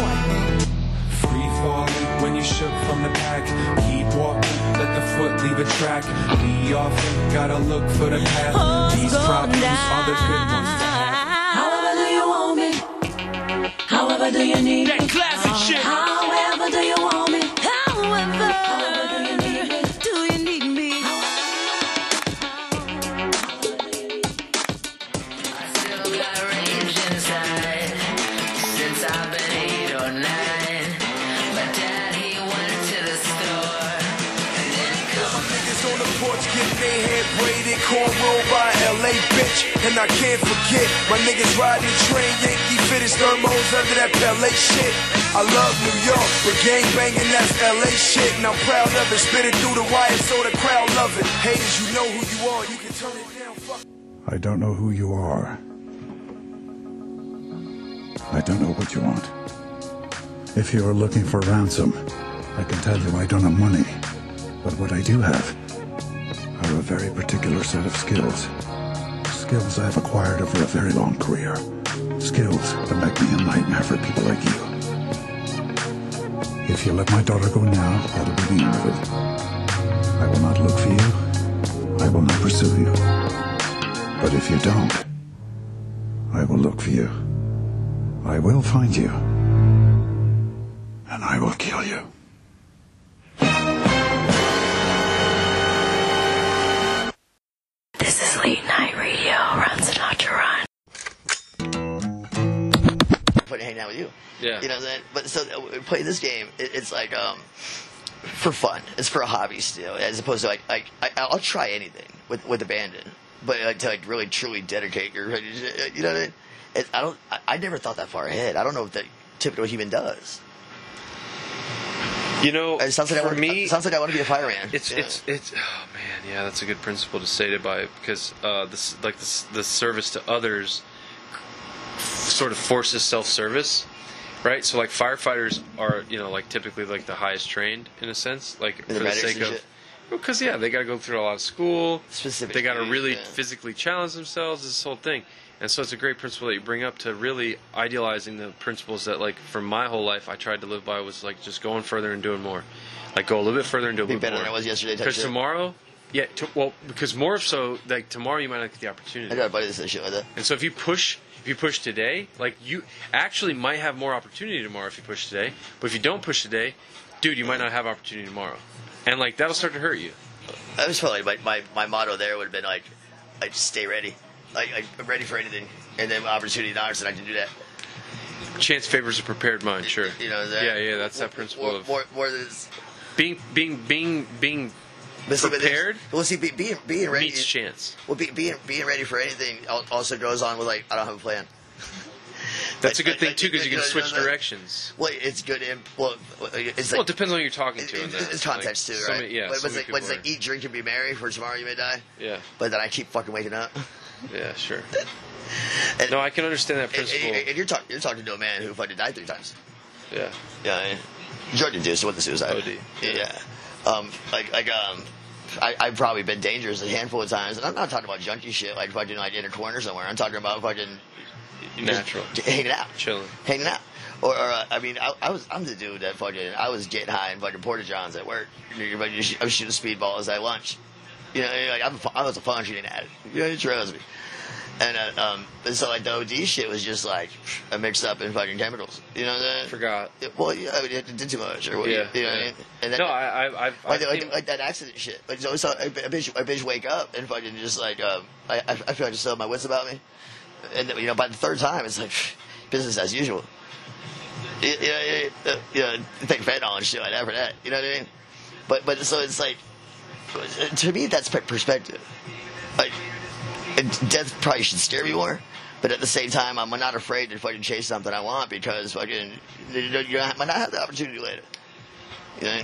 [SPEAKER 5] Free falling when you shook from the pack. Keep walking, let the foot leave a track. Be off it, gotta look for the path. These problems are the good ones to have.
[SPEAKER 6] However do you want me? However do you need me?
[SPEAKER 7] classic shit.
[SPEAKER 6] However do you want me?
[SPEAKER 1] However, do you need me?
[SPEAKER 8] Niggas on the porch getting their head braided, cornrow by LA bitch. And I can't forget, my niggas riding the train, Yankee fittest thermos under that Pele shit. I love New York, but gang banging that's LA shit. And I'm proud of it, spit it through the wire so the crowd love it. Haters, you know who you are, you can turn it down, fuck.
[SPEAKER 9] I don't know who you are. I don't know what you want. If you are looking for ransom, I can tell you I don't have money. But what I do have are a very particular set of skills. Skills I have acquired over a very long career. skills that make me a nightmare for people like you. If you let my daughter go now, that'll be the end of it. I will not look for you. I will not pursue you. But if you don't, I will look for you. I will find you. And I will kill you.
[SPEAKER 6] This is late night radio. Run Sinatra, run.
[SPEAKER 2] put hanging out with you.
[SPEAKER 4] Yeah.
[SPEAKER 2] You know what I'm saying? But so uh, we play this game. It, it's like um, for fun. It's for a hobby still, as opposed to like like I, I'll try anything with with abandon, but like to like really truly dedicate your you know what I mean? It, I don't. I, I never thought that far ahead. I don't know if that typical human does.
[SPEAKER 4] You know,
[SPEAKER 2] It sounds like I
[SPEAKER 4] for
[SPEAKER 2] want,
[SPEAKER 4] me,
[SPEAKER 2] it sounds like I want to be a fireman.
[SPEAKER 4] it's
[SPEAKER 2] you know?
[SPEAKER 4] it's it's oh man yeah that's a good principle to state it by because uh this like this the service to others sort of forces self-service right so like firefighters are you know like typically like the highest trained in a sense like for the
[SPEAKER 2] medics
[SPEAKER 4] sake
[SPEAKER 2] and
[SPEAKER 4] of
[SPEAKER 2] shit.
[SPEAKER 4] because yeah they got to go through a lot of school
[SPEAKER 2] Specific
[SPEAKER 4] they got to
[SPEAKER 2] training,
[SPEAKER 4] really
[SPEAKER 2] yeah.
[SPEAKER 4] physically challenge themselves this whole thing and so it's a great principle that you bring up to really idealizing the principles that like from my whole life i tried to live by was like just going further and doing more like go a little bit further and do a
[SPEAKER 2] Be
[SPEAKER 4] little bit
[SPEAKER 2] better
[SPEAKER 4] more
[SPEAKER 2] than I was yesterday, type
[SPEAKER 4] because
[SPEAKER 2] shit.
[SPEAKER 4] tomorrow yeah to, well because more so like tomorrow you might not get the
[SPEAKER 2] I
[SPEAKER 4] opportunity
[SPEAKER 2] got a buddy that says shit like that.
[SPEAKER 4] and so if you push if you push today like you actually might have more opportunity tomorrow if you push today but if you don't push today dude you might not have opportunity tomorrow and like that'll start to hurt you
[SPEAKER 2] I was probably my, my, my motto there would have been like, like stay ready, like, like I'm ready for anything, and then opportunity knocks and I can do that.
[SPEAKER 4] chance favors a prepared mind sure
[SPEAKER 2] You know that.
[SPEAKER 4] yeah yeah that's that principle
[SPEAKER 2] more,
[SPEAKER 4] of
[SPEAKER 2] more, more than it's-
[SPEAKER 4] being being being being
[SPEAKER 2] But see, but there's-
[SPEAKER 4] Prepared?
[SPEAKER 2] Well, see, be, being being ready.
[SPEAKER 4] meets chance
[SPEAKER 2] Well, be, being being ready for anything al- also goes on with like I don't have a plan.
[SPEAKER 4] that's a
[SPEAKER 2] Like-
[SPEAKER 4] good thing
[SPEAKER 2] like-
[SPEAKER 4] too because you can
[SPEAKER 2] like,
[SPEAKER 4] switch
[SPEAKER 2] like-
[SPEAKER 4] directions
[SPEAKER 2] Well, it's good. And, well, it's
[SPEAKER 4] well it
[SPEAKER 2] like
[SPEAKER 4] depends on who you're talking
[SPEAKER 2] it-
[SPEAKER 4] to and
[SPEAKER 2] it-
[SPEAKER 4] that.
[SPEAKER 2] it's context
[SPEAKER 4] Like,
[SPEAKER 2] too,
[SPEAKER 4] so
[SPEAKER 2] right?
[SPEAKER 4] many- yeah
[SPEAKER 2] But
[SPEAKER 4] so
[SPEAKER 2] it's
[SPEAKER 4] many
[SPEAKER 2] like, but it's
[SPEAKER 4] people
[SPEAKER 2] like eat, drink, and be merry. For tomorrow you may die.
[SPEAKER 4] are- yeah
[SPEAKER 2] But then I keep fucking waking up.
[SPEAKER 4] yeah sure
[SPEAKER 2] And-
[SPEAKER 4] no i can understand that
[SPEAKER 2] And,
[SPEAKER 4] principle
[SPEAKER 2] and- and you're talking you're talking to a man who fucking died three times.
[SPEAKER 4] yeah
[SPEAKER 2] Yeah, I- drug induced wasn't suicide.
[SPEAKER 4] OD,
[SPEAKER 2] Yeah. Um, like, like, um, I, I've probably been dangerous a handful of times, and I'm not talking about junkie shit, like fucking like in a corner somewhere. I'm talking about fucking just
[SPEAKER 4] natural
[SPEAKER 2] j- hanging out,
[SPEAKER 4] Chilling.
[SPEAKER 2] hanging out. Or, or uh, I mean, I, I was I'm the dude that fucking I was getting high and fucking porta johns at work. You know, I was shooting speedballs at lunch. You know, like I'm, a fu- I was a functioning addict. You know, trust me. And uh, um, and so like the OD shit was just like a mix up in fucking chemicals. You know that?
[SPEAKER 4] forgot
[SPEAKER 2] Yeah, well, yeah, I mean, it did too much, or what?
[SPEAKER 4] Yeah,
[SPEAKER 2] you know what I
[SPEAKER 4] yeah.
[SPEAKER 2] mean? And that,
[SPEAKER 4] no, I, I, I've,
[SPEAKER 2] like,
[SPEAKER 4] I've
[SPEAKER 2] like,
[SPEAKER 4] seen-
[SPEAKER 2] like that accident shit. Like, so, so I, I bitch, I bitch wake up and fucking just like, um, I, I, I feel like just still have my wits about me. And you know, by the third time, it's like business as usual. You, you know, you, uh, you know, take fentanyl and shit like that for that. You know what I mean? But, but so it's like, to me, that's per- perspective. Like, and death probably should scare me more. But at the same time, I'm not afraid to fucking chase something I want because fucking you know, you might not have the opportunity later. You know?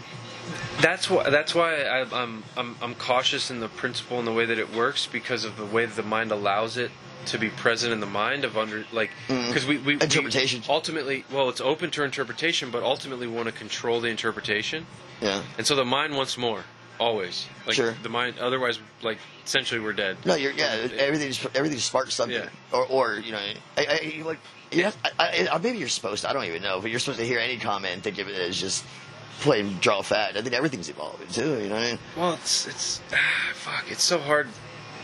[SPEAKER 4] that's why that's why I, I'm, I'm I'm cautious in the principle and the way that it works because of the way that the mind allows it to be present in the mind of under like because we, we we
[SPEAKER 2] Mm-hmm. Interpretation.
[SPEAKER 4] ultimately well it's open to interpretation but ultimately we want to control the interpretation
[SPEAKER 2] Yeah.
[SPEAKER 4] and so the mind wants more always like
[SPEAKER 2] Sure.
[SPEAKER 4] the mind otherwise like essentially we're dead
[SPEAKER 2] No, you're yeah. Everything's everything sparks something,
[SPEAKER 4] Yeah.
[SPEAKER 2] or or you know, I, I you like yeah. I, I, maybe you're supposed to. I don't even know, but you're supposed to hear any comment and think of it as just play draw fat. I think everything's evolving too. You know what I mean?
[SPEAKER 4] Well, it's it's ah, fuck. It's so hard.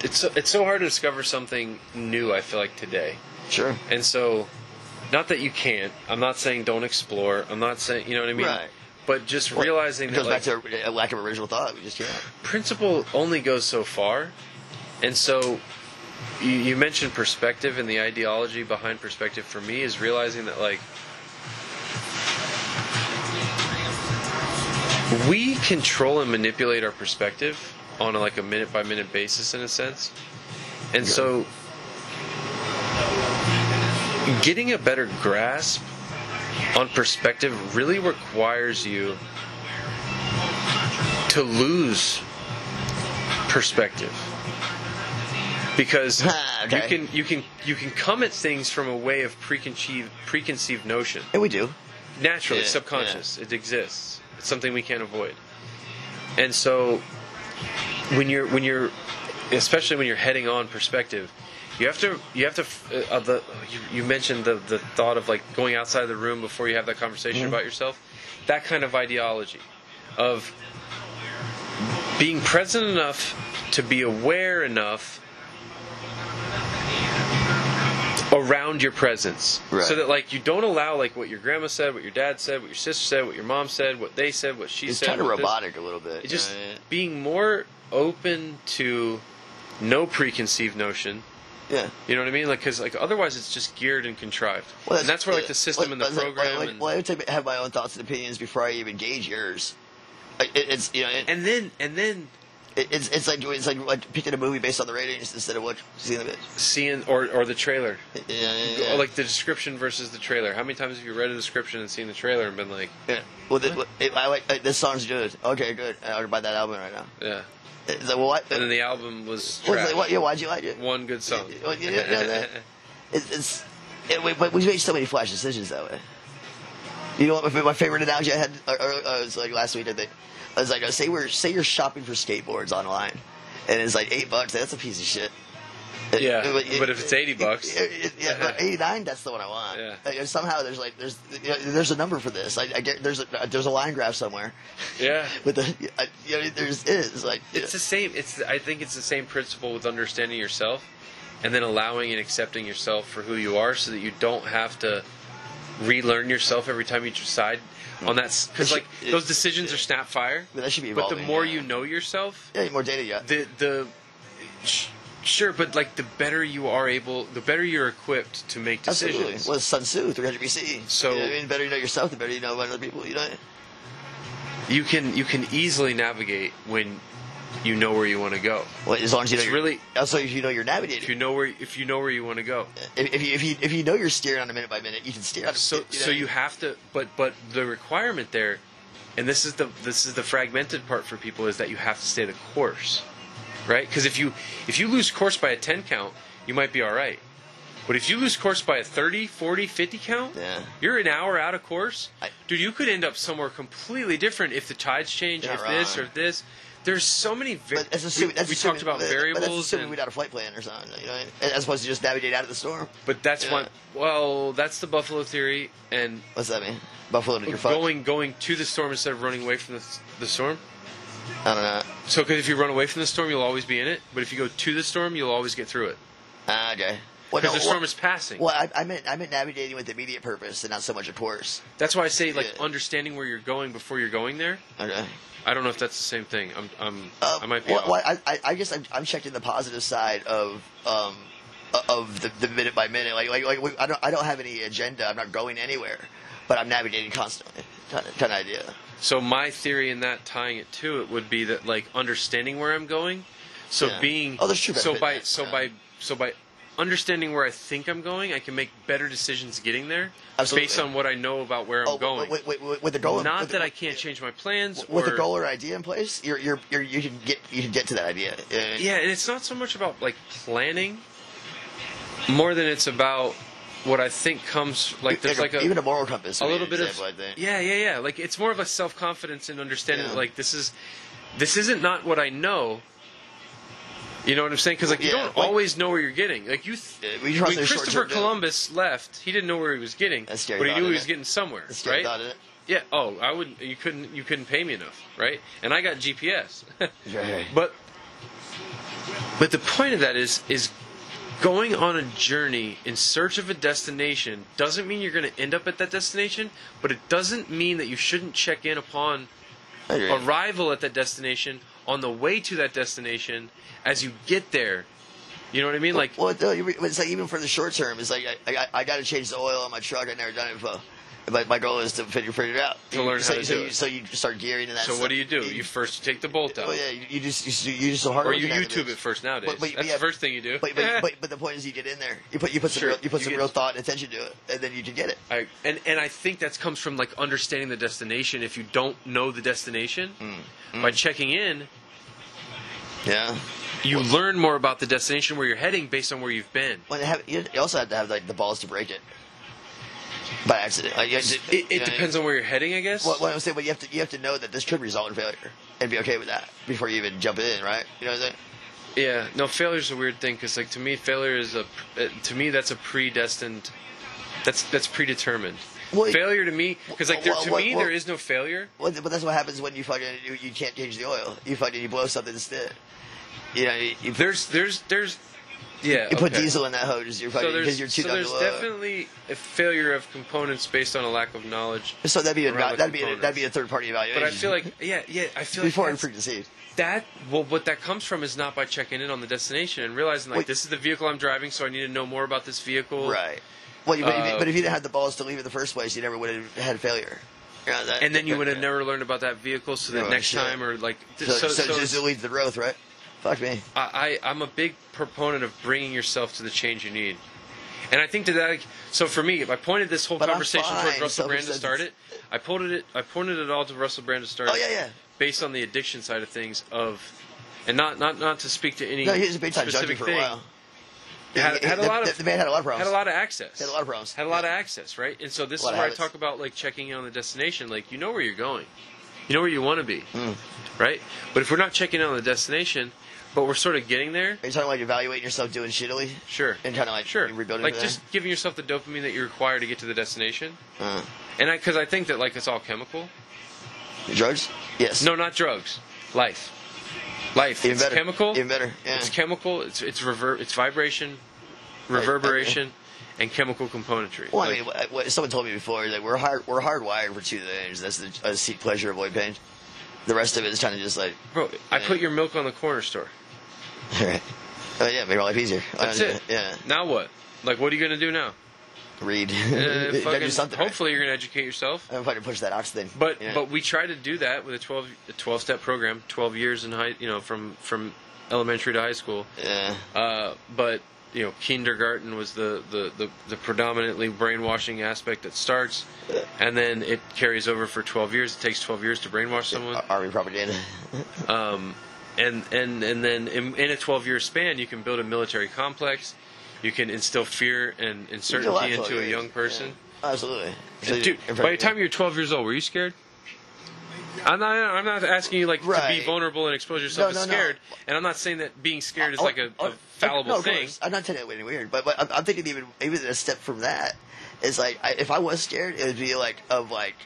[SPEAKER 4] It's so, it's so hard to discover something new. I feel like today,
[SPEAKER 2] Sure.
[SPEAKER 4] and so not that you can't. I'm not saying don't explore. I'm not saying you know what I mean.
[SPEAKER 2] Right.
[SPEAKER 4] But just realizing
[SPEAKER 2] it
[SPEAKER 4] that
[SPEAKER 2] goes
[SPEAKER 4] like,
[SPEAKER 2] back to a lack of original thought. We just can't.
[SPEAKER 4] principle only goes so far, and so you, you mentioned perspective, and the ideology behind perspective for me is realizing that like we control and manipulate our perspective on a, like a minute by minute basis in a sense, and so getting a better grasp on perspective really requires you to lose perspective because
[SPEAKER 2] Okay.
[SPEAKER 4] you can you can you can come at things from a way of preconceived preconceived notion
[SPEAKER 2] And we do.
[SPEAKER 4] naturally
[SPEAKER 2] Yeah,
[SPEAKER 4] subconscious it exists it's something we can't avoid and so when you're when you're especially when you're heading on perspective You have to. You have to. Uh, uh, the you, you mentioned the the thought of like going outside the room before you have that
[SPEAKER 2] Mm-hmm.
[SPEAKER 4] conversation about yourself. That kind of ideology, of being present enough to be aware enough around your presence
[SPEAKER 2] Right.
[SPEAKER 4] so that like you don't allow like what your grandma said what your dad said what your sister said what your mom said what they said what she
[SPEAKER 2] It's
[SPEAKER 4] said
[SPEAKER 2] kind of
[SPEAKER 4] what this-
[SPEAKER 2] robotic a little bit.
[SPEAKER 4] it just
[SPEAKER 2] you know,
[SPEAKER 4] being more open to no preconceived notion.
[SPEAKER 2] yeah. yeah.
[SPEAKER 4] You know what I mean? Like, because like otherwise it's just geared and contrived.
[SPEAKER 2] Well,
[SPEAKER 4] and that's where like
[SPEAKER 2] yeah.
[SPEAKER 4] the system
[SPEAKER 2] Well,
[SPEAKER 4] and the
[SPEAKER 2] that's like-
[SPEAKER 4] program
[SPEAKER 2] Well, like,
[SPEAKER 4] and,
[SPEAKER 2] well, I would take- have my own thoughts and opinions before I even gauge yours. Like, it, it's you know, it,
[SPEAKER 4] and then and then
[SPEAKER 2] it, it's it's like it's like, like picking a movie based on the ratings instead of what seeing the
[SPEAKER 4] seeing or or the trailer,
[SPEAKER 2] yeah, yeah, yeah.
[SPEAKER 4] Or, like the description versus the trailer. How many times have you read a description and seen the trailer and been like,
[SPEAKER 2] yeah. Well, this, it, I like like, this song's good. Okay, good. I ought to buy that album right now.
[SPEAKER 4] yeah?
[SPEAKER 2] It's like, well, why,
[SPEAKER 4] And then the album was
[SPEAKER 2] well, it's
[SPEAKER 4] trash.
[SPEAKER 2] like, what, yeah, why'd you like it?
[SPEAKER 4] one good song.
[SPEAKER 2] Well, yeah, yeah, yeah, that- it's, it's it, we, but we made so many flash decisions that way. You know what? My, my favorite analogy I had uh, uh, uh, was like last week. I think I was like, uh, say we're say you're shopping for skateboards online, and it's like eight bucks. That's a piece of shit.
[SPEAKER 4] Yeah,
[SPEAKER 2] Uh,
[SPEAKER 4] but if it's 80 bucks.
[SPEAKER 2] it- it- yeah, but eighty nine. That's the one I want.
[SPEAKER 4] Yeah.
[SPEAKER 2] Like, uh, somehow there's like there's you know, there's a number for this. I, I get, there's a uh, there's a line graph somewhere.
[SPEAKER 4] Yeah.
[SPEAKER 2] With the I, you know, there's is like
[SPEAKER 4] It's the same. It's I think it's the same principle with understanding yourself, and then allowing and accepting yourself for who you are, so that you don't have to relearn yourself every time you decide on that. Because like
[SPEAKER 2] It-
[SPEAKER 4] those decisions are snap fire.
[SPEAKER 2] But that should be
[SPEAKER 4] But the
[SPEAKER 2] evolving,
[SPEAKER 4] more
[SPEAKER 2] yeah.
[SPEAKER 4] you know yourself,
[SPEAKER 2] yeah, more data. Yeah.
[SPEAKER 4] the the sh- sure, but like the better you are able, the better you're equipped to make decisions.
[SPEAKER 2] Absolutely. Well, it's Sun Tzu, 300 BC.
[SPEAKER 4] So-
[SPEAKER 2] you know what I mean, the better you know yourself, the better you know about other people. You know,
[SPEAKER 4] You can you can easily navigate when you know where you want to go.
[SPEAKER 2] well, as long as you know.
[SPEAKER 4] It's
[SPEAKER 2] your-
[SPEAKER 4] really-
[SPEAKER 2] also if you know you're navigating.
[SPEAKER 4] If you know where if you know where you want to go.
[SPEAKER 2] if, if you if you if you know you're steering on a minute by minute, you can steer on. a-
[SPEAKER 4] so
[SPEAKER 2] know what
[SPEAKER 4] so
[SPEAKER 2] I mean?
[SPEAKER 4] you have to but but the requirement there and this is the this is the fragmented part for people is that you have to stay the course right because if you if you lose course by a 10 count you might be all right but if you lose course by a 30 40 50 count
[SPEAKER 2] Yeah.
[SPEAKER 4] you're an hour out of course
[SPEAKER 2] I-
[SPEAKER 4] dude you could end up somewhere completely different if the tides change
[SPEAKER 2] You're
[SPEAKER 4] if
[SPEAKER 2] not
[SPEAKER 4] this
[SPEAKER 2] wrong.
[SPEAKER 4] or this there's so many var-
[SPEAKER 2] But that's assuming,
[SPEAKER 4] we,
[SPEAKER 2] that's
[SPEAKER 4] we
[SPEAKER 2] assuming,
[SPEAKER 4] talked about
[SPEAKER 2] but- But that's
[SPEAKER 4] variables
[SPEAKER 2] assuming
[SPEAKER 4] and-
[SPEAKER 2] without a flight plan or something, you know, what I mean? as opposed to just navigate out of the storm.
[SPEAKER 4] but that's
[SPEAKER 2] Yeah.
[SPEAKER 4] why well that's the buffalo theory and
[SPEAKER 2] What's that mean? Buffalo to your fuck.
[SPEAKER 4] going going to the storm instead of running away from the, the storm.
[SPEAKER 2] I don't know.
[SPEAKER 4] So, because if you run away from the storm, you'll always be in it. But if you go to the storm, you'll always get through it
[SPEAKER 2] Ah, okay. Well,
[SPEAKER 4] because
[SPEAKER 2] no,
[SPEAKER 4] the storm
[SPEAKER 2] well-
[SPEAKER 4] is passing.
[SPEAKER 2] Well, I, I meant I meant navigating with immediate purpose and not so much a course.
[SPEAKER 4] That's why I say like
[SPEAKER 2] Yeah.
[SPEAKER 4] understanding where you're going before you're going there.
[SPEAKER 2] Okay.
[SPEAKER 4] I don't know if that's the same thing. I'm, I'm
[SPEAKER 2] Uh,
[SPEAKER 4] I might be.
[SPEAKER 2] well,
[SPEAKER 4] off.
[SPEAKER 2] well, I, I, I guess I'm, I'm checking the positive side of um, uh, of the, the minute by minute. Like like, like we, I don't I don't have any agenda. I'm not going anywhere, but I'm navigating constantly. Kind of, kind of idea.
[SPEAKER 4] So my theory in that tying it to it would be that like understanding where I'm going. So
[SPEAKER 2] Yeah.
[SPEAKER 4] being
[SPEAKER 2] Oh, there's true
[SPEAKER 4] so
[SPEAKER 2] benefit,
[SPEAKER 4] by
[SPEAKER 2] yeah.
[SPEAKER 4] so
[SPEAKER 2] Yeah.
[SPEAKER 4] by so by understanding where I think I'm going, I can make better decisions getting there
[SPEAKER 2] Absolutely.
[SPEAKER 4] based on what I know about where I'm
[SPEAKER 2] Oh,
[SPEAKER 4] going.
[SPEAKER 2] With, with, with, with the goal.
[SPEAKER 4] Not
[SPEAKER 2] with,
[SPEAKER 4] that I can't change my plans.
[SPEAKER 2] With
[SPEAKER 4] or,
[SPEAKER 2] a goal or idea in place, you're, you're, you're, you can get you can get to that idea. Yeah.
[SPEAKER 4] Yeah, and it's not so much about like planning, more than it's about what I think comes like there's like a,
[SPEAKER 2] even a moral compass.
[SPEAKER 4] a
[SPEAKER 2] would be
[SPEAKER 4] little
[SPEAKER 2] an
[SPEAKER 4] bit of
[SPEAKER 2] example, I think.
[SPEAKER 4] yeah, yeah, yeah. Like it's more of a self confidence and understanding
[SPEAKER 2] Yeah.
[SPEAKER 4] that, like this is this isn't not what I know. You know what I'm saying? Because like you
[SPEAKER 2] Yeah,
[SPEAKER 4] don't
[SPEAKER 2] like-
[SPEAKER 4] always know where you're getting. Like you, th-
[SPEAKER 2] Yeah, we trust
[SPEAKER 4] when
[SPEAKER 2] the
[SPEAKER 4] Christopher
[SPEAKER 2] short-term-
[SPEAKER 4] Columbus left, he didn't know where he was getting,
[SPEAKER 2] That's scary
[SPEAKER 4] but he
[SPEAKER 2] thought,
[SPEAKER 4] knew he
[SPEAKER 2] isn't
[SPEAKER 4] was
[SPEAKER 2] it? eh?
[SPEAKER 4] getting somewhere,
[SPEAKER 2] That's a scary
[SPEAKER 4] right?
[SPEAKER 2] thought, isn't it? eh?
[SPEAKER 4] Yeah. Oh, I wouldn't. You couldn't. You couldn't pay me enough, right? And I got GPS.
[SPEAKER 2] Yeah.
[SPEAKER 4] But but the point of that is is going on a journey in search of a destination doesn't mean you're going to end up at that destination, but it doesn't mean that you shouldn't check in upon
[SPEAKER 2] I agree.
[SPEAKER 4] arrival at that destination on the way to that destination as you get there. You know what I mean? Like
[SPEAKER 2] Well, no, you- it's like even for the short term, it's like I, I, I got to change the oil on my truck. I never done it before. But my goal is to figure, figure it out.
[SPEAKER 4] To learn
[SPEAKER 2] so,
[SPEAKER 4] how to
[SPEAKER 2] so
[SPEAKER 4] do
[SPEAKER 2] you,
[SPEAKER 4] it.
[SPEAKER 2] So you start gearing to that.
[SPEAKER 4] so
[SPEAKER 2] stuff.
[SPEAKER 4] what do you do? You first take the bolt out.
[SPEAKER 2] Well, Oh, yeah, you, you just you, s- you just so hard.
[SPEAKER 4] Or
[SPEAKER 2] working
[SPEAKER 4] you
[SPEAKER 2] at
[SPEAKER 4] YouTube
[SPEAKER 2] bitch.
[SPEAKER 4] it first nowadays.
[SPEAKER 2] But- but-
[SPEAKER 4] That's
[SPEAKER 2] yeah,
[SPEAKER 4] the first thing you do.
[SPEAKER 2] But but, but but the point is, you get in there. You put you put some
[SPEAKER 4] Sure,
[SPEAKER 2] real, you put
[SPEAKER 4] you
[SPEAKER 2] some
[SPEAKER 4] get-
[SPEAKER 2] real thought and attention to it, and then you can get it.
[SPEAKER 4] I, and and I think that comes from like understanding the destination. If you don't know the destination,
[SPEAKER 2] Mm.
[SPEAKER 4] by checking in,
[SPEAKER 2] Yeah.
[SPEAKER 4] you learn more about the destination where you're heading based on where you've been.
[SPEAKER 2] Well, you, have, you also have to have like the balls to break it by accident. Like, you have to-
[SPEAKER 4] It,
[SPEAKER 2] you
[SPEAKER 4] it
[SPEAKER 2] know,
[SPEAKER 4] depends on where you're heading, I guess.
[SPEAKER 2] Well, what I'm saying, but you have to you have to know that this could result in failure and be okay with that before you even jump in, right? You know what I'm saying?
[SPEAKER 4] Yeah, no, failure's a weird thing because, like, to me, failure is a uh, to me that's a predestined, that's that's predetermined.
[SPEAKER 2] Well,
[SPEAKER 4] failure to me, because like there,
[SPEAKER 2] well,
[SPEAKER 4] to
[SPEAKER 2] well,
[SPEAKER 4] me
[SPEAKER 2] well-
[SPEAKER 4] there is no failure.
[SPEAKER 2] Well, but that's what happens when you fucking you, you can't change the oil. You fucking you blow something instead. You know, you, you, put,
[SPEAKER 4] There's there's there's yeah.
[SPEAKER 2] you put
[SPEAKER 4] okay.
[SPEAKER 2] diesel in that hose. You're fucking
[SPEAKER 4] So
[SPEAKER 2] because
[SPEAKER 4] there's
[SPEAKER 2] you're too
[SPEAKER 4] so
[SPEAKER 2] dumb to
[SPEAKER 4] there's
[SPEAKER 2] oil.
[SPEAKER 4] definitely a failure of components based on a lack of knowledge.
[SPEAKER 2] So that'd be a,
[SPEAKER 4] around the
[SPEAKER 2] that'd be a,
[SPEAKER 4] components.
[SPEAKER 2] that'd be a third party evaluation.
[SPEAKER 4] But I feel like yeah yeah I feel
[SPEAKER 2] before
[SPEAKER 4] like
[SPEAKER 2] and
[SPEAKER 4] that's-
[SPEAKER 2] preconceived.
[SPEAKER 4] that well what that comes from is not by checking in on the destination and realizing like
[SPEAKER 2] Wait.
[SPEAKER 4] this is the vehicle I'm driving, so I need to know more about this vehicle.
[SPEAKER 2] Right. Well, you, but, if, you-
[SPEAKER 4] Uh,
[SPEAKER 2] but if you didn't have the balls to leave in the first place, you never would have had failure. You know, that-
[SPEAKER 4] And then you would have never learned about that vehicle, so that
[SPEAKER 2] Oh,
[SPEAKER 4] next
[SPEAKER 2] shit.
[SPEAKER 4] time or like th-
[SPEAKER 2] So, so,
[SPEAKER 4] so,
[SPEAKER 2] just it leads to growth, right? Fuck me.
[SPEAKER 4] I, I I'm a big proponent of bringing yourself to the change you need, and I think to that. So for me, if I pointed this whole
[SPEAKER 2] But I'm
[SPEAKER 4] conversation
[SPEAKER 2] fine,
[SPEAKER 4] towards Russell Brand to
[SPEAKER 2] self-acceptance.
[SPEAKER 4] start it, I pointed it. I pointed it all to Russell Brand to start.
[SPEAKER 2] Oh,
[SPEAKER 4] it
[SPEAKER 2] yeah, yeah.
[SPEAKER 4] Based on the addiction side of things, of and not not not to speak to any
[SPEAKER 2] No, he was a big time junkie
[SPEAKER 4] specific
[SPEAKER 2] for
[SPEAKER 4] thing.
[SPEAKER 2] a while.
[SPEAKER 4] Had,
[SPEAKER 2] He-
[SPEAKER 4] had a
[SPEAKER 2] the-
[SPEAKER 4] lot
[SPEAKER 2] the,
[SPEAKER 4] of
[SPEAKER 2] the man had a lot of problems.
[SPEAKER 4] had a lot of access.
[SPEAKER 2] Had a lot of problems.
[SPEAKER 4] Had a lot of access, right? And so this
[SPEAKER 2] A
[SPEAKER 4] is
[SPEAKER 2] lot
[SPEAKER 4] where
[SPEAKER 2] of
[SPEAKER 4] I
[SPEAKER 2] habits.
[SPEAKER 4] talk about like checking in on the destination. Like you know where you're going, you know where you want to be,
[SPEAKER 2] Mm.
[SPEAKER 4] right? But if we're not checking in on the destination, but we're sort of getting there,
[SPEAKER 2] Are you talking like evaluating yourself doing shittily?
[SPEAKER 4] Sure.
[SPEAKER 2] And kind of like
[SPEAKER 4] sure.
[SPEAKER 2] rebuilding
[SPEAKER 4] like
[SPEAKER 2] from
[SPEAKER 4] just giving yourself the dopamine that you require to get to the destination.
[SPEAKER 2] there? Uh,
[SPEAKER 4] And I, because I think that like it's all chemical.
[SPEAKER 2] drugs? Yes.
[SPEAKER 4] No, not drugs. Life. Life.
[SPEAKER 2] Even
[SPEAKER 4] it's
[SPEAKER 2] better.
[SPEAKER 4] chemical.
[SPEAKER 2] Even better. Yeah.
[SPEAKER 4] It's chemical. It's it's rever- It's vibration, reverberation, and chemical componentry.
[SPEAKER 2] Well, I
[SPEAKER 4] Like,
[SPEAKER 2] mean, what, what someone told me before that we're hard, we're hardwired for two things. That's the uh, seek pleasure, avoid pain. The rest of it is kind of just like,
[SPEAKER 4] bro, I put your milk on the corner store.
[SPEAKER 2] all right. I mean, yeah, make my life easier.
[SPEAKER 4] That's
[SPEAKER 2] Uh,
[SPEAKER 4] it.
[SPEAKER 2] Yeah.
[SPEAKER 4] Now what? Like, what are you gonna do now?
[SPEAKER 2] Read.
[SPEAKER 4] Uh,
[SPEAKER 2] Gotta
[SPEAKER 4] fucking,
[SPEAKER 2] do something. right?
[SPEAKER 4] hopefully, you're gonna educate yourself.
[SPEAKER 2] I'm fucking push that oxygen.
[SPEAKER 4] But
[SPEAKER 2] Yeah.
[SPEAKER 4] but we try to do that with a 12 a 12 step program, 12 years in high, you know, from from elementary to high school.
[SPEAKER 2] yeah.
[SPEAKER 4] Uh, but you know, kindergarten was the, the, the, the predominantly brainwashing aspect that starts, and then it carries over for 12 years. It takes 12 years to brainwash someone,
[SPEAKER 2] Ar- Army propaganda.
[SPEAKER 4] um, and and and then in, in a 12 year span, you can build a military complex, you can instill fear and uncertainty into a young person.
[SPEAKER 2] Yeah. Absolutely. So
[SPEAKER 4] Dude,
[SPEAKER 2] in
[SPEAKER 4] by the
[SPEAKER 2] fact-
[SPEAKER 4] time you're 12 years old, were you scared? I'm not. I'm not asking you like to
[SPEAKER 2] Right.
[SPEAKER 4] be vulnerable and expose yourself
[SPEAKER 2] No,
[SPEAKER 4] to
[SPEAKER 2] no, no.
[SPEAKER 4] scared. And I'm not saying that being scared is
[SPEAKER 2] Oh,
[SPEAKER 4] like a,
[SPEAKER 2] oh,
[SPEAKER 4] a fallible
[SPEAKER 2] no, of
[SPEAKER 4] thing.
[SPEAKER 2] course. I'm not saying that way weird, but, but I'm, I'm thinking even even a step from that is like I, if I was scared, it would be like of like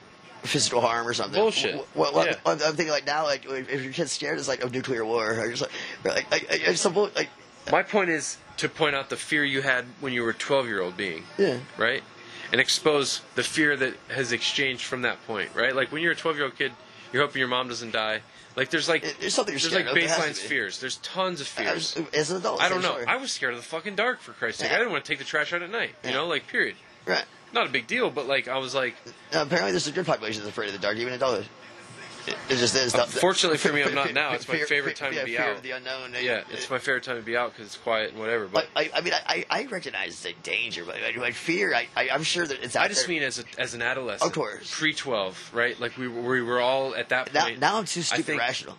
[SPEAKER 2] physical harm or something.
[SPEAKER 4] Bullshit.
[SPEAKER 2] W- Well, well,
[SPEAKER 4] Yeah.
[SPEAKER 2] I'm, I'm thinking like now, like if if your kid's scared, it's like of nuclear war. Or just like like I, I, it's some bull- like
[SPEAKER 4] My point is to point out the fear you had when you were a 12 year old being.
[SPEAKER 2] Yeah.
[SPEAKER 4] Right. And expose the fear that has exchanged from that point. Right. Like when you're a 12 year old kid, you're hoping your mom doesn't die. Like there's like
[SPEAKER 2] It- there's something you're
[SPEAKER 4] there's
[SPEAKER 2] scared
[SPEAKER 4] like
[SPEAKER 2] of. There has to
[SPEAKER 4] baseline
[SPEAKER 2] be.
[SPEAKER 4] fears. There's tons of fears.
[SPEAKER 2] as, as an adult.
[SPEAKER 4] I don't
[SPEAKER 2] same
[SPEAKER 4] know.
[SPEAKER 2] story.
[SPEAKER 4] I was scared of the fucking dark for Christ's sake.
[SPEAKER 2] Yeah.
[SPEAKER 4] I didn't want to take the trash out at night. You
[SPEAKER 2] Yeah.
[SPEAKER 4] know, like period.
[SPEAKER 2] right.
[SPEAKER 4] Not a big deal, but like I was like,
[SPEAKER 2] Now, apparently, there's a good population that's afraid of the dark, even adulthood. It, it just is.
[SPEAKER 4] Fortunately for me, I'm not now. It's my
[SPEAKER 2] Fear-
[SPEAKER 4] favorite
[SPEAKER 2] fear-
[SPEAKER 4] time
[SPEAKER 2] yeah,
[SPEAKER 4] to be
[SPEAKER 2] fear
[SPEAKER 4] out.
[SPEAKER 2] of the unknown.
[SPEAKER 4] Yeah, it's my favorite time to be out because it's quiet and whatever. But
[SPEAKER 2] But I, I mean, I, I I recognize the danger, but like, like fear, I, I, I'm sure that it's out
[SPEAKER 4] I just
[SPEAKER 2] there.
[SPEAKER 4] mean as a, as an adolescent,
[SPEAKER 2] Of course.
[SPEAKER 4] pre twelve, right? Like we were- we were all at that
[SPEAKER 2] Now,
[SPEAKER 4] point.
[SPEAKER 2] now I'm too stupid
[SPEAKER 4] think-
[SPEAKER 2] rational.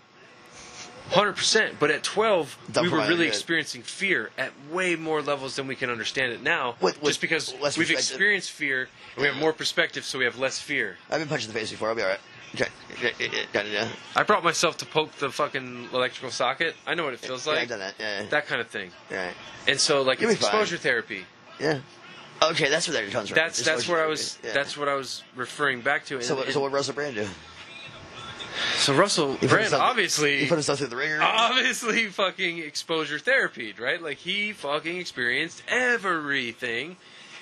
[SPEAKER 4] hundred percent. But at twelve,
[SPEAKER 2] Dumb
[SPEAKER 4] we
[SPEAKER 2] for
[SPEAKER 4] were
[SPEAKER 2] my
[SPEAKER 4] really
[SPEAKER 2] own good.
[SPEAKER 4] experiencing fear at way more levels than we can understand it now.
[SPEAKER 2] With- with
[SPEAKER 4] just because
[SPEAKER 2] less
[SPEAKER 4] we've
[SPEAKER 2] perspective.
[SPEAKER 4] experienced fear, and we have more perspective, so we have less fear.
[SPEAKER 2] I've been punched in the face before. I'll be all right. Okay, yeah, yeah, yeah, got it, yeah.
[SPEAKER 4] I brought myself to poke the fucking electrical socket. I know what it feels
[SPEAKER 2] Yeah,
[SPEAKER 4] like.
[SPEAKER 2] I've done that. Yeah, yeah.
[SPEAKER 4] That kind of thing.
[SPEAKER 2] All right.
[SPEAKER 4] And so, like,
[SPEAKER 2] You'll
[SPEAKER 4] it's
[SPEAKER 2] be fine.
[SPEAKER 4] exposure therapy.
[SPEAKER 2] Yeah. Okay, that's where that comes from.
[SPEAKER 4] That's that's
[SPEAKER 2] Distortion
[SPEAKER 4] where I
[SPEAKER 2] theory.
[SPEAKER 4] was.
[SPEAKER 2] Yeah.
[SPEAKER 4] That's what I was referring back to. And-
[SPEAKER 2] So, what- so
[SPEAKER 4] and-
[SPEAKER 2] what Russell Brand do?
[SPEAKER 4] So Russell
[SPEAKER 2] He put
[SPEAKER 4] Brand
[SPEAKER 2] himself-
[SPEAKER 4] obviously Oh,
[SPEAKER 2] he put himself through the ringer.
[SPEAKER 4] obviously fucking exposure therapied, right? Like he fucking experienced everything.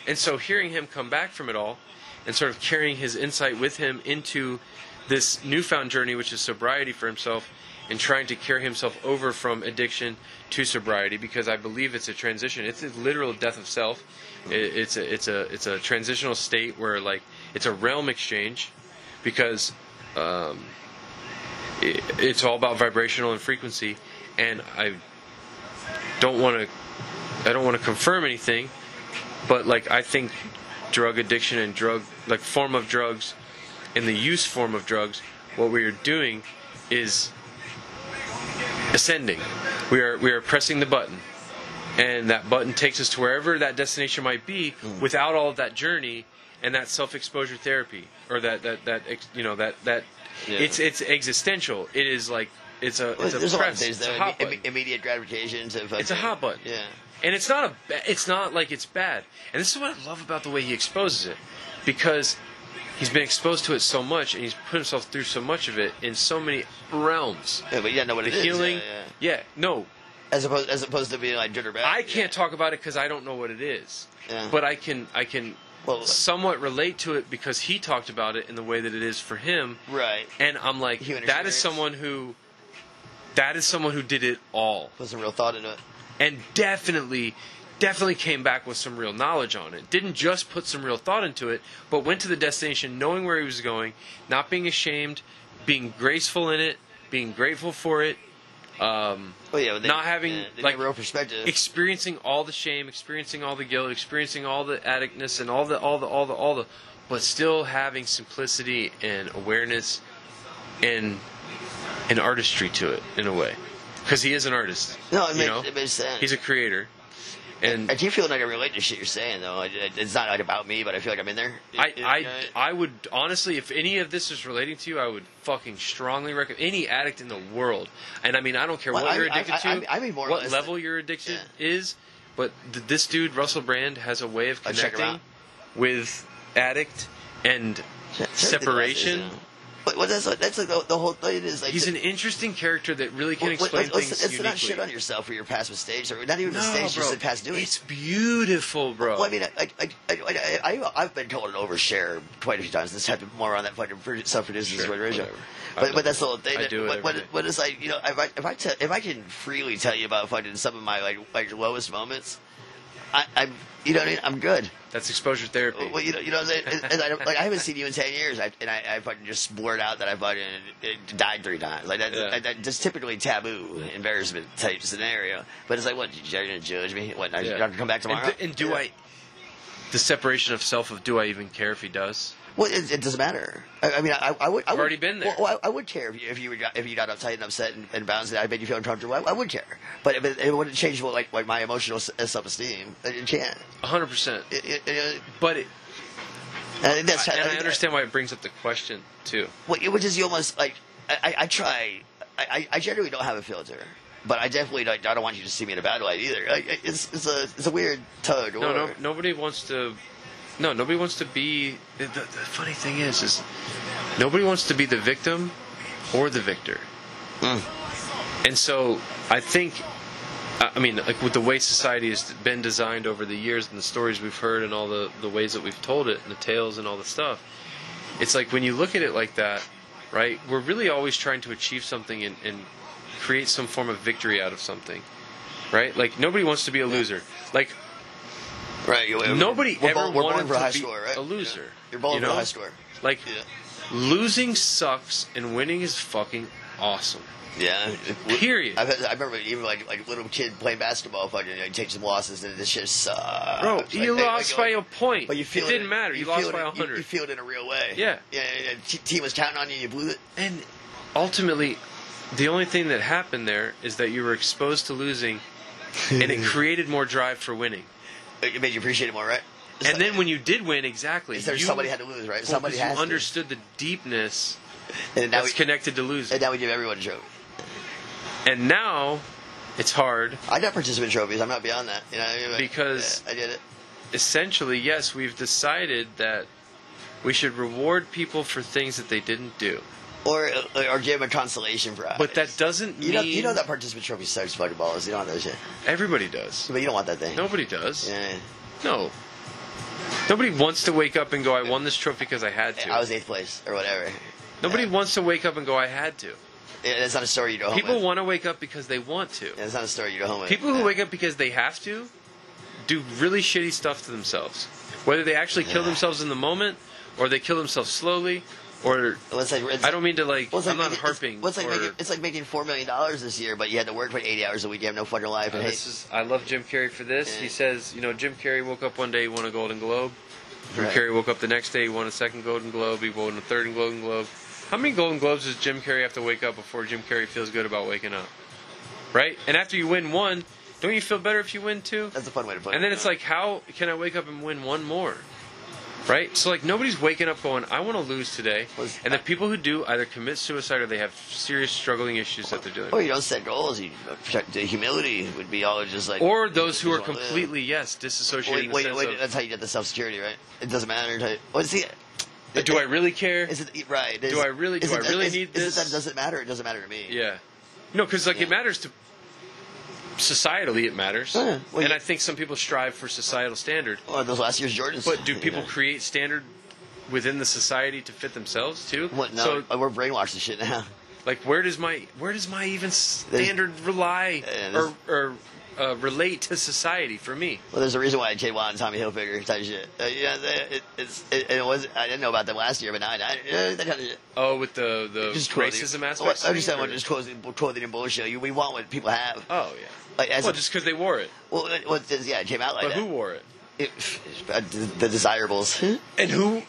[SPEAKER 4] And so hearing him come back from it all and sort of carrying his insight with him into this newfound journey which is sobriety for himself and trying to carry himself over from addiction to sobriety because I believe it's a transition. It's a literal death of self. It, it's a it's a it's a transitional state where like it's a realm exchange because um i- it's all about vibrational and frequency and i don't want to i don't want to confirm anything but like i think drug addiction and drug like form of drugs and the use form of drugs what we are doing is ascending we are we are pressing the button and that button takes us to wherever that destination might be
[SPEAKER 2] Hmm.
[SPEAKER 4] without all of that journey and that self-exposure therapy or that that that ex- you know that that
[SPEAKER 2] Yeah.
[SPEAKER 4] it's it's existential it is like It's a
[SPEAKER 2] Well,
[SPEAKER 4] it's a
[SPEAKER 2] There's a lot of
[SPEAKER 4] press.
[SPEAKER 2] things
[SPEAKER 4] It's a
[SPEAKER 2] though.
[SPEAKER 4] hot
[SPEAKER 2] Imme-
[SPEAKER 4] button.
[SPEAKER 2] immediate gratification to fucking,
[SPEAKER 4] It's a hot button.
[SPEAKER 2] Yeah.
[SPEAKER 4] And it's not a ba- it's not like it's bad. And this is what I love about the way he exposes it because he's been exposed to it so much and he's put himself through so much of it in so many realms.
[SPEAKER 2] yeah, but you gotta know what
[SPEAKER 4] The
[SPEAKER 2] it is,
[SPEAKER 4] healing.
[SPEAKER 2] Yeah, yeah.
[SPEAKER 4] yeah. no.
[SPEAKER 2] As opposed as opposed to being like jitterbug.
[SPEAKER 4] I can't talk about it cuz I don't know what it is.
[SPEAKER 2] Yeah.
[SPEAKER 4] But I can I can
[SPEAKER 2] Well,
[SPEAKER 4] somewhat relate to it because he talked about it in the way that it is for him.
[SPEAKER 2] Right.
[SPEAKER 4] And I'm like
[SPEAKER 2] Human
[SPEAKER 4] that is
[SPEAKER 2] experience.
[SPEAKER 4] someone who that is someone who did it all
[SPEAKER 2] Put some real thought into it.
[SPEAKER 4] and definitely definitely came back with some real knowledge on it didn't just put some real thought into it but went to the destination knowing where he was going not being ashamed being graceful in it being grateful for it um,
[SPEAKER 2] Well, yeah, but they,
[SPEAKER 4] Not having,
[SPEAKER 2] yeah, they
[SPEAKER 4] like,
[SPEAKER 2] get real perspective.
[SPEAKER 4] experiencing all the shame experiencing all the guilt experiencing all the addictness and all the all the all the all the but still having simplicity and awareness and and artistry to it in a way because he is an artist
[SPEAKER 2] no, it
[SPEAKER 4] you
[SPEAKER 2] makes,
[SPEAKER 4] know?
[SPEAKER 2] it makes sense.
[SPEAKER 4] He's a creator, and
[SPEAKER 2] I do feel like I relate to shit you're saying though. I, I- it's not like about me, but I feel like I'm in there.
[SPEAKER 4] I,
[SPEAKER 2] You know,
[SPEAKER 4] I,
[SPEAKER 2] right?
[SPEAKER 4] I would honestly, if any of this is relating to you, I would fucking strongly recommend any addict in the world. And I mean, I don't care
[SPEAKER 2] Well,
[SPEAKER 4] what
[SPEAKER 2] I-
[SPEAKER 4] you're addicted
[SPEAKER 2] I- I-
[SPEAKER 4] to,
[SPEAKER 2] I- I mean more or
[SPEAKER 4] what
[SPEAKER 2] less
[SPEAKER 4] level
[SPEAKER 2] that-
[SPEAKER 4] you're addicted
[SPEAKER 2] yeah.
[SPEAKER 4] is, but th- this dude Russell Brand has a way of
[SPEAKER 2] I'll check him
[SPEAKER 4] connecting
[SPEAKER 2] out.
[SPEAKER 4] with addict and
[SPEAKER 2] Certain things like
[SPEAKER 4] separation.
[SPEAKER 2] this, you know. But what that's like, that's like the, the whole thing is like
[SPEAKER 4] He's
[SPEAKER 2] the-
[SPEAKER 4] an interesting character that really can
[SPEAKER 2] Well, well,
[SPEAKER 4] explain
[SPEAKER 2] let's- let's-
[SPEAKER 4] things
[SPEAKER 2] let's
[SPEAKER 4] uniquely.
[SPEAKER 2] not shit on yourself for your past mistakes or not even
[SPEAKER 4] No,
[SPEAKER 2] mistakes,
[SPEAKER 4] bro.
[SPEAKER 2] just the past doing.
[SPEAKER 4] It's beautiful, bro.
[SPEAKER 2] Well, I mean, I, I, I, I, I, I've been told an overshare quite a few times. This happened more on that fucking produ- self-produces
[SPEAKER 4] Sure,
[SPEAKER 2] ratio.
[SPEAKER 4] whatever. I
[SPEAKER 2] But,
[SPEAKER 4] know.
[SPEAKER 2] but that's the whole thing.
[SPEAKER 4] I
[SPEAKER 2] that-
[SPEAKER 4] do it
[SPEAKER 2] what- what,
[SPEAKER 4] every day.
[SPEAKER 2] what it's like, you know, if I, if I, te- if I can freely tell you about fucking some of my like, like lowest moments, I, I'm, you know what I mean? I'm good.
[SPEAKER 4] That's exposure therapy.
[SPEAKER 2] Well, you know, you know what I'm saying? And- and I don't- like, I haven't seen you in 10 years, I, and I, I fucking just blurt out that I fucking uh, died three times. Like, that,
[SPEAKER 4] Yeah.
[SPEAKER 2] that, that- that's typically taboo, embarrassment type scenario. But it's like, what, you're going to judge me? What, I
[SPEAKER 4] Yeah.
[SPEAKER 2] have to come back
[SPEAKER 4] And
[SPEAKER 2] tomorrow?
[SPEAKER 4] do- And, do
[SPEAKER 2] Yeah.
[SPEAKER 4] I? The separation of self of do I even care if he does?
[SPEAKER 2] Well, it, it doesn't matter. I, I mean, I, I would. I
[SPEAKER 4] You've
[SPEAKER 2] would,
[SPEAKER 4] already been there.
[SPEAKER 2] Well, I, I would care if you if you, were, got- if you got uptight and upset and, and bounced and I made you feel uncomfortable. I, I would care, but it, it wouldn't change what, like like my emotional self esteem. uh, It can't.
[SPEAKER 4] hundred percent.
[SPEAKER 2] It, it, it,
[SPEAKER 4] But it,
[SPEAKER 2] I think that's,
[SPEAKER 4] and I understand why it brings up the question too.
[SPEAKER 2] Well, it was just you almost like I, I, I try. I, I- I generally don't have a filter, but I definitely don't, I don't want you to see me in a bad light either. Like, it- it's, it's a it's a weird tug.
[SPEAKER 4] No,
[SPEAKER 2] or,
[SPEAKER 4] no, nobody wants to. No, nobody wants to be. The, the, the funny thing is, is nobody wants to be the victim or the victor. And so I think, I I mean, like with the way society has been designed over the years and the stories we've heard and all the the ways that we've told it and the tales and all the stuff, it's like when you look at it like that, right? We're really always trying to achieve something and, and create some form of victory out of something, right? Like nobody wants to be a loser. Like
[SPEAKER 2] right. you-
[SPEAKER 4] Nobody
[SPEAKER 2] we're
[SPEAKER 4] ever
[SPEAKER 2] born, we're born
[SPEAKER 4] wanted
[SPEAKER 2] for a
[SPEAKER 4] to
[SPEAKER 2] high
[SPEAKER 4] be
[SPEAKER 2] score, right?
[SPEAKER 4] a loser,
[SPEAKER 2] Yeah. You're born
[SPEAKER 4] you
[SPEAKER 2] for a
[SPEAKER 4] know?
[SPEAKER 2] high score.
[SPEAKER 4] like
[SPEAKER 2] Yeah.
[SPEAKER 4] losing sucks and winning is fucking awesome.
[SPEAKER 2] Yeah.
[SPEAKER 4] Period.
[SPEAKER 2] I've had, I remember even like like little kid playing basketball, fucking you know, you take some losses and this shit sucks.
[SPEAKER 4] Bro, you
[SPEAKER 2] like,
[SPEAKER 4] lost
[SPEAKER 2] like,
[SPEAKER 4] by a point.
[SPEAKER 2] But you feel
[SPEAKER 4] it didn't matter. You,
[SPEAKER 2] feel
[SPEAKER 4] lost
[SPEAKER 2] it-
[SPEAKER 4] by
[SPEAKER 2] you-
[SPEAKER 4] a
[SPEAKER 2] You,
[SPEAKER 4] hundred.
[SPEAKER 2] feel it in a real way.
[SPEAKER 4] Yeah.
[SPEAKER 2] Yeah. yeah, yeah. T- Team was counting on you. You blew it.
[SPEAKER 4] And ultimately, the only thing that happened there is that you were exposed to losing, and it created more drive for winning.
[SPEAKER 2] It made you appreciate it more, right? It's
[SPEAKER 4] And
[SPEAKER 2] like-
[SPEAKER 4] then when you did win, exactly,
[SPEAKER 2] Is there-
[SPEAKER 4] you,
[SPEAKER 2] somebody had to lose, right?
[SPEAKER 4] well,
[SPEAKER 2] Somebody
[SPEAKER 4] 'cause you
[SPEAKER 2] has to.
[SPEAKER 4] understood the deepness
[SPEAKER 2] and now we,
[SPEAKER 4] that's connected to losing.
[SPEAKER 2] and now we give everyone a trophy.
[SPEAKER 4] and now, it's hard
[SPEAKER 2] I got participant trophies. I'm not beyond that. You know, what I mean? But,
[SPEAKER 4] Because-
[SPEAKER 2] yeah, I did it.
[SPEAKER 4] essentially, yes, we've decided that we should reward people for things that they didn't do.
[SPEAKER 2] Or uh, or give them a consolation prize.
[SPEAKER 4] But that doesn't mean
[SPEAKER 2] you know, you know that participant trophy sucks fucking balls. You don't want that shit.
[SPEAKER 4] everybody does.
[SPEAKER 2] But you don't want that thing.
[SPEAKER 4] Nobody does.
[SPEAKER 2] Yeah.
[SPEAKER 4] No. Nobody wants to wake up and go, I won this trophy because I had to.
[SPEAKER 2] I was eighth place or whatever.
[SPEAKER 4] Nobody wants to wake up and go, I had to.
[SPEAKER 2] Yeah, that's not a story you go home
[SPEAKER 4] People
[SPEAKER 2] with.
[SPEAKER 4] want to wake up because they want to.
[SPEAKER 2] yeah, that's not a story you go home with.
[SPEAKER 4] People who
[SPEAKER 2] yeah.
[SPEAKER 4] wake up because they have to do really shitty stuff to themselves. Whether they actually kill
[SPEAKER 2] Yeah.
[SPEAKER 4] themselves in the moment or they kill themselves slowly or
[SPEAKER 2] Well, it's like, it's,
[SPEAKER 4] I don't mean to like,
[SPEAKER 2] well, it's
[SPEAKER 4] I'm
[SPEAKER 2] like
[SPEAKER 4] not
[SPEAKER 2] making-
[SPEAKER 4] harping.
[SPEAKER 2] It's, well, it's like
[SPEAKER 4] or-
[SPEAKER 2] making, it's like making four million dollars this year, but you had to work for eighty hours a week. You have no fucking life.
[SPEAKER 4] Uh,
[SPEAKER 2] and
[SPEAKER 4] this
[SPEAKER 2] hey,
[SPEAKER 4] is I love Jim Carrey for this. He
[SPEAKER 2] Yeah.
[SPEAKER 4] says, you know, Jim Carrey woke up one day, he won a Golden Globe. Jim
[SPEAKER 2] Right.
[SPEAKER 4] Carrey woke up the next day, he won a second Golden Globe, he won a third Golden Globe. How many Golden Globes does Jim Carrey have to wake up before Jim Carrey feels good about waking up? Right? And after you win one, don't you feel better if you win two?
[SPEAKER 2] that's a fun way to put it.
[SPEAKER 4] And then it's
[SPEAKER 2] you know?
[SPEAKER 4] like, how can I wake up and win one more? Right? So, like, nobody's waking up going, I want to lose today.
[SPEAKER 2] Was-
[SPEAKER 4] And the people who do either commit suicide or they have serious struggling issues that they're dealing
[SPEAKER 2] Or
[SPEAKER 4] with.
[SPEAKER 2] Oh, you don't set goals. You protect the humility would be all just like.
[SPEAKER 4] Or those who are
[SPEAKER 2] just wanna live.
[SPEAKER 4] completely, yes, disassociated
[SPEAKER 2] Wait,
[SPEAKER 4] in the
[SPEAKER 2] wait,
[SPEAKER 4] sense
[SPEAKER 2] wait.
[SPEAKER 4] of,
[SPEAKER 2] That's how you get the self security, right? It doesn't matter. type- What's the?
[SPEAKER 4] Uh, do I really care?
[SPEAKER 2] Is it right? Is,
[SPEAKER 4] Do I really- do
[SPEAKER 2] is it
[SPEAKER 4] I
[SPEAKER 2] that-
[SPEAKER 4] really
[SPEAKER 2] is-
[SPEAKER 4] need
[SPEAKER 2] Is
[SPEAKER 4] this?
[SPEAKER 2] it that doesn't matter? It doesn't matter to me.
[SPEAKER 4] Yeah. No, because like
[SPEAKER 2] Yeah.
[SPEAKER 4] it matters to societally, it matters,
[SPEAKER 2] Oh, yeah. Well,
[SPEAKER 4] and
[SPEAKER 2] you-
[SPEAKER 4] I think some people strive for societal standard.
[SPEAKER 2] Or those last year's Jordans.
[SPEAKER 4] But do
[SPEAKER 2] you
[SPEAKER 4] people
[SPEAKER 2] know?
[SPEAKER 4] create standard within the society to fit themselves too?
[SPEAKER 2] What? Oh. No,
[SPEAKER 4] So
[SPEAKER 2] we're brainwashed and shit now.
[SPEAKER 4] like, where does my where does my even standard rely
[SPEAKER 2] Yeah,
[SPEAKER 4] or
[SPEAKER 2] this-
[SPEAKER 4] or uh, relate to society for me?
[SPEAKER 2] Well, there's a reason why Jay Watt and Tommy Hilfiger type shit. Uh, yeah, they- it, it's it, it was. I didn't know about them last year, but now I, I uh, that kind of shit.
[SPEAKER 4] Oh, with the the
[SPEAKER 2] clothing.
[SPEAKER 4] racism
[SPEAKER 2] Well,
[SPEAKER 4] aspect.
[SPEAKER 2] Oh, I understand what just clothing, clothing and bullshit. You, we want what people have.
[SPEAKER 4] Oh yeah.
[SPEAKER 2] Like, as
[SPEAKER 4] well,
[SPEAKER 2] a-
[SPEAKER 4] just because they wore it,
[SPEAKER 2] well, it- well, it's- yeah, it came out like
[SPEAKER 4] but
[SPEAKER 2] that.
[SPEAKER 4] who wore it?
[SPEAKER 2] It- uh, the the desirables.
[SPEAKER 4] and who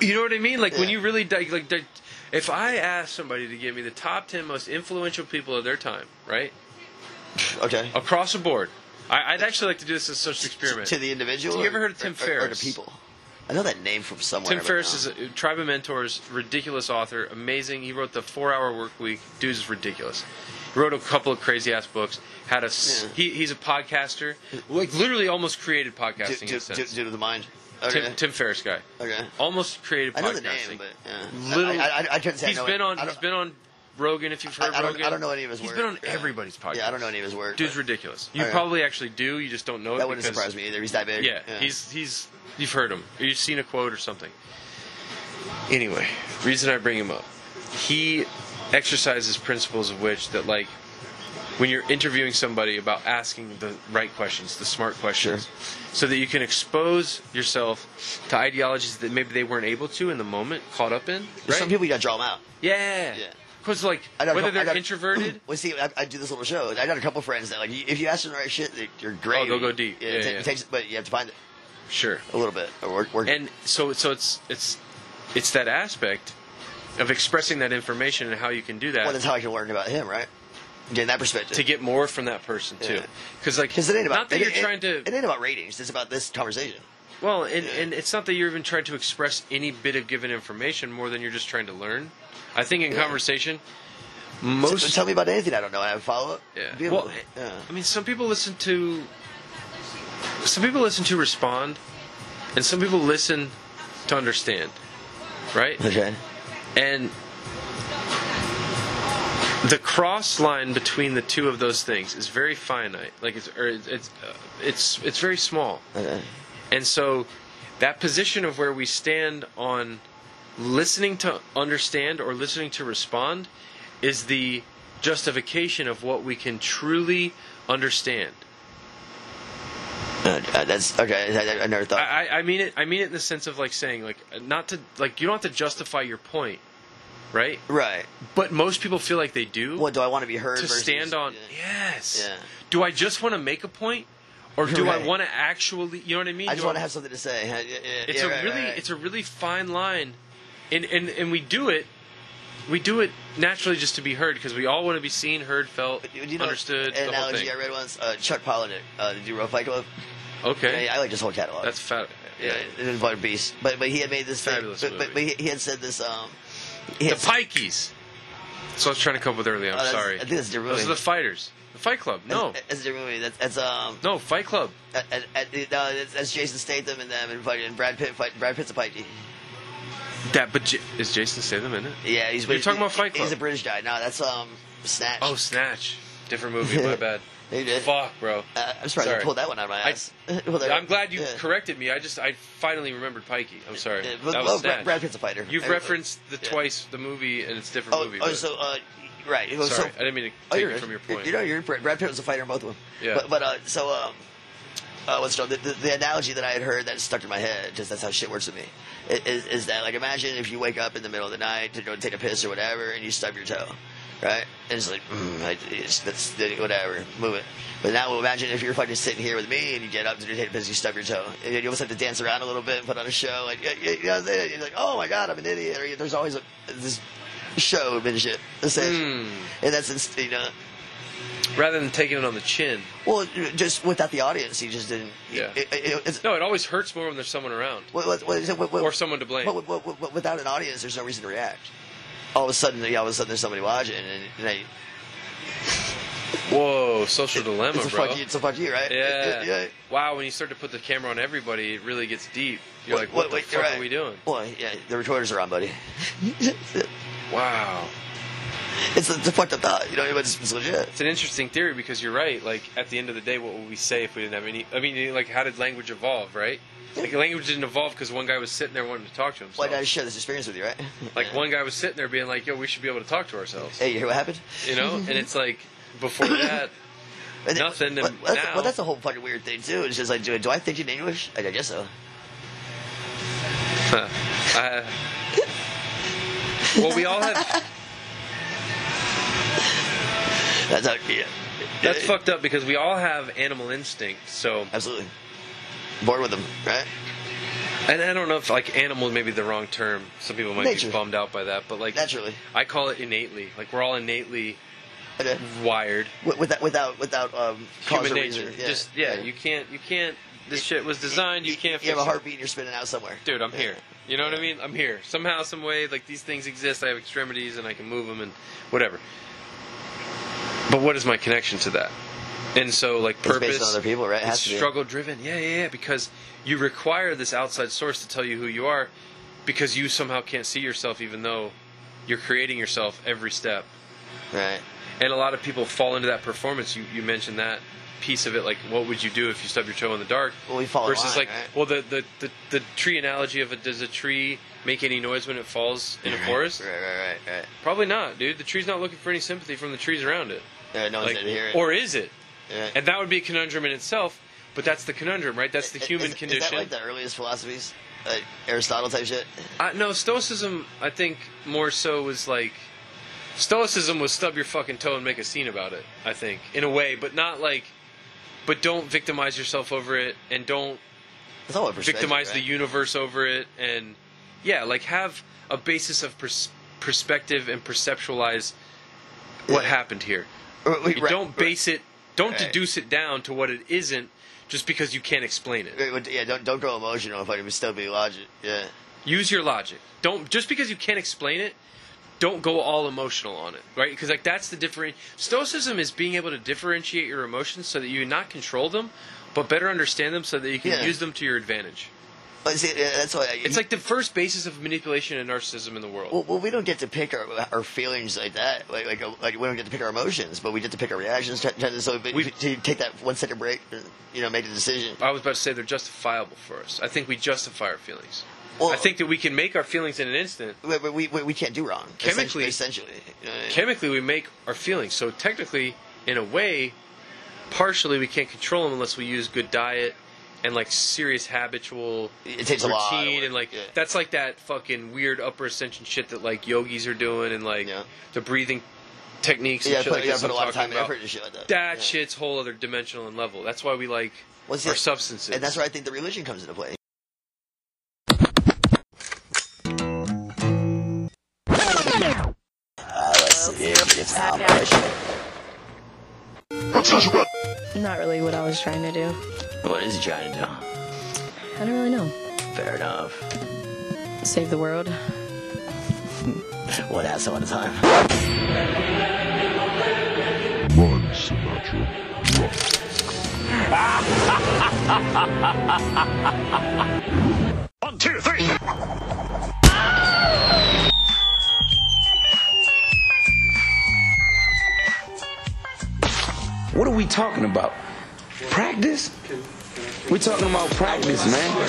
[SPEAKER 4] you know what i mean like when
[SPEAKER 2] Yeah.
[SPEAKER 4] you really dig like dig- if i asked somebody to give me the top 10 most influential people of their time right
[SPEAKER 2] okay.
[SPEAKER 4] across the board I, i'd actually like to do this as a social experiment
[SPEAKER 2] To the individual.
[SPEAKER 4] Have you ever
[SPEAKER 2] or-
[SPEAKER 4] heard of Tim
[SPEAKER 2] or- Or,
[SPEAKER 4] Ferriss?
[SPEAKER 2] to people. I know that name from somewhere.
[SPEAKER 4] tim
[SPEAKER 2] but
[SPEAKER 4] ferriss
[SPEAKER 2] no.
[SPEAKER 4] is a, uh, tribe of mentors ridiculous author amazing he wrote the four hour work week dude's is ridiculous He wrote a couple of crazy ass books had a s-
[SPEAKER 2] Yeah.
[SPEAKER 4] he, he's a podcaster like literally almost created
[SPEAKER 2] Dude,
[SPEAKER 4] podcasting in a
[SPEAKER 2] dude, dude,
[SPEAKER 4] sense.
[SPEAKER 2] dude with the mind. Okay.
[SPEAKER 4] tim, tim ferriss guy
[SPEAKER 2] Okay.
[SPEAKER 4] almost created podcasting
[SPEAKER 2] I know the name, but yeah.
[SPEAKER 4] Little-
[SPEAKER 2] I, I, I, I couldn't say
[SPEAKER 4] He's
[SPEAKER 2] I know
[SPEAKER 4] been
[SPEAKER 2] it.
[SPEAKER 4] on.
[SPEAKER 2] I
[SPEAKER 4] He's
[SPEAKER 2] don't-
[SPEAKER 4] been on Rogan. If you've heard
[SPEAKER 2] I- I don't-
[SPEAKER 4] Rogan,
[SPEAKER 2] I don't know any of his
[SPEAKER 4] He's
[SPEAKER 2] work.
[SPEAKER 4] been on
[SPEAKER 2] Yeah.
[SPEAKER 4] everybody's podcast.
[SPEAKER 2] Yeah, I don't know any of his work.
[SPEAKER 4] Dude's
[SPEAKER 2] but
[SPEAKER 4] ridiculous. You
[SPEAKER 2] Okay.
[SPEAKER 4] probably actually do. You just don't know it.
[SPEAKER 2] That wouldn't
[SPEAKER 4] because-
[SPEAKER 2] surprise me either. He's that big.
[SPEAKER 4] Yeah, he's he's. You've heard him. Or you've seen a quote or something. Anyway, reason I bring him up, he exercises principles of which that like. When you're interviewing somebody about asking the right questions, the smart questions, so that you can expose yourself to ideologies that maybe they weren't able to in the moment, caught up in.
[SPEAKER 2] There's
[SPEAKER 4] Right?
[SPEAKER 2] Some people you gotta draw them out.
[SPEAKER 4] Yeah.
[SPEAKER 2] Yeah.
[SPEAKER 4] Because, like,
[SPEAKER 2] I got a
[SPEAKER 4] whether
[SPEAKER 2] couple- I
[SPEAKER 4] they're
[SPEAKER 2] got-
[SPEAKER 4] introverted,
[SPEAKER 2] Well, see, I, I do this little show. I got a couple friends that like, you- if you ask them the right shit, they- you're great.
[SPEAKER 4] Oh, they'll go deep.
[SPEAKER 2] it
[SPEAKER 4] Yeah,
[SPEAKER 2] ta-
[SPEAKER 4] yeah.
[SPEAKER 2] It takes, but you have to find it
[SPEAKER 4] sure.
[SPEAKER 2] a little bit. Or work, work.
[SPEAKER 4] And so, so it's it's it's that aspect of expressing that information and how you can do that
[SPEAKER 2] well, that's how I can learn about him, right? Getting that perspective.
[SPEAKER 4] uh, to get more from that person too.
[SPEAKER 2] Yeah.
[SPEAKER 4] Because, like,
[SPEAKER 2] Because it ain't about
[SPEAKER 4] not
[SPEAKER 2] it-
[SPEAKER 4] that you're
[SPEAKER 2] it-
[SPEAKER 4] trying to.
[SPEAKER 2] It ain't about ratings. It's about this conversation.
[SPEAKER 4] well, and, and it's not that you're even trying to express any bit of given information more than you're just trying to learn. I think in conversation,
[SPEAKER 2] So,
[SPEAKER 4] most
[SPEAKER 2] tell me about anything I don't know. and I have follow up.
[SPEAKER 4] Yeah.
[SPEAKER 2] Be able
[SPEAKER 4] Well,
[SPEAKER 2] to- uh, yeah.
[SPEAKER 4] I mean, some people listen to. Some people listen to respond, and some people listen to understand, right?
[SPEAKER 2] Okay.
[SPEAKER 4] And the cross line between the two of those things is very finite. Like it's or it's it's, uh, it's it's very small.
[SPEAKER 2] Okay.
[SPEAKER 4] And so that position of where we stand on listening to understand or listening to respond is the justification of what we can truly understand.
[SPEAKER 2] Uh, uh, that's okay. I, I, I never thought.
[SPEAKER 4] I, I I mean it I mean it in the sense of like saying like not to like you don't have to justify your point, right?
[SPEAKER 2] right.
[SPEAKER 4] But most people feel like they do.
[SPEAKER 2] What do I want to be heard?
[SPEAKER 4] to
[SPEAKER 2] versus,
[SPEAKER 4] stand on.
[SPEAKER 2] Yeah.
[SPEAKER 4] Yes.
[SPEAKER 2] Yeah.
[SPEAKER 4] Do I just want to make a point, or do
[SPEAKER 2] Right.
[SPEAKER 4] I want to actually? You know what I mean?
[SPEAKER 2] I just
[SPEAKER 4] Do
[SPEAKER 2] want to have something to say. Yeah, yeah, yeah,
[SPEAKER 4] It's
[SPEAKER 2] yeah,
[SPEAKER 4] a
[SPEAKER 2] right,
[SPEAKER 4] really,
[SPEAKER 2] right, right.
[SPEAKER 4] it's a really fine line, and and and we do it. We do it naturally just to be heard because we all want to be seen, heard, felt,
[SPEAKER 2] Do you know An
[SPEAKER 4] understood. the whole
[SPEAKER 2] analogy
[SPEAKER 4] thing.
[SPEAKER 2] I read once: uh, Chuck Palahniuk, uh, the dude wrote Fight Club.
[SPEAKER 4] Okay,
[SPEAKER 2] Yeah, I like this whole catalog.
[SPEAKER 4] that's fat.
[SPEAKER 2] yeah,
[SPEAKER 4] Yeah.
[SPEAKER 2] it involved Beast, but but he had made this
[SPEAKER 4] Fabulous
[SPEAKER 2] thing, but, but, but
[SPEAKER 4] movie.
[SPEAKER 2] he, he had said this. Um, he
[SPEAKER 4] The
[SPEAKER 2] had said-
[SPEAKER 4] Pikeys. So I was trying to come up with earlier. I'm
[SPEAKER 2] Oh, that's-
[SPEAKER 4] sorry.
[SPEAKER 2] I think that's a different
[SPEAKER 4] Those are the
[SPEAKER 2] movie.
[SPEAKER 4] fighters. The Fight Club. No,
[SPEAKER 2] That's, that's a different movie. That's, that's um.
[SPEAKER 4] no Fight Club.
[SPEAKER 2] At, at, at, no, that's, that's Jason Statham and them and fucking Brad Pitt. Fight, Brad Pitt's a pikey.
[SPEAKER 4] That, but J- is Jason Statham in it?
[SPEAKER 2] Yeah, he's.
[SPEAKER 4] You're talking about Fight
[SPEAKER 2] He's
[SPEAKER 4] Club.
[SPEAKER 2] a British guy. No, that's um. Snatch.
[SPEAKER 4] Oh, Snatch. Different movie. My bad.
[SPEAKER 2] They did.
[SPEAKER 4] Fuck, bro.
[SPEAKER 2] Uh, I'm surprised
[SPEAKER 4] Sorry.
[SPEAKER 2] you pulled that one out of my
[SPEAKER 4] I-
[SPEAKER 2] ass. Well, there-
[SPEAKER 4] I'm glad you
[SPEAKER 2] yeah.
[SPEAKER 4] corrected me. I just I finally remembered Pikey. I'm sorry.
[SPEAKER 2] Yeah, but-
[SPEAKER 4] that
[SPEAKER 2] oh,
[SPEAKER 4] was
[SPEAKER 2] Brad,
[SPEAKER 4] Snatch.
[SPEAKER 2] Brad Pitt's a fighter.
[SPEAKER 4] You've
[SPEAKER 2] I-
[SPEAKER 4] referenced the
[SPEAKER 2] yeah.
[SPEAKER 4] twice the movie and it's a different
[SPEAKER 2] Oh,
[SPEAKER 4] movie.
[SPEAKER 2] oh
[SPEAKER 4] but-
[SPEAKER 2] so uh, right. It was
[SPEAKER 4] sorry,
[SPEAKER 2] so,
[SPEAKER 4] I didn't mean to
[SPEAKER 2] Oh,
[SPEAKER 4] take
[SPEAKER 2] you're
[SPEAKER 4] it
[SPEAKER 2] right.
[SPEAKER 4] from your point.
[SPEAKER 2] You know, you're Brad Brad Pitt was a fighter in both of them.
[SPEAKER 4] Yeah.
[SPEAKER 2] But, but uh, so um, uh, what's it called? the, the, the analogy that I had heard that stuck in my head because that's how shit works with me i- is, is that like imagine if you wake up in the middle of the night to go take a piss or whatever and you stub your toe, right? And it's like mm, I, it's, that's whatever, move it. But now imagine if you're fucking sitting here with me and you get up to take a piss, you stub your toe, and you almost have to dance around a little bit, put on a show, and you, you know, you're like, oh my god, I'm an idiot. Or, you- there's always a, this show and shit, essentially. and that's inst- you know.
[SPEAKER 4] rather than taking it on the chin.
[SPEAKER 2] Well, just without the audience, he just didn't.
[SPEAKER 4] Yeah.
[SPEAKER 2] It, it, it's,
[SPEAKER 4] No, it always hurts more when there's someone around.
[SPEAKER 2] what, what, what is it? What, what,
[SPEAKER 4] Or someone to blame.
[SPEAKER 2] What, what, what, what- without an audience, there's no reason to react. All of a sudden, yeah, all of a sudden, there's somebody watching, and, and they,
[SPEAKER 4] Whoa, social dilemma,
[SPEAKER 2] it's a
[SPEAKER 4] bro.
[SPEAKER 2] fuck you, it's a fuck you, right?
[SPEAKER 4] yeah.
[SPEAKER 2] yeah.
[SPEAKER 4] Wow, when you start to put the camera on everybody, it really gets deep. You're like, what, the
[SPEAKER 2] you're
[SPEAKER 4] fuck
[SPEAKER 2] right.
[SPEAKER 4] are we doing?
[SPEAKER 2] Well, yeah, the recorders are on, buddy.
[SPEAKER 4] Wow.
[SPEAKER 2] it's, a, it's a fucked up thought, you know. But it's, it's legit.
[SPEAKER 4] It's an interesting theory because you're right. Like at the end of the day, what would we say if we didn't have any? I mean, like how did language evolve, right? Like language didn't evolve because one guy was sitting there wanting to talk to
[SPEAKER 2] Why
[SPEAKER 4] himself.
[SPEAKER 2] did I share this experience with you, right?
[SPEAKER 4] like one guy was sitting there being like, "Yo, we should be able to talk to ourselves,"
[SPEAKER 2] Hey, you hear what happened?
[SPEAKER 4] you know. And it's like before that,
[SPEAKER 2] And then-
[SPEAKER 4] Nothing,
[SPEAKER 2] Well,
[SPEAKER 4] and
[SPEAKER 2] that's,
[SPEAKER 4] now-
[SPEAKER 2] well, that's a whole fucking weird thing too. It's just like, do, do I think in English? Like, I guess so.
[SPEAKER 4] I, well, we all have.
[SPEAKER 2] That's how. Yeah.
[SPEAKER 4] That's
[SPEAKER 2] Yeah,
[SPEAKER 4] fucked up because we all have animal instinct. So,
[SPEAKER 2] Absolutely. Born with them, right?
[SPEAKER 4] and I don't know if like animal may be the wrong term. Some people might
[SPEAKER 2] Nature.
[SPEAKER 4] be bummed out by that, but like
[SPEAKER 2] Naturally.
[SPEAKER 4] I call it innately. Like we're all innately
[SPEAKER 2] And, uh,
[SPEAKER 4] wired.
[SPEAKER 2] wi- without without without um, cause
[SPEAKER 4] human
[SPEAKER 2] or
[SPEAKER 4] nature.
[SPEAKER 2] reason.
[SPEAKER 4] Just yeah, you can't you can't. This shit was designed. You can't.
[SPEAKER 2] You have a
[SPEAKER 4] fix it.
[SPEAKER 2] heartbeat. and You're spinning out somewhere.
[SPEAKER 4] dude. I'm here. You know what I mean? I'm here somehow, some way. Like these things exist. I have extremities and I can move them and whatever. But what is my connection to that? And so, like
[SPEAKER 2] based on
[SPEAKER 4] purpose,
[SPEAKER 2] other people, right? It has
[SPEAKER 4] it's
[SPEAKER 2] to be.
[SPEAKER 4] struggle driven. Yeah, yeah, yeah. Because you require this outside source to tell you who you are, because you somehow can't see yourself, even though you're creating yourself every step
[SPEAKER 2] Right.
[SPEAKER 4] and a lot of people fall into that performance. You, you mentioned that piece of it, like what would you do if you stubbed your toe in the dark?
[SPEAKER 2] Well, we fall in
[SPEAKER 4] versus
[SPEAKER 2] line,
[SPEAKER 4] like,
[SPEAKER 2] right?
[SPEAKER 4] well, the, the, the, the tree analogy of it, does a tree make any noise when it falls in a forest?
[SPEAKER 2] Right. Right. Right. Right.
[SPEAKER 4] Probably not, dude. The tree's not looking for any sympathy from the trees around it.
[SPEAKER 2] Yeah, no one's
[SPEAKER 4] Like,
[SPEAKER 2] gonna hear it.
[SPEAKER 4] or is it?
[SPEAKER 2] Yeah.
[SPEAKER 4] And that would be a conundrum in itself. But that's the conundrum, right? That's the
[SPEAKER 2] Is-
[SPEAKER 4] human
[SPEAKER 2] is,
[SPEAKER 4] condition.
[SPEAKER 2] Is that like the earliest philosophies, like Aristotle type shit?
[SPEAKER 4] I, no, Stoicism, I think, more so was like. Stoicism was stub your fucking toe and make a scene about it, I think, in a way, but not like. But don't victimize yourself over it and don't
[SPEAKER 2] It's all a perspective.
[SPEAKER 4] victimize
[SPEAKER 2] right?
[SPEAKER 4] the universe over it and. Yeah, like have a basis of pers- perspective and perceptualize what
[SPEAKER 2] Yeah.
[SPEAKER 4] happened here.
[SPEAKER 2] Or- wait,
[SPEAKER 4] You
[SPEAKER 2] right,
[SPEAKER 4] don't
[SPEAKER 2] right.
[SPEAKER 4] base it. Don't
[SPEAKER 2] Right.
[SPEAKER 4] deduce it down to what it isn't just because you can't explain it.
[SPEAKER 2] Right, Yeah, don't don't grow emotional if I can still be logic. Yeah,
[SPEAKER 4] use your logic don't just because you can't explain it don't go all emotional on it right because like that's the different stoicism is being able to differentiate your emotions so that you not control them but better understand them so that you can
[SPEAKER 2] Yeah.
[SPEAKER 4] use them to your advantage
[SPEAKER 2] but see, yeah, that's why I,
[SPEAKER 4] it's like the first basis of manipulation and narcissism in the world
[SPEAKER 2] well, well, we don't get to pick our, our feelings like that. Like, like uh, like we don't get to pick our emotions, but we get to pick our reactions. Try, try to, so if
[SPEAKER 4] We- Uh,
[SPEAKER 2] you- to take that one second break, you know, make a decision.
[SPEAKER 4] i was about to say they're justifiable for us i think we justify our feelings
[SPEAKER 2] Well-
[SPEAKER 4] i think that we can make our feelings in an instant
[SPEAKER 2] We, we, we, we can't do wrong.
[SPEAKER 4] Chemically-
[SPEAKER 2] essentially, essentially, you know what I mean?
[SPEAKER 4] chemically we make our feelings. So technically, in a way, partially we can't control them unless we use good diet and like serious habitual
[SPEAKER 2] It takes a
[SPEAKER 4] routine
[SPEAKER 2] lot of work,
[SPEAKER 4] and like
[SPEAKER 2] yeah.
[SPEAKER 4] that's like that fucking weird upper ascension shit that like yogis are doing and like
[SPEAKER 2] Yeah.
[SPEAKER 4] the breathing techniques and
[SPEAKER 2] yeah,
[SPEAKER 4] shit
[SPEAKER 2] put,
[SPEAKER 4] like
[SPEAKER 2] you
[SPEAKER 4] this
[SPEAKER 2] gotta put a
[SPEAKER 4] I'm
[SPEAKER 2] lot of time
[SPEAKER 4] talking
[SPEAKER 2] and
[SPEAKER 4] about.
[SPEAKER 2] effort and shit like that.
[SPEAKER 4] That
[SPEAKER 2] Yeah.
[SPEAKER 4] shit's whole other dimensional and level. That's why we like
[SPEAKER 2] Well, see,
[SPEAKER 4] our substances.
[SPEAKER 2] and that's where I think the religion comes into play.
[SPEAKER 3] Not really what I was trying to do.
[SPEAKER 2] What is he trying to do?
[SPEAKER 3] I don't really know.
[SPEAKER 2] Fair enough.
[SPEAKER 3] Save the world.
[SPEAKER 2] One asshole at a time.
[SPEAKER 5] Run, Sinatra. Run.
[SPEAKER 7] What are we talking about? Practice? We're talking about practice, man. We're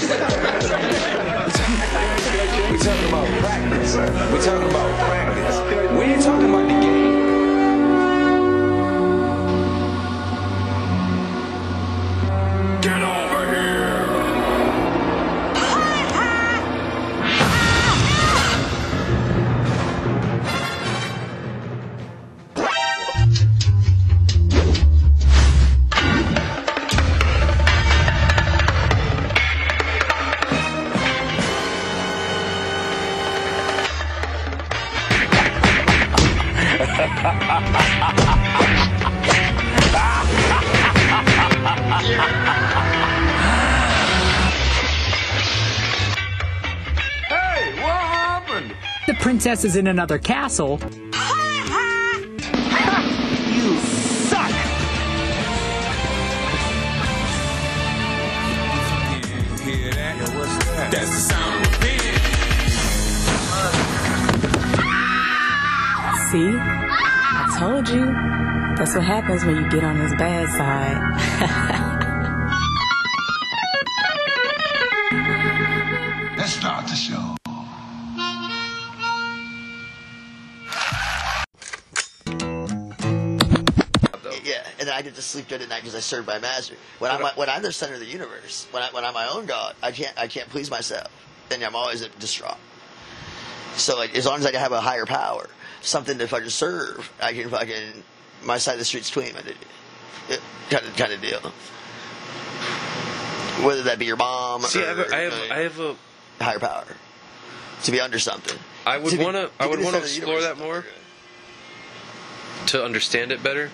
[SPEAKER 7] talking about practice. We're talking about practice. We ain't talking about the game.
[SPEAKER 5] Get over here!
[SPEAKER 10] the princess is in another castle. you suck!
[SPEAKER 5] Hear that? That's the sound of revenge.
[SPEAKER 6] See? I told you. That's what happens when you get on his bad side.
[SPEAKER 9] Let's start the show.
[SPEAKER 2] Yeah, and then I get to sleep good at night because I serve my master. When I'm when I'm the center of the universe, when I when I'm my own god, I can't I can't please myself, and I'm always distraught. So like, as long as I can have a higher power, something to fucking serve, I can fucking my side of the street's clean. I did it, kind of kind of deal. Whether that be your mom,
[SPEAKER 4] See,
[SPEAKER 2] or,
[SPEAKER 4] I have, a, I have, I have a.
[SPEAKER 2] higher power to be under something.
[SPEAKER 4] I would
[SPEAKER 2] To be-
[SPEAKER 4] want to. I
[SPEAKER 2] be
[SPEAKER 4] would
[SPEAKER 2] the
[SPEAKER 4] want to
[SPEAKER 2] center of the
[SPEAKER 4] explore
[SPEAKER 2] universe.
[SPEAKER 4] that more to understand it better.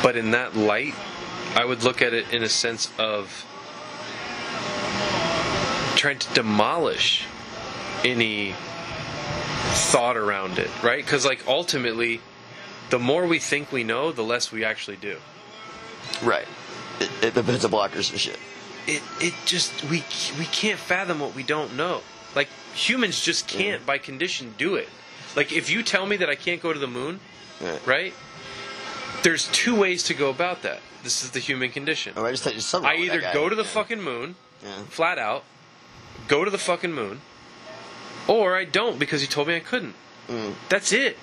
[SPEAKER 4] But in that light, I would look at it in a sense of trying to demolish any thought around it, right? Because like ultimately, the more we think we know, the less we actually do.
[SPEAKER 2] Right. It, it puts up blockers and shit.
[SPEAKER 4] it it just we we can't fathom what we don't know. Like humans just can't by condition do it. Like if you tell me that I can't go to the moon,
[SPEAKER 2] Yeah.
[SPEAKER 4] right? There's two ways to go about that. This is the human condition.
[SPEAKER 2] Or I just tell you something.
[SPEAKER 4] I either go to the fucking moon,
[SPEAKER 2] Yeah.
[SPEAKER 4] flat out, go to the fucking moon, or I don't because you told me I couldn't.
[SPEAKER 2] Mm.
[SPEAKER 4] That's it.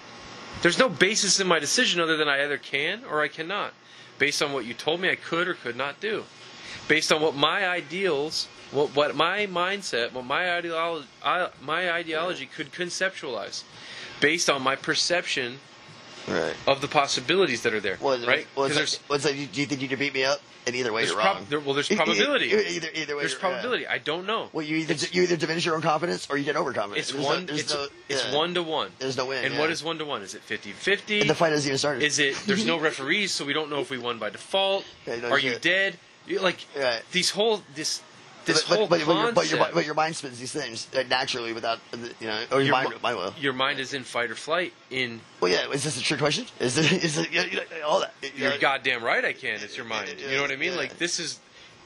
[SPEAKER 4] There's no basis in my decision other than I either can or I cannot, based on what you told me I could or could not do, based on what my ideals, what what my mindset, what my ideology, I, my ideology could conceptualize, based on my perception
[SPEAKER 2] Right.
[SPEAKER 4] of the possibilities that are there.
[SPEAKER 2] Well, is-
[SPEAKER 4] right?
[SPEAKER 2] Well,
[SPEAKER 4] 'Cause
[SPEAKER 2] is
[SPEAKER 4] there's
[SPEAKER 2] that, what's that, you- do you think you can beat me up? And either way,
[SPEAKER 4] there's
[SPEAKER 2] you're
[SPEAKER 4] prob-
[SPEAKER 2] wrong.
[SPEAKER 4] there- well, there's
[SPEAKER 2] E- e-
[SPEAKER 4] probability.
[SPEAKER 2] Either, either way,
[SPEAKER 4] there's
[SPEAKER 2] you're-
[SPEAKER 4] probability.
[SPEAKER 2] yeah.
[SPEAKER 4] I don't know.
[SPEAKER 2] Well, you either, you either diminish your own confidence or you get overconfident.
[SPEAKER 4] It's
[SPEAKER 2] There's no-
[SPEAKER 4] one.
[SPEAKER 2] there's
[SPEAKER 4] it's
[SPEAKER 2] no-
[SPEAKER 4] it's
[SPEAKER 2] yeah.
[SPEAKER 4] one to one.
[SPEAKER 2] There's no win,
[SPEAKER 4] And
[SPEAKER 2] yeah.
[SPEAKER 4] what is one to one? Is it 50-50?
[SPEAKER 2] And the fight hasn't even started.
[SPEAKER 4] Is it? There's no referees, so we don't know if we won by default.
[SPEAKER 2] Yeah, no
[SPEAKER 4] Are you
[SPEAKER 2] shit.
[SPEAKER 4] dead? You- Like
[SPEAKER 2] Right.
[SPEAKER 4] these whole this this
[SPEAKER 2] but,
[SPEAKER 4] whole
[SPEAKER 2] but, but, your,
[SPEAKER 4] concept.
[SPEAKER 2] but, your, but your mind spins these things uh, naturally without, uh, you know, or your, mind,
[SPEAKER 4] mi-
[SPEAKER 2] mind will.
[SPEAKER 4] your mind is in fight or flight. In
[SPEAKER 2] Well, yeah, is this a trick question? Is this, is it, you know, you know, all that. you
[SPEAKER 4] you're
[SPEAKER 2] know,
[SPEAKER 4] goddamn right. I can. It's your mind. You know what I mean?
[SPEAKER 2] Yeah.
[SPEAKER 4] Like this is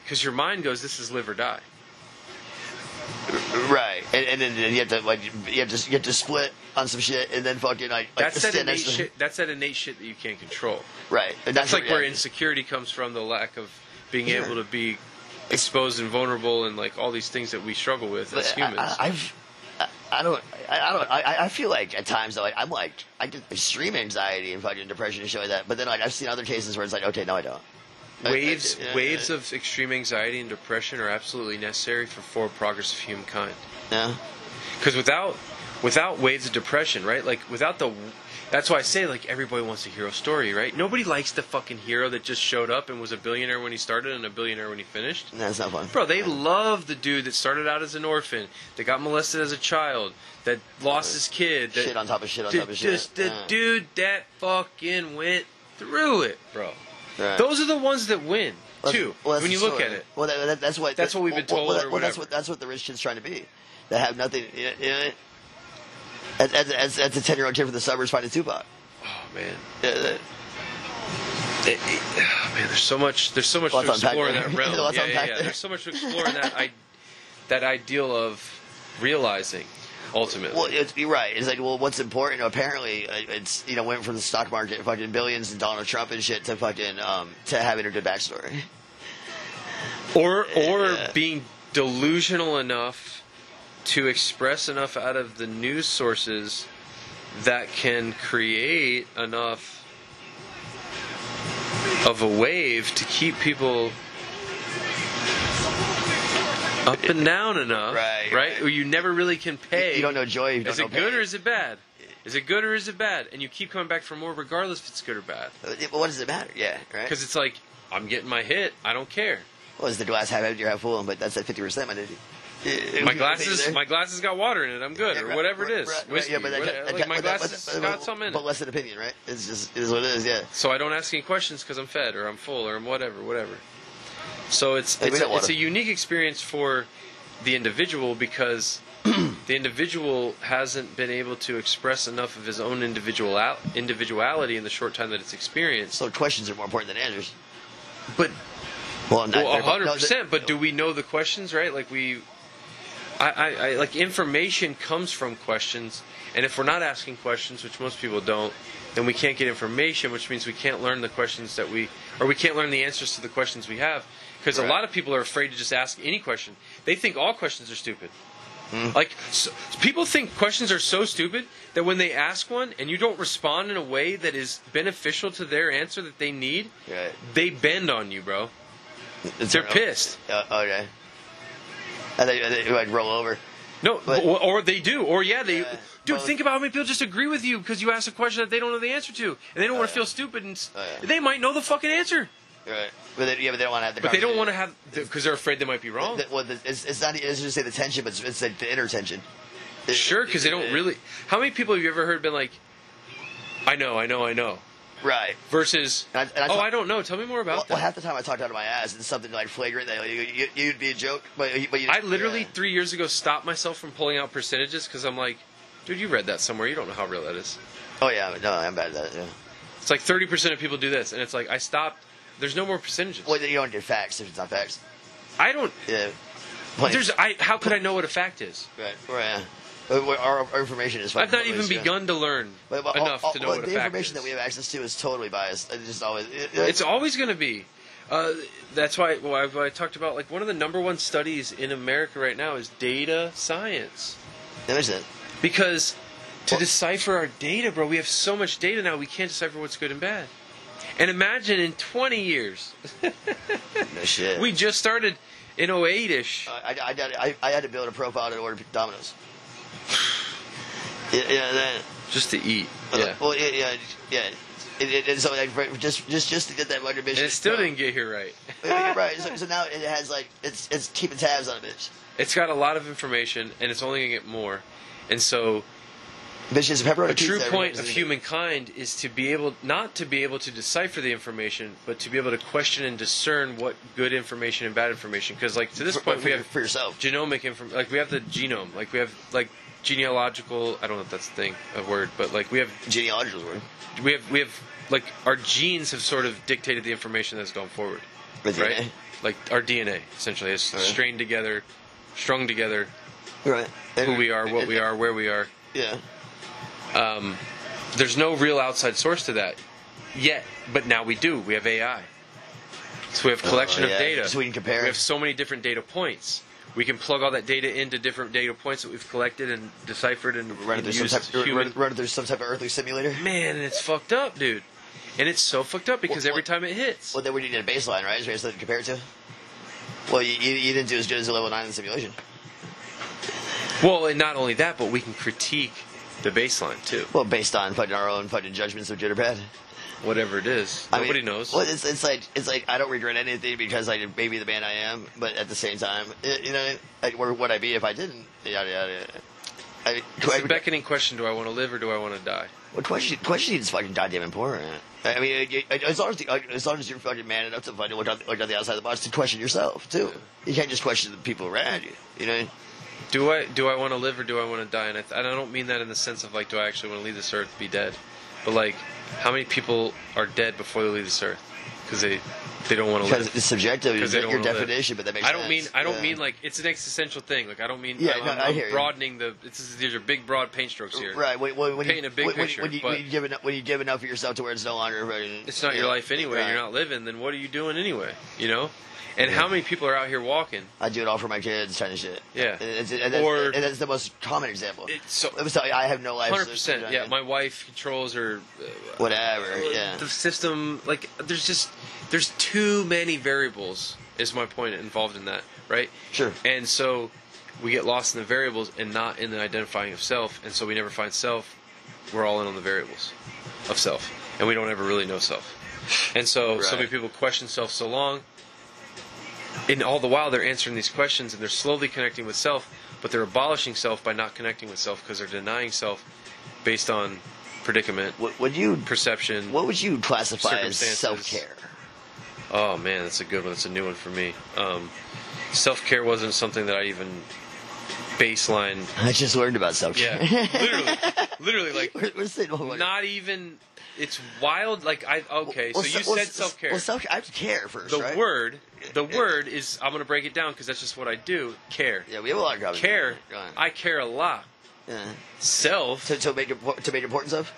[SPEAKER 4] because your mind goes. This is live or die.
[SPEAKER 2] Uh, Right, and, and then then you have to like you have to you have to split on some shit, and then fucking like, like
[SPEAKER 4] That's that
[SPEAKER 2] stand
[SPEAKER 4] innate
[SPEAKER 2] next to-
[SPEAKER 4] shit. That's that innate shit that you can't control.
[SPEAKER 2] Right, and
[SPEAKER 4] That's like
[SPEAKER 2] what-
[SPEAKER 4] where
[SPEAKER 2] yeah.
[SPEAKER 4] insecurity comes from. The lack of being
[SPEAKER 2] Sure.
[SPEAKER 4] able to be exposed and vulnerable, and like all these things that we struggle with
[SPEAKER 2] But uh,
[SPEAKER 4] as humans.
[SPEAKER 2] I, I, I've I, I don't I, I don't I, I feel like at times though like, I'm like I get extreme anxiety and fucking depression and shit like that, but then like I've seen other cases where it's like okay no I don't. I- I-
[SPEAKER 4] waves
[SPEAKER 2] yeah,
[SPEAKER 4] waves of extreme anxiety and depression are absolutely necessary for forward progress of humankind
[SPEAKER 2] yeah
[SPEAKER 4] because without without waves of depression right like without the that's why i say like everybody wants a hero story right nobody likes the fucking hero that just showed up and was a billionaire when he started and a billionaire when he finished
[SPEAKER 2] that's not fun.
[SPEAKER 4] Bro, they love the dude that started out as an orphan, that got molested as a child, that lost his kid. That
[SPEAKER 2] Shit on top of shit on
[SPEAKER 4] the-
[SPEAKER 2] top of shit.
[SPEAKER 4] Just the
[SPEAKER 2] Yeah.
[SPEAKER 4] dude that fucking went through it, bro.
[SPEAKER 2] Right.
[SPEAKER 4] Those are the ones that win,
[SPEAKER 2] Well,
[SPEAKER 4] too,
[SPEAKER 2] well, that's
[SPEAKER 4] when
[SPEAKER 2] the
[SPEAKER 4] you look
[SPEAKER 2] story.
[SPEAKER 4] at it.
[SPEAKER 2] Well, that, that, that's what
[SPEAKER 4] That's what we've been
[SPEAKER 2] well,
[SPEAKER 4] told
[SPEAKER 2] Well,
[SPEAKER 4] or
[SPEAKER 2] that- well, that's
[SPEAKER 4] whatever.
[SPEAKER 2] what that's what the rich kid's trying to be. They have nothing. You know, you know, as, as, as, as a ten year old kid from the suburbs finding Tupac.
[SPEAKER 4] Oh, man.
[SPEAKER 2] Yeah, that-
[SPEAKER 4] It- it- oh, man, there's so much. There's so much
[SPEAKER 2] Lots
[SPEAKER 4] to
[SPEAKER 2] to unpack
[SPEAKER 4] explore in
[SPEAKER 2] there.
[SPEAKER 4] that realm.
[SPEAKER 2] Lots to
[SPEAKER 4] yeah, yeah,
[SPEAKER 2] unpack
[SPEAKER 4] yeah.
[SPEAKER 2] there.
[SPEAKER 4] There's so much to explore in that. I, that ideal of realizing, ultimately.
[SPEAKER 2] Well, it's, you're right. It's like, well, what's important? Apparently, uh, it's you know went from the stock market, fucking billions, and Donald Trump and shit to fucking um to having a good backstory.
[SPEAKER 4] or or being delusional enough to express enough out of the news sources that can create enough of a wave to keep people up and down enough
[SPEAKER 2] Right, right.
[SPEAKER 4] right where you never really can pay
[SPEAKER 2] you don't know joy. You don't
[SPEAKER 4] is
[SPEAKER 2] know
[SPEAKER 4] it good
[SPEAKER 2] pain.
[SPEAKER 4] or is it bad is it good or is it bad and you keep coming back for more regardless if it's good or bad
[SPEAKER 2] Uh, What does it matter? Yeah, right.
[SPEAKER 4] because it's like i'm getting my hit i don't care
[SPEAKER 2] Well, is the glass half empty or half full? But that's at fifty percent. My dude.
[SPEAKER 4] my glasses, my glasses got water in it. I'm good,
[SPEAKER 2] Yeah,
[SPEAKER 4] or
[SPEAKER 2] right,
[SPEAKER 4] whatever it
[SPEAKER 2] right,
[SPEAKER 4] is.
[SPEAKER 2] right, right,
[SPEAKER 4] Whiskey,
[SPEAKER 2] yeah, but that-
[SPEAKER 4] whatever,
[SPEAKER 2] that-
[SPEAKER 4] like my
[SPEAKER 2] but that-
[SPEAKER 4] glasses
[SPEAKER 2] but-
[SPEAKER 4] got something in
[SPEAKER 2] But
[SPEAKER 4] it.
[SPEAKER 2] less than opinion, right? It's just it is what it is. Yeah.
[SPEAKER 4] So I don't ask any questions because I'm fed, or I'm full, or I'm whatever, whatever. So it's
[SPEAKER 2] Hey, we
[SPEAKER 4] it's,
[SPEAKER 2] got
[SPEAKER 4] a, it's
[SPEAKER 2] water.
[SPEAKER 4] a unique experience for the individual because the individual hasn't been able to express enough of his own individual individuality in the short time that it's experienced.
[SPEAKER 2] So questions are more important than answers.
[SPEAKER 4] But
[SPEAKER 2] well, not
[SPEAKER 4] well,
[SPEAKER 2] very much. No,
[SPEAKER 4] hundred percent.
[SPEAKER 2] the-
[SPEAKER 4] But do we know the questions right? Like we, I, I, I, like information comes from questions, and if we're not asking questions, which most people don't, then we can't get information, which means we can't learn the questions that we, or we can't learn the answers to the questions we have, because a
[SPEAKER 2] Right.
[SPEAKER 4] lot of people are afraid to just ask any question. They think all questions are stupid.
[SPEAKER 2] Mm-hmm.
[SPEAKER 4] Like so, people think questions are so stupid that when they ask one and you don't respond in a way that is beneficial to their answer that they need,
[SPEAKER 2] Right.
[SPEAKER 4] they bend on you, bro.
[SPEAKER 2] It's
[SPEAKER 4] They're
[SPEAKER 2] all right.
[SPEAKER 4] pissed.
[SPEAKER 2] Uh, okay. I think I think I'd roll over.
[SPEAKER 4] No,
[SPEAKER 2] But-
[SPEAKER 4] or, or they do, or yeah, they.
[SPEAKER 2] Yeah,
[SPEAKER 4] dude,
[SPEAKER 2] both.
[SPEAKER 4] think about how many people just agree with you because you asked a question that they don't know the answer to, and they don't want to feel stupid, and s
[SPEAKER 2] Oh, yeah.
[SPEAKER 4] they might know the fucking answer,
[SPEAKER 2] Right. But they, yeah, but they don't want to have the.
[SPEAKER 4] but they don't
[SPEAKER 2] conversation.
[SPEAKER 4] want to have because they're afraid they might be wrong.
[SPEAKER 2] That- well, the- it's, it's not. It's just say the tension, but it's, it's like the inner tension. It-
[SPEAKER 4] Sure, because they don't really. How many people have you ever heard been like, "I know, I know, I know,"
[SPEAKER 2] Right.
[SPEAKER 4] versus,
[SPEAKER 2] And I- and I
[SPEAKER 4] "Oh,
[SPEAKER 2] talk-
[SPEAKER 4] I don't know. Tell me more
[SPEAKER 2] Well,
[SPEAKER 4] about
[SPEAKER 2] well,
[SPEAKER 4] that."
[SPEAKER 2] half the time I talked out of my ass, and something like flagrant that like, you, you, you'd be a joke, but, you- but you,
[SPEAKER 4] I literally
[SPEAKER 2] yeah.
[SPEAKER 4] three years ago stopped myself from pulling out percentages because I'm like, "Dude, you read that somewhere. You don't know how real that is."
[SPEAKER 2] Oh yeah, no, I'm bad at that. Yeah.
[SPEAKER 4] It's like 30% of people do this, and it's like I stopped. There's no more percentages.
[SPEAKER 2] Well, you don't do facts if it's not facts.
[SPEAKER 4] I don't.
[SPEAKER 2] Yeah. Plain-
[SPEAKER 4] There's. I. How could I know what a fact is?
[SPEAKER 2] Right. Right. yeah. Uh, Our, our information is.
[SPEAKER 4] I've not
[SPEAKER 2] fucking
[SPEAKER 4] even
[SPEAKER 2] loose, yeah.
[SPEAKER 4] begun to learn
[SPEAKER 2] But- but all-
[SPEAKER 4] enough
[SPEAKER 2] all-
[SPEAKER 4] to know
[SPEAKER 2] uh, well,
[SPEAKER 4] what
[SPEAKER 2] the
[SPEAKER 4] a fact
[SPEAKER 2] information
[SPEAKER 4] is.
[SPEAKER 2] that we have access to is totally biased. It's just always. It,
[SPEAKER 4] it's always going to be. Uh, that's why well, I've, I talked about like one of the number one studies in America right now is data science
[SPEAKER 2] There isn't.
[SPEAKER 4] because to
[SPEAKER 2] Well-
[SPEAKER 4] decipher our data, bro, we have so much data now we can't decipher what's good and bad. And imagine in 20 years,
[SPEAKER 2] No shit.
[SPEAKER 4] we just started in 08 ish.
[SPEAKER 2] I, I, I, did- I, I had to build a profile to order Domino's. yeah, yeah, that, uh,
[SPEAKER 4] Just to eat. Yeah.
[SPEAKER 2] Well, yeah, yeah, yeah. It, it, it's something like for- just, just, just to get that one bitch.
[SPEAKER 4] And it still didn't get here right.
[SPEAKER 2] Yeah, right. So, so now it has like it's it's keeping tabs on a bitch.
[SPEAKER 4] It's got a lot of information and it's only going to get more. And so
[SPEAKER 2] Bitch is a pepperoni
[SPEAKER 4] a true
[SPEAKER 2] pizza, every
[SPEAKER 4] point
[SPEAKER 2] bitch
[SPEAKER 4] of
[SPEAKER 2] is-
[SPEAKER 4] humankind is to be able not to be able to decipher the information but to be able to question and discern what good information and bad information because like to this
[SPEAKER 2] For-
[SPEAKER 4] point
[SPEAKER 2] for-
[SPEAKER 4] we have
[SPEAKER 2] for yourself.
[SPEAKER 4] genomic information like we have the genome like we have like genealogical i don't know if that's a thing a word but like we have
[SPEAKER 2] Genealogical word.
[SPEAKER 4] we have we have like our genes have sort of dictated the information that's gone forward
[SPEAKER 2] The DNA.
[SPEAKER 4] right like our dna essentially is
[SPEAKER 2] Right.
[SPEAKER 4] strained together strung together
[SPEAKER 2] Right.
[SPEAKER 4] who we are what we are where we are
[SPEAKER 2] Yeah.
[SPEAKER 4] um, there's no real outside source to that yet, but now we do. We have AI. So we have collection
[SPEAKER 2] Oh, yeah.
[SPEAKER 4] of data.
[SPEAKER 2] So we can compare.
[SPEAKER 4] We have so many different data points. We can plug all that data into different data points that we've collected and deciphered and
[SPEAKER 2] Run it through some
[SPEAKER 4] used
[SPEAKER 2] type.
[SPEAKER 4] human.
[SPEAKER 2] Run, run it through some type of earthly simulator.
[SPEAKER 4] Man, and it's fucked up, dude. And it's so fucked up because
[SPEAKER 2] Well,
[SPEAKER 4] every
[SPEAKER 2] well-
[SPEAKER 4] time it hits,
[SPEAKER 2] Well, then we need a baseline, right? Is there something to compare it to? Well, you, you, you didn't do as good as a level nine in the simulation.
[SPEAKER 4] well, and not only that, but we can critique the baseline too,
[SPEAKER 2] Well, based on fucking our own fucking judgments of jitterbug.
[SPEAKER 4] whatever it is.
[SPEAKER 2] I mean,
[SPEAKER 4] Nobody knows.
[SPEAKER 2] Well, it's, it's like it's like I don't regret anything because I did maybe the man I am, but at the same time, it, you know, I, where would I be if I didn't? Yada yada. yada. I,
[SPEAKER 4] It's
[SPEAKER 2] I,
[SPEAKER 4] the beckoning question: Do I want to live or do I want to die?
[SPEAKER 2] well, question question is fucking goddamn important. I mean, it- it- as long as, the, uh, as long as you're fucking man enough to fucking look on, look on the outside of the box to question yourself too. You can't just question the people around you. You know.
[SPEAKER 4] do I do I want to live or do I want to die? And I, and I don't mean that in the sense of like, do I actually want to leave this earth, be dead? But like, how many people are dead before they leave this earth because they they don't want to
[SPEAKER 2] Because
[SPEAKER 4] live?
[SPEAKER 2] it's subjective, your,
[SPEAKER 4] Because they don't
[SPEAKER 2] your
[SPEAKER 4] wanna live.
[SPEAKER 2] definition, but that makes
[SPEAKER 4] I don't mean
[SPEAKER 2] sense.
[SPEAKER 4] I don't
[SPEAKER 2] Yeah.
[SPEAKER 4] mean like it's an existential thing. Like I don't mean
[SPEAKER 2] Yeah,
[SPEAKER 4] I'm,
[SPEAKER 2] no,
[SPEAKER 4] I'm-
[SPEAKER 2] I
[SPEAKER 4] I'm
[SPEAKER 2] hear you.
[SPEAKER 4] broadening the. It's, these are big broad paint strokes here.
[SPEAKER 2] Right. When, when, when
[SPEAKER 4] Paint
[SPEAKER 2] you,
[SPEAKER 4] a big
[SPEAKER 2] when, when-
[SPEAKER 4] picture,
[SPEAKER 2] When you,
[SPEAKER 4] but-
[SPEAKER 2] when, you give enough, when you give enough of yourself to where it's no longer. fucking-
[SPEAKER 4] It's not your
[SPEAKER 2] yeah,
[SPEAKER 4] life anyway.
[SPEAKER 2] right.
[SPEAKER 4] You're not living. Then what are you doing anyway? You know? And how many people are out here walking?
[SPEAKER 2] I do it all for my kids, kind of shit.
[SPEAKER 4] Yeah.
[SPEAKER 2] And, it's- and that's,
[SPEAKER 4] Or-
[SPEAKER 2] and that's the most common example.
[SPEAKER 4] It's so-
[SPEAKER 2] Let me tell you, I have no life. so-
[SPEAKER 4] Hundred percent.
[SPEAKER 2] you know
[SPEAKER 4] Yeah,
[SPEAKER 2] what
[SPEAKER 4] my wife controls her. uh,
[SPEAKER 2] I mean? Whatever. Yeah.
[SPEAKER 4] the system like there's just there's too many variables is my point involved in that right
[SPEAKER 2] Sure.
[SPEAKER 4] and so we get lost in the variables and not in the identifying of self and so we never find self we're all in on the variables of self and we don't ever really know self and so so
[SPEAKER 2] Right.
[SPEAKER 4] many people question self so long and all the while they're answering these questions and they're slowly connecting with self but they're abolishing self by not connecting with self because they're denying self based on predicament
[SPEAKER 2] What would you?
[SPEAKER 4] perception
[SPEAKER 2] What would you classify as
[SPEAKER 4] Circumstances.
[SPEAKER 2] self care?
[SPEAKER 4] Oh man, that's a good one. That's a new one for me. Um, Self care wasn't something that I even baseline.
[SPEAKER 2] I just learned about something.
[SPEAKER 4] Yeah, literally, literally, like not even. It's wild. Like I okay,
[SPEAKER 2] Well,
[SPEAKER 4] so you
[SPEAKER 2] well,
[SPEAKER 4] said self care.
[SPEAKER 2] Well, self I care first.
[SPEAKER 4] the
[SPEAKER 2] right?
[SPEAKER 4] word, the word is. I'm gonna break it down because that's just what I do. Care. Yeah,
[SPEAKER 2] we have a lot of common-
[SPEAKER 4] care.
[SPEAKER 2] Go on.
[SPEAKER 4] I care a lot.
[SPEAKER 2] Yeah.
[SPEAKER 4] Self.
[SPEAKER 2] To, to make impor- to make importance of.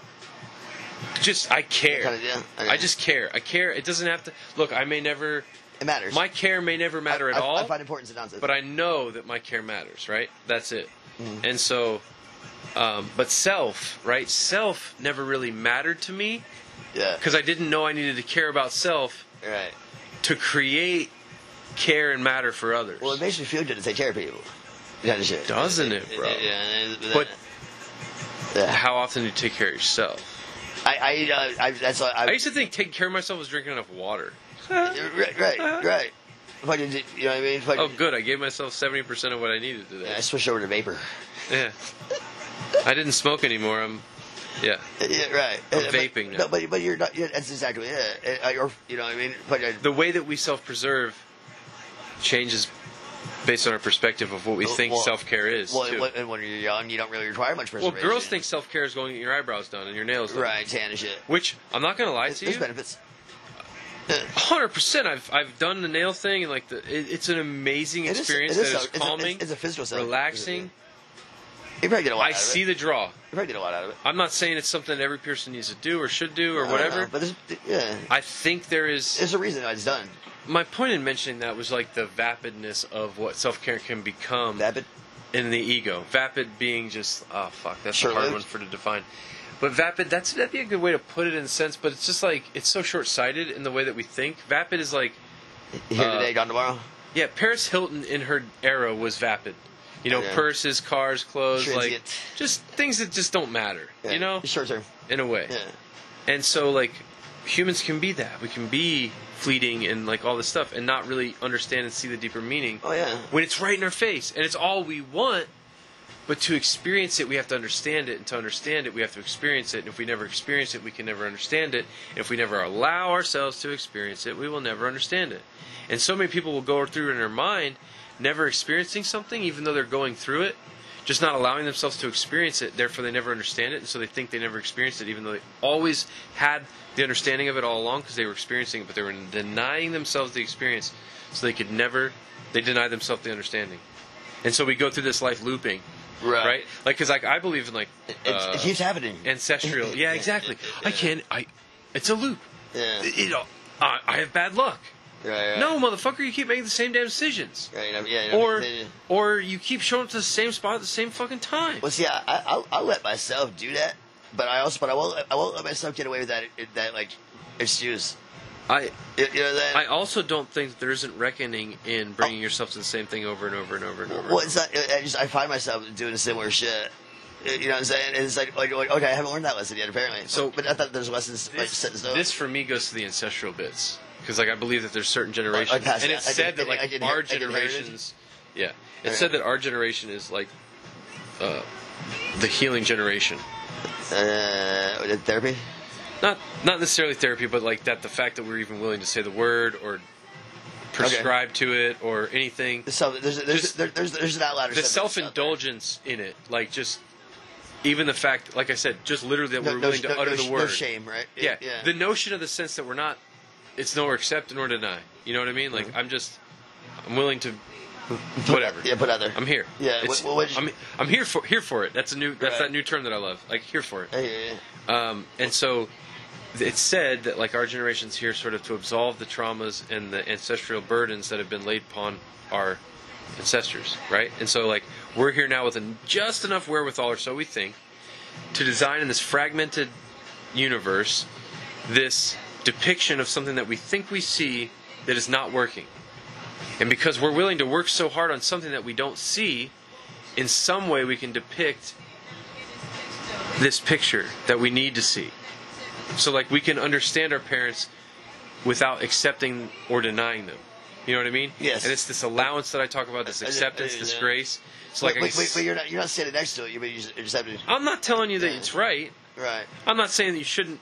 [SPEAKER 4] Just I care.
[SPEAKER 2] Kinda, yeah, I
[SPEAKER 4] I,
[SPEAKER 2] mean-
[SPEAKER 4] just care. I care. It doesn't have to look. I may never.
[SPEAKER 2] It matters.
[SPEAKER 4] My care may never matter
[SPEAKER 2] I,
[SPEAKER 4] at all.
[SPEAKER 2] I find importance in nonsense.
[SPEAKER 4] but I know that my care matters, right? That's it.
[SPEAKER 2] Mm-hmm.
[SPEAKER 4] And so, um, but self, right? Self never really mattered to me.
[SPEAKER 2] Yeah.
[SPEAKER 4] Because I didn't know I needed to care about self.
[SPEAKER 2] Right.
[SPEAKER 4] To create care and matter for others.
[SPEAKER 2] well, it makes me feel good to take care of people.
[SPEAKER 4] That shit. Doesn't it, bro?
[SPEAKER 2] Yeah.
[SPEAKER 4] But how often do you take care of yourself?
[SPEAKER 2] I I, uh, I that's what I,
[SPEAKER 4] I used to think taking care of myself was drinking enough water.
[SPEAKER 2] right right right. Fucking, you know what I mean? Fucking,
[SPEAKER 4] Oh, good. I gave myself 70% of what I needed today.
[SPEAKER 2] I switched over to vapor.
[SPEAKER 4] Yeah. I didn't smoke anymore. I'm, yeah.
[SPEAKER 2] Yeah, right.
[SPEAKER 4] I'm
[SPEAKER 2] Uh, but-
[SPEAKER 4] Oh, vaping now.
[SPEAKER 2] No, but, but you're not. Yeah, that's exactly it. Uh, Or you know, what I mean, but uh,
[SPEAKER 4] the way that we self-preserve changes based on our perspective of what we think
[SPEAKER 2] well-
[SPEAKER 4] self-care is.
[SPEAKER 2] Well,
[SPEAKER 4] too.
[SPEAKER 2] when- and when you're young, you don't really require much
[SPEAKER 4] Well,
[SPEAKER 2] preservation.
[SPEAKER 4] girls think self-care is going to get your eyebrows done and your nails done.
[SPEAKER 2] Right, tan and shit.
[SPEAKER 4] Which I'm not gonna lie to
[SPEAKER 2] There's
[SPEAKER 4] you.
[SPEAKER 2] benefits.
[SPEAKER 4] Hundred percent. I've I've done the nail thing and like the, it, it's an amazing
[SPEAKER 2] It is-
[SPEAKER 4] experience
[SPEAKER 2] it is
[SPEAKER 4] that is
[SPEAKER 2] self- it's a- it's-
[SPEAKER 4] calming.
[SPEAKER 2] it's a physical self-
[SPEAKER 4] relaxing.
[SPEAKER 2] You probably get a lot
[SPEAKER 4] I
[SPEAKER 2] out of
[SPEAKER 4] see
[SPEAKER 2] it.
[SPEAKER 4] the draw. You
[SPEAKER 2] probably get a lot out of it.
[SPEAKER 4] I'm not saying it's something that every person needs to do or should
[SPEAKER 2] I
[SPEAKER 4] do or
[SPEAKER 2] don't
[SPEAKER 4] whatever.
[SPEAKER 2] know, but there's, yeah,
[SPEAKER 4] I think there is.
[SPEAKER 2] there's a reason why it's done.
[SPEAKER 4] My point in mentioning that was like the vapidness of what self care can become.
[SPEAKER 2] Vapid.
[SPEAKER 4] In the ego, vapid being just oh fuck, that's a hard
[SPEAKER 2] Short-lived?
[SPEAKER 4] one for to define. But vapid, that's that'd be a good way to put it in a sense. But it's just like it's so short sighted in the way that we think. Vapid is like
[SPEAKER 2] Here
[SPEAKER 4] uh,
[SPEAKER 2] today, gone tomorrow.
[SPEAKER 4] Yeah, Paris Hilton in her era was vapid. You know,
[SPEAKER 2] Yeah.
[SPEAKER 4] purses, cars, clothes, like
[SPEAKER 2] Transient.
[SPEAKER 4] just things that just don't matter.
[SPEAKER 2] Yeah,
[SPEAKER 4] You know,
[SPEAKER 2] short term.
[SPEAKER 4] in a way.
[SPEAKER 2] Yeah.
[SPEAKER 4] And so like humans can be that. We can be fleeting and like all this stuff and not really understand and see the deeper meaning.
[SPEAKER 2] Oh yeah.
[SPEAKER 4] When it's right in our face and it's all we want, but to experience it we have to understand it and to understand it we have to experience it and if we never experience it we can never understand it. And if we never allow ourselves to experience it, we will never understand it. And so many people will go through in their mind never experiencing something even though they're going through it just not allowing themselves to experience it. Therefore, they never understand it, and so they think they never experienced it, even though they always had the understanding of it all along because they were experiencing it, but they were denying themselves the experience, so they could never. They deny themselves the understanding, and so we go through this life looping.
[SPEAKER 2] Right.
[SPEAKER 4] right, like because like I believe in like
[SPEAKER 2] It's,
[SPEAKER 4] uh,
[SPEAKER 2] it keeps happening.
[SPEAKER 4] ancestral. Yeah, exactly. I can. I. It's a loop.
[SPEAKER 2] Yeah.
[SPEAKER 4] You know, I, I have bad luck.
[SPEAKER 2] Right, right.
[SPEAKER 4] No, motherfucker, you keep making the same damn decisions.
[SPEAKER 2] Right, you know, yeah, you know,
[SPEAKER 4] Or,
[SPEAKER 2] they-
[SPEAKER 4] or you keep showing up to the same spot at the same fucking time.
[SPEAKER 2] Well, see, I, I I let myself do that, but I also but I won't I won't let myself get away with that that like excuse.
[SPEAKER 4] I
[SPEAKER 2] you, you know that.
[SPEAKER 4] I also don't think that there isn't reckoning in bringing yourself to the same thing over and over and over and over.
[SPEAKER 2] Well, it's not. I just I find myself doing similar shit. You know what I'm saying? And it's like, like, like, okay, I haven't learned that lesson yet, apparently. So, but I thought there's lessons like set in stone.
[SPEAKER 4] this for me goes to the ancestral bits because, like, I believe that there's certain generations,
[SPEAKER 2] Like, past
[SPEAKER 4] and
[SPEAKER 2] that.
[SPEAKER 4] it's
[SPEAKER 2] I
[SPEAKER 4] said
[SPEAKER 2] can-
[SPEAKER 4] that
[SPEAKER 2] I
[SPEAKER 4] like
[SPEAKER 2] can- I
[SPEAKER 4] our
[SPEAKER 2] can hear it.
[SPEAKER 4] generations, yeah, it's said that our generation is like uh, the healing generation.
[SPEAKER 2] Uh, therapy.
[SPEAKER 4] Not not necessarily therapy, but like that the fact that we're even willing to say the word or prescribe to it or anything.
[SPEAKER 2] So there's there's there's there's, there's an outlier.
[SPEAKER 4] the self indulgence in it, like just even the fact, like I said, just literally that
[SPEAKER 2] No,
[SPEAKER 4] we're
[SPEAKER 2] no,
[SPEAKER 4] willing to
[SPEAKER 2] no,
[SPEAKER 4] utter
[SPEAKER 2] no,
[SPEAKER 4] the
[SPEAKER 2] no
[SPEAKER 4] word.
[SPEAKER 2] shame, right?
[SPEAKER 4] Yeah.
[SPEAKER 2] Yeah.
[SPEAKER 4] The notion of the sense that we're not, it's nor accept nor deny. You know what I mean? Like I'm just, I'm willing to, whatever.
[SPEAKER 2] Mm-hmm. Yeah, but other.
[SPEAKER 4] I'm here.
[SPEAKER 2] Yeah, what-
[SPEAKER 4] It's-
[SPEAKER 2] what- what did you-
[SPEAKER 4] I'm, I'm here for here for it. That's a new that's
[SPEAKER 2] Right.
[SPEAKER 4] that new term that I love. Like here for it.
[SPEAKER 2] Yeah, yeah,
[SPEAKER 4] Um, and so it's said that like our generation's here sort of to absolve the traumas and the ancestral burdens that have been laid upon our ancestors, right? And so like we're here now with an, just enough wherewithal, or so we think, to design in this fragmented universe this depiction of something that we think we see that is not working. And because we're willing to work so hard on something that we don't see, in some way we can depict this picture that we need to see. So like we can understand our parents without accepting or denying them. You know what I mean?
[SPEAKER 2] Yes.
[SPEAKER 4] And it's this allowance that I talk about, this
[SPEAKER 2] I- I-
[SPEAKER 4] acceptance,
[SPEAKER 2] I-
[SPEAKER 4] this
[SPEAKER 2] yeah.
[SPEAKER 4] grace. So
[SPEAKER 2] wait,
[SPEAKER 4] like I
[SPEAKER 2] wait,
[SPEAKER 4] can
[SPEAKER 2] wait,
[SPEAKER 4] s-
[SPEAKER 2] wait, you're not you're not standing next to it. You're just, you're just having
[SPEAKER 4] I'm not telling you that it's right.
[SPEAKER 2] right.
[SPEAKER 4] I'm not saying that you shouldn't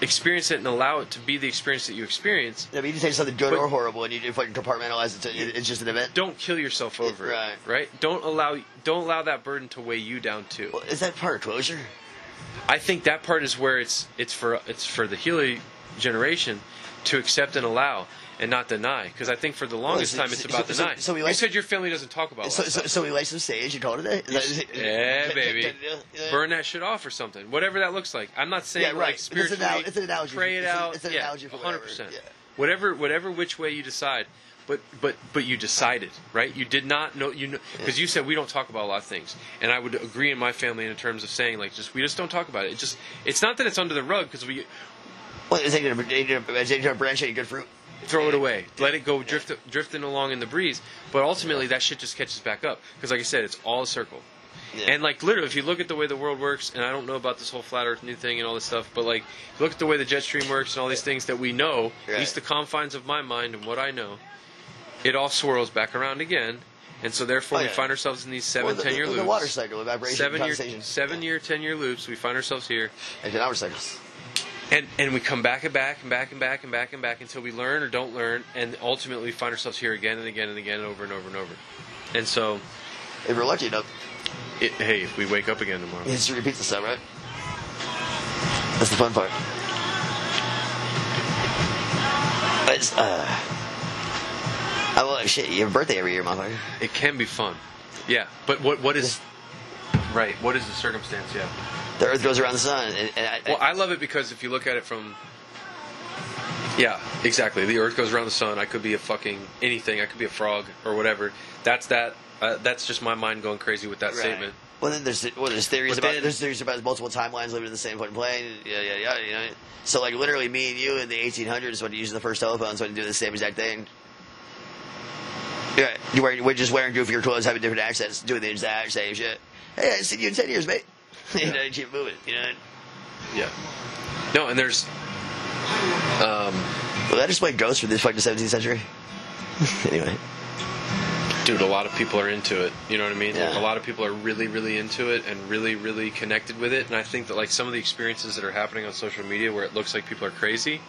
[SPEAKER 4] experience it and allow it to be the experience that you experience.
[SPEAKER 2] I mean, you can say something good
[SPEAKER 4] But-
[SPEAKER 2] or horrible, and you fucking compartmentalize it. To, it- it's just an event.
[SPEAKER 4] Don't kill yourself over it.
[SPEAKER 2] Right.
[SPEAKER 4] Right. Don't allow don't allow that burden to weigh you down too.
[SPEAKER 2] Is that part of closure?
[SPEAKER 4] I think that part is where it's it's for it's for the Healy generation to accept and allow and not deny. Because I think for the longest
[SPEAKER 2] so-
[SPEAKER 4] time it's
[SPEAKER 2] so-
[SPEAKER 4] about
[SPEAKER 2] so-
[SPEAKER 4] deny.
[SPEAKER 2] so we
[SPEAKER 4] you
[SPEAKER 2] like-
[SPEAKER 4] said your family doesn't talk about.
[SPEAKER 2] So,
[SPEAKER 4] lifestyle.
[SPEAKER 2] so, so we lay some sage. You call it a day. Is that-
[SPEAKER 4] yeah, baby,
[SPEAKER 2] Yeah.
[SPEAKER 4] burn that shit off or something. Whatever that looks like. I'm not saying
[SPEAKER 2] Yeah, right.
[SPEAKER 4] like
[SPEAKER 2] It's an anal-
[SPEAKER 4] spiritually.
[SPEAKER 2] it's an analogy.
[SPEAKER 4] Pray it
[SPEAKER 2] It's an-
[SPEAKER 4] out.
[SPEAKER 2] it's an
[SPEAKER 4] yeah,
[SPEAKER 2] analogy for whatever.
[SPEAKER 4] 100%.
[SPEAKER 2] Yeah.
[SPEAKER 4] Whatever, whatever, which way you decide. But but but you decided, right? You did not know you because you said we don't talk about a lot of things, and I would agree in my family in terms of saying like just we just don't talk about it. It just it's not that it's under the rug because we
[SPEAKER 2] Well, is it going to branch any good fruit?
[SPEAKER 4] throw it away, let it go drift, drifting along in the breeze. But ultimately, that shit just catches back up because, like I said, it's all a circle.
[SPEAKER 2] Yeah.
[SPEAKER 4] And like literally, if you look at the way the world works, and I don't know about this whole flat Earth new thing and all this stuff, but like if you look at the way the jet stream works and all these things that we know,
[SPEAKER 2] Right.
[SPEAKER 4] at least the confines of my mind and what I know, it all swirls back around again. And so therefore,
[SPEAKER 2] Oh,
[SPEAKER 4] we
[SPEAKER 2] yeah.
[SPEAKER 4] find ourselves in these seven,
[SPEAKER 2] Well, the-
[SPEAKER 4] ten year
[SPEAKER 2] the-
[SPEAKER 4] loops.
[SPEAKER 2] The water cycle, the vibration,
[SPEAKER 4] seven year,
[SPEAKER 2] condensation.
[SPEAKER 4] seven year, ten year loops. We find ourselves here.
[SPEAKER 2] And then hour cycles.
[SPEAKER 4] And and we come back and back and back and back and back and back until we learn or don't learn, and ultimately find ourselves here again and again and again, over and over and over. And so,
[SPEAKER 2] If we're lucky enough,
[SPEAKER 4] it, hey, if we wake up again tomorrow,
[SPEAKER 2] history repeats itself, right? That's the fun part. It's, uh, I well, shit, you have a birthday every year, motherfucker.
[SPEAKER 4] it can be fun. Yeah, but what what is right? What is the circumstance? Yeah.
[SPEAKER 2] The Earth goes around the sun, and, and I,
[SPEAKER 4] Well, I love it because if you look at it from yeah, exactly. The Earth goes around the sun. I could be a fucking anything. I could be a frog or whatever. That's that. Uh, that's just my mind going crazy with that
[SPEAKER 2] Right.
[SPEAKER 4] statement.
[SPEAKER 2] Well, then there's well, there's theories
[SPEAKER 4] But
[SPEAKER 2] about
[SPEAKER 4] then-
[SPEAKER 2] there's theories about multiple timelines living in the same fucking plane. Yeah, yeah, yeah. You know, so like literally, me and you in the 1800s when you used the first telephones when you do the same exact thing. Yeah, you wearing we're just wearing goofier clothes, having different accents, doing the exact same shit. Hey, I see you in ten years, mate. you know, you keep moving. You know,
[SPEAKER 4] Yeah. No, and there's
[SPEAKER 2] well, that explained ghosts for this fucking 17th century. anyway,
[SPEAKER 4] dude a lot of people are into it you know what i mean
[SPEAKER 2] Yeah.
[SPEAKER 4] like a lot of people are really really into it and really really connected with it and i think that like some of the experiences that are happening on social media where it looks like people are crazy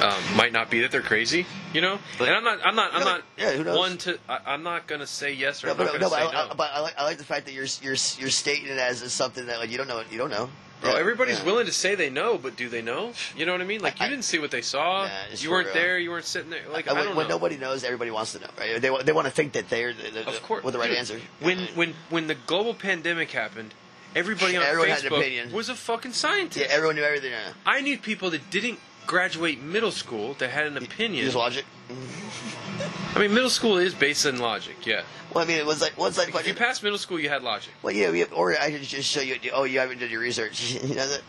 [SPEAKER 4] um, might not be that they're crazy you know
[SPEAKER 2] But-
[SPEAKER 4] and i'm not i'm not i'm
[SPEAKER 2] No,
[SPEAKER 4] not
[SPEAKER 2] yeah, who knows?
[SPEAKER 4] one to I, i'm not gonna say yes or
[SPEAKER 2] no,
[SPEAKER 4] i'm not
[SPEAKER 2] but,
[SPEAKER 4] gonna
[SPEAKER 2] no, but,
[SPEAKER 4] say
[SPEAKER 2] I,
[SPEAKER 4] no
[SPEAKER 2] I, but I like I like the fact that you're you're you're stating it as, as something that like you don't know you don't know.
[SPEAKER 4] Bro,
[SPEAKER 2] Yeah,
[SPEAKER 4] everybody's
[SPEAKER 2] yeah.
[SPEAKER 4] willing to say they know, but do they know? You know what I mean? Like you
[SPEAKER 2] I-
[SPEAKER 4] didn't see what they saw.
[SPEAKER 2] Nah, it's
[SPEAKER 4] you
[SPEAKER 2] for
[SPEAKER 4] weren't
[SPEAKER 2] real.
[SPEAKER 4] there. You weren't sitting there. Like
[SPEAKER 2] And
[SPEAKER 4] I
[SPEAKER 2] when,
[SPEAKER 4] don't
[SPEAKER 2] when
[SPEAKER 4] know.
[SPEAKER 2] nobody knows, everybody wants to know, right? They, wa- they want to think that they're the, the,
[SPEAKER 4] Of course,
[SPEAKER 2] with the right
[SPEAKER 4] Dude,
[SPEAKER 2] answer.
[SPEAKER 4] When when when the global pandemic happened, everybody on
[SPEAKER 2] Everyone had an
[SPEAKER 4] Facebook
[SPEAKER 2] opinion.
[SPEAKER 4] was a fucking scientist.
[SPEAKER 2] yeah, everyone knew everything. Yeah.
[SPEAKER 4] I knew people that didn't graduate middle school that had an
[SPEAKER 2] You
[SPEAKER 4] opinion.
[SPEAKER 2] just logic.
[SPEAKER 4] I mean, middle school is based on logic. Yeah,
[SPEAKER 2] Well, I mean, it was like what's like
[SPEAKER 4] if you
[SPEAKER 2] fucking.
[SPEAKER 4] passed middle school, you had logic.
[SPEAKER 2] well, yeah, we or I could just show you. Oh, you haven't done your research. you know that.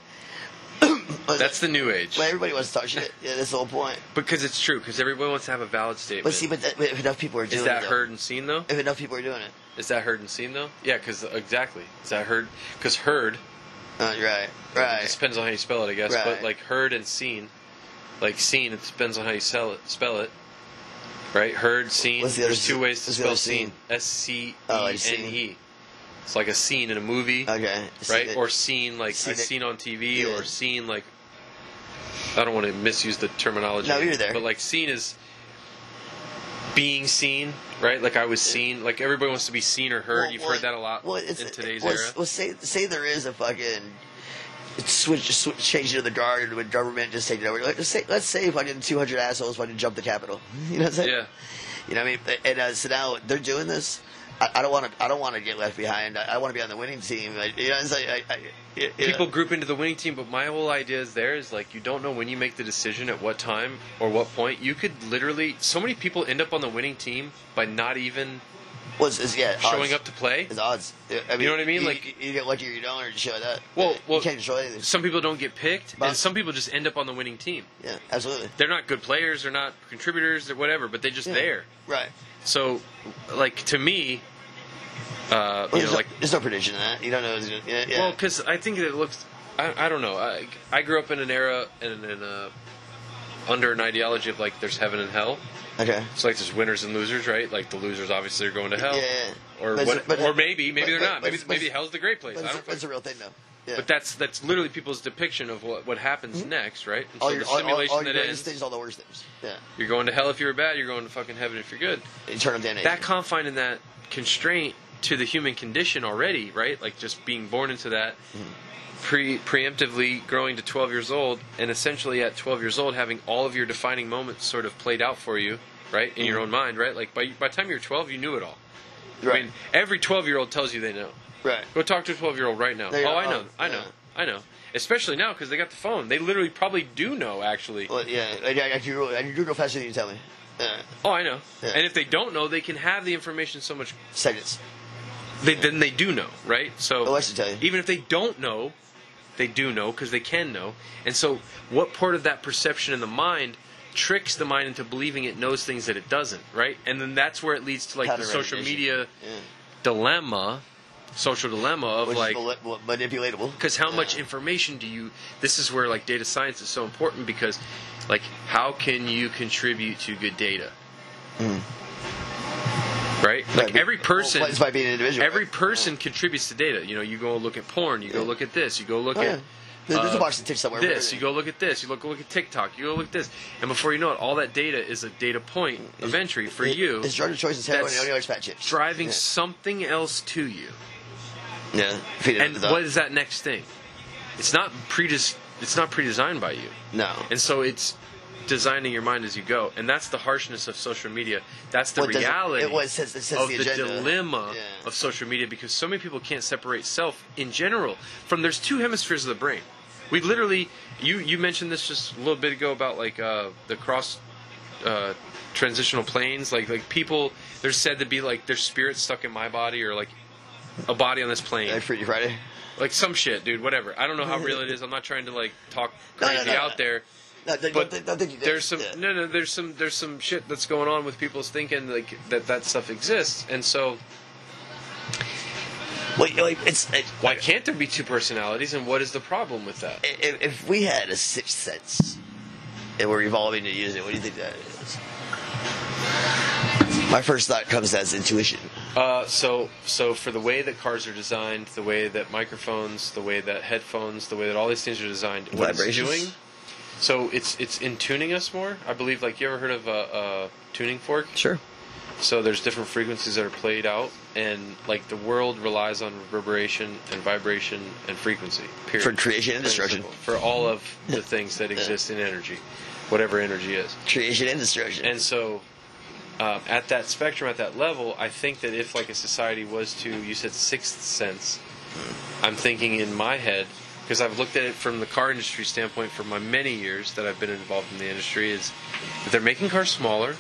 [SPEAKER 2] Well,
[SPEAKER 4] That's the new age
[SPEAKER 2] Well, everybody wants to talk shit. Yeah, that's the whole point.
[SPEAKER 4] because it's true. Because everybody wants to have a valid statement.
[SPEAKER 2] But see, but, that, but if enough people are doing
[SPEAKER 4] is that
[SPEAKER 2] it, though-
[SPEAKER 4] heard and seen though?
[SPEAKER 2] If enough people are doing it,
[SPEAKER 4] Is that heard and seen though? Yeah, because exactly. Is that heard? Because heard
[SPEAKER 2] uh, right,
[SPEAKER 4] It just
[SPEAKER 2] right.
[SPEAKER 4] depends on how you spell it, I guess.
[SPEAKER 2] Right.
[SPEAKER 4] But like heard and seen, like seen, it depends on how you sell it, spell it. Right? Heard, seen.
[SPEAKER 2] What's the other
[SPEAKER 4] There's two
[SPEAKER 2] se-
[SPEAKER 4] ways to
[SPEAKER 2] what's the other
[SPEAKER 4] spell seen.
[SPEAKER 2] scene?
[SPEAKER 4] S C
[SPEAKER 2] Oh,
[SPEAKER 4] E
[SPEAKER 2] I
[SPEAKER 4] N
[SPEAKER 2] see.
[SPEAKER 4] E. It's like a scene in a movie,
[SPEAKER 2] Okay, So
[SPEAKER 4] right?
[SPEAKER 2] that-
[SPEAKER 4] or seen like
[SPEAKER 2] Seen
[SPEAKER 4] seen,
[SPEAKER 2] it-
[SPEAKER 4] seen on TV,
[SPEAKER 2] Yeah.
[SPEAKER 4] or seen like. I don't want to misuse the terminology.
[SPEAKER 2] No, you're there.
[SPEAKER 4] But like seen is being seen, right? Like I was seen. Like everybody wants to be seen or heard.
[SPEAKER 2] Well,
[SPEAKER 4] You've
[SPEAKER 2] well,
[SPEAKER 4] heard that a lot
[SPEAKER 2] well,
[SPEAKER 4] in
[SPEAKER 2] it's-
[SPEAKER 4] today's
[SPEAKER 2] well,
[SPEAKER 4] era.
[SPEAKER 2] s- Well, say say there is a fucking switch, switch changing of the guard and with government just taking over. Like, let's say let's say fucking two hundred assholes fucking jump the Capitol. You know what I'm saying?
[SPEAKER 4] yeah.
[SPEAKER 2] You know what I mean? And uh, so now they're doing this. I, I don't want to. I don't want to get left behind. I, I want to be on the winning team. Like, you know what I'm saying? I, uh, I, you know?
[SPEAKER 4] people group into the winning team, but my whole idea is there is like you don't know when you make the decision at what time or what point. You could literally so many people end up on the winning team by not even
[SPEAKER 2] well, it's, it's, yeah,
[SPEAKER 4] showing
[SPEAKER 2] odds.
[SPEAKER 4] up to play.
[SPEAKER 2] It's odds. I mean,
[SPEAKER 4] know what I mean?
[SPEAKER 2] You,
[SPEAKER 4] Like-
[SPEAKER 2] you, get lucky or you don't, or you show that.
[SPEAKER 4] Well, well,
[SPEAKER 2] you can't control anything.
[SPEAKER 4] Some people don't get picked,
[SPEAKER 2] But-
[SPEAKER 4] and some people just end up on the winning team.
[SPEAKER 2] Yeah, absolutely.
[SPEAKER 4] They're not good players, they're not contributors, or whatever, but they're just
[SPEAKER 2] Yeah.
[SPEAKER 4] there.
[SPEAKER 2] Right.
[SPEAKER 4] So, like to me, uh,
[SPEAKER 2] Well,
[SPEAKER 4] you know,
[SPEAKER 2] there's,
[SPEAKER 4] like
[SPEAKER 2] no, there's no prediction in that. You don't know. Yeah, yeah.
[SPEAKER 4] Well, 'cause Well, because I think that it looks. I, I don't know. I, I grew up in an era and in a, under an ideology of like there's heaven and hell.
[SPEAKER 2] okay.
[SPEAKER 4] So like there's winners and losers, right? Like the losers obviously are going to hell.
[SPEAKER 2] Yeah, yeah.
[SPEAKER 4] Or
[SPEAKER 2] But it's-
[SPEAKER 4] what,
[SPEAKER 2] but-
[SPEAKER 4] or maybe maybe
[SPEAKER 2] but-
[SPEAKER 4] they're
[SPEAKER 2] but-
[SPEAKER 4] not. Maybe
[SPEAKER 2] but-
[SPEAKER 4] maybe
[SPEAKER 2] but-
[SPEAKER 4] hell's the great place.
[SPEAKER 2] But
[SPEAKER 4] I
[SPEAKER 2] it's,
[SPEAKER 4] don't
[SPEAKER 2] it's a
[SPEAKER 4] fucking-
[SPEAKER 2] real thing, though.
[SPEAKER 4] But that's that's literally people's depiction of what, what happens next, right? And
[SPEAKER 2] all
[SPEAKER 4] so
[SPEAKER 2] your
[SPEAKER 4] the
[SPEAKER 2] all, all,
[SPEAKER 4] simulation
[SPEAKER 2] all your
[SPEAKER 4] that
[SPEAKER 2] greatest
[SPEAKER 4] ends,
[SPEAKER 2] things, all the worst things. Yeah.
[SPEAKER 4] you're going to hell if you're bad, you're going to fucking heaven if you're good.
[SPEAKER 2] Eternal damnation.
[SPEAKER 4] That confine and that constraint to the human condition already, right? Like just being born into that, pre preemptively growing to 12 years old, and essentially at 12 years old having all of your defining moments sort of played out for you, right, in your own mind, right? Like by by the time you're 12, you knew it all. I
[SPEAKER 2] Mm-hmm. Right.
[SPEAKER 4] mean, every 12 year old tells you they know.
[SPEAKER 2] Right.
[SPEAKER 4] Go talk to a 12 year old right now.
[SPEAKER 2] They
[SPEAKER 4] oh,
[SPEAKER 2] go,
[SPEAKER 4] I know.
[SPEAKER 2] oh,
[SPEAKER 4] I know. I know. Especially now because they got the phone. They literally probably do know, actually.
[SPEAKER 2] Well, yeah, I, I, I do. I do go faster than you tell me. Yeah.
[SPEAKER 4] Oh, I know.
[SPEAKER 2] Yeah.
[SPEAKER 4] And if they don't know, they can have the information so much.
[SPEAKER 2] Seconds.
[SPEAKER 4] They, Then they do know, right? So
[SPEAKER 2] Oh, I should tell you.
[SPEAKER 4] even if they don't know, they do know because they can know. And so, what part of that perception in the mind tricks the mind into believing it knows things that it doesn't, right? And then that's where it leads to like the
[SPEAKER 2] Pattern
[SPEAKER 4] social
[SPEAKER 2] recognition.
[SPEAKER 4] media
[SPEAKER 2] Yeah.
[SPEAKER 4] dilemma, social dilemma of
[SPEAKER 2] Which
[SPEAKER 4] like
[SPEAKER 2] is mali- manipulatable.
[SPEAKER 4] because how much information do you this is where like data science is so important because like how can you contribute to good data right like
[SPEAKER 2] be-
[SPEAKER 4] every person
[SPEAKER 2] Mm. Well, it's by being an individual.
[SPEAKER 4] every person contributes to data you know you go look at porn you go
[SPEAKER 2] Yeah.
[SPEAKER 4] look at this you go look
[SPEAKER 2] Oh,
[SPEAKER 4] at
[SPEAKER 2] yeah. There- there's a
[SPEAKER 4] uh,
[SPEAKER 2] box of tips somewhere.
[SPEAKER 4] this you go look at this you look look at tiktok you go look at this and before you know it all that data is a data point of entry for
[SPEAKER 2] It-
[SPEAKER 4] you
[SPEAKER 2] It's drug choices. Heroin
[SPEAKER 4] that's
[SPEAKER 2] and only fat chips.
[SPEAKER 4] driving
[SPEAKER 2] Yeah.
[SPEAKER 4] something else to you
[SPEAKER 2] yeah. Feed it
[SPEAKER 4] and
[SPEAKER 2] to the-
[SPEAKER 4] what is that next thing? It's not predis- It's not pre-designed by you,
[SPEAKER 2] No.
[SPEAKER 4] and so it's designing your mind as you go. And that's the harshness of social media. That's the
[SPEAKER 2] Well, it doesn't-
[SPEAKER 4] reality
[SPEAKER 2] it was- it sets
[SPEAKER 4] of
[SPEAKER 2] the
[SPEAKER 4] the,
[SPEAKER 2] agenda.
[SPEAKER 4] dilemma
[SPEAKER 2] Yeah.
[SPEAKER 4] of social media because so many people can't separate self in general from. There's two hemispheres of the brain. We literally, you you mentioned this just a little bit ago about like uh, the cross uh, transitional planes. Like like people, they're said to be like their spirit stuck in my body or like a body on this plane
[SPEAKER 2] Yeah, Freaky Friday.
[SPEAKER 4] like some shit, dude. Whatever. I don't know how real it is. I'm not trying to like talk
[SPEAKER 2] No, no,
[SPEAKER 4] crazy
[SPEAKER 2] no,
[SPEAKER 4] out
[SPEAKER 2] no.
[SPEAKER 4] there.
[SPEAKER 2] No, they,
[SPEAKER 4] But
[SPEAKER 2] don't think- don't think you did.
[SPEAKER 4] There's some
[SPEAKER 2] Yeah.
[SPEAKER 4] no, no. There's some there's some shit that's going on with people's thinking like that that stuff exists, and so
[SPEAKER 2] Wait, wait, it's it,
[SPEAKER 4] why can't there be two personalities? And what is the problem with that?
[SPEAKER 2] if, if we had a sixth sense and we're evolving to use it, what do you think that is? My first thought comes as intuition.
[SPEAKER 4] Uh, so so for the way that cars are designed, the way that microphones, the way that headphones, the way that all these things are designed, what it's
[SPEAKER 2] Vibrations.
[SPEAKER 4] doing. So it's it's in tuning us more. I believe. Like you ever heard of a, a tuning fork?
[SPEAKER 2] Sure.
[SPEAKER 4] So there's different frequencies that are played out, and like the world relies on reverberation and vibration and frequency. Period.
[SPEAKER 2] For creation and destruction.
[SPEAKER 4] For all of the things that exist in energy, whatever energy is.
[SPEAKER 2] Creation and destruction.
[SPEAKER 4] And so, um, at that spectrum, at that level, I think that if like a society was to, you said sixth sense, I'm thinking in my head because I've looked at it from the car industry standpoint for my many years that I've been involved in the industry is that they're making cars smaller.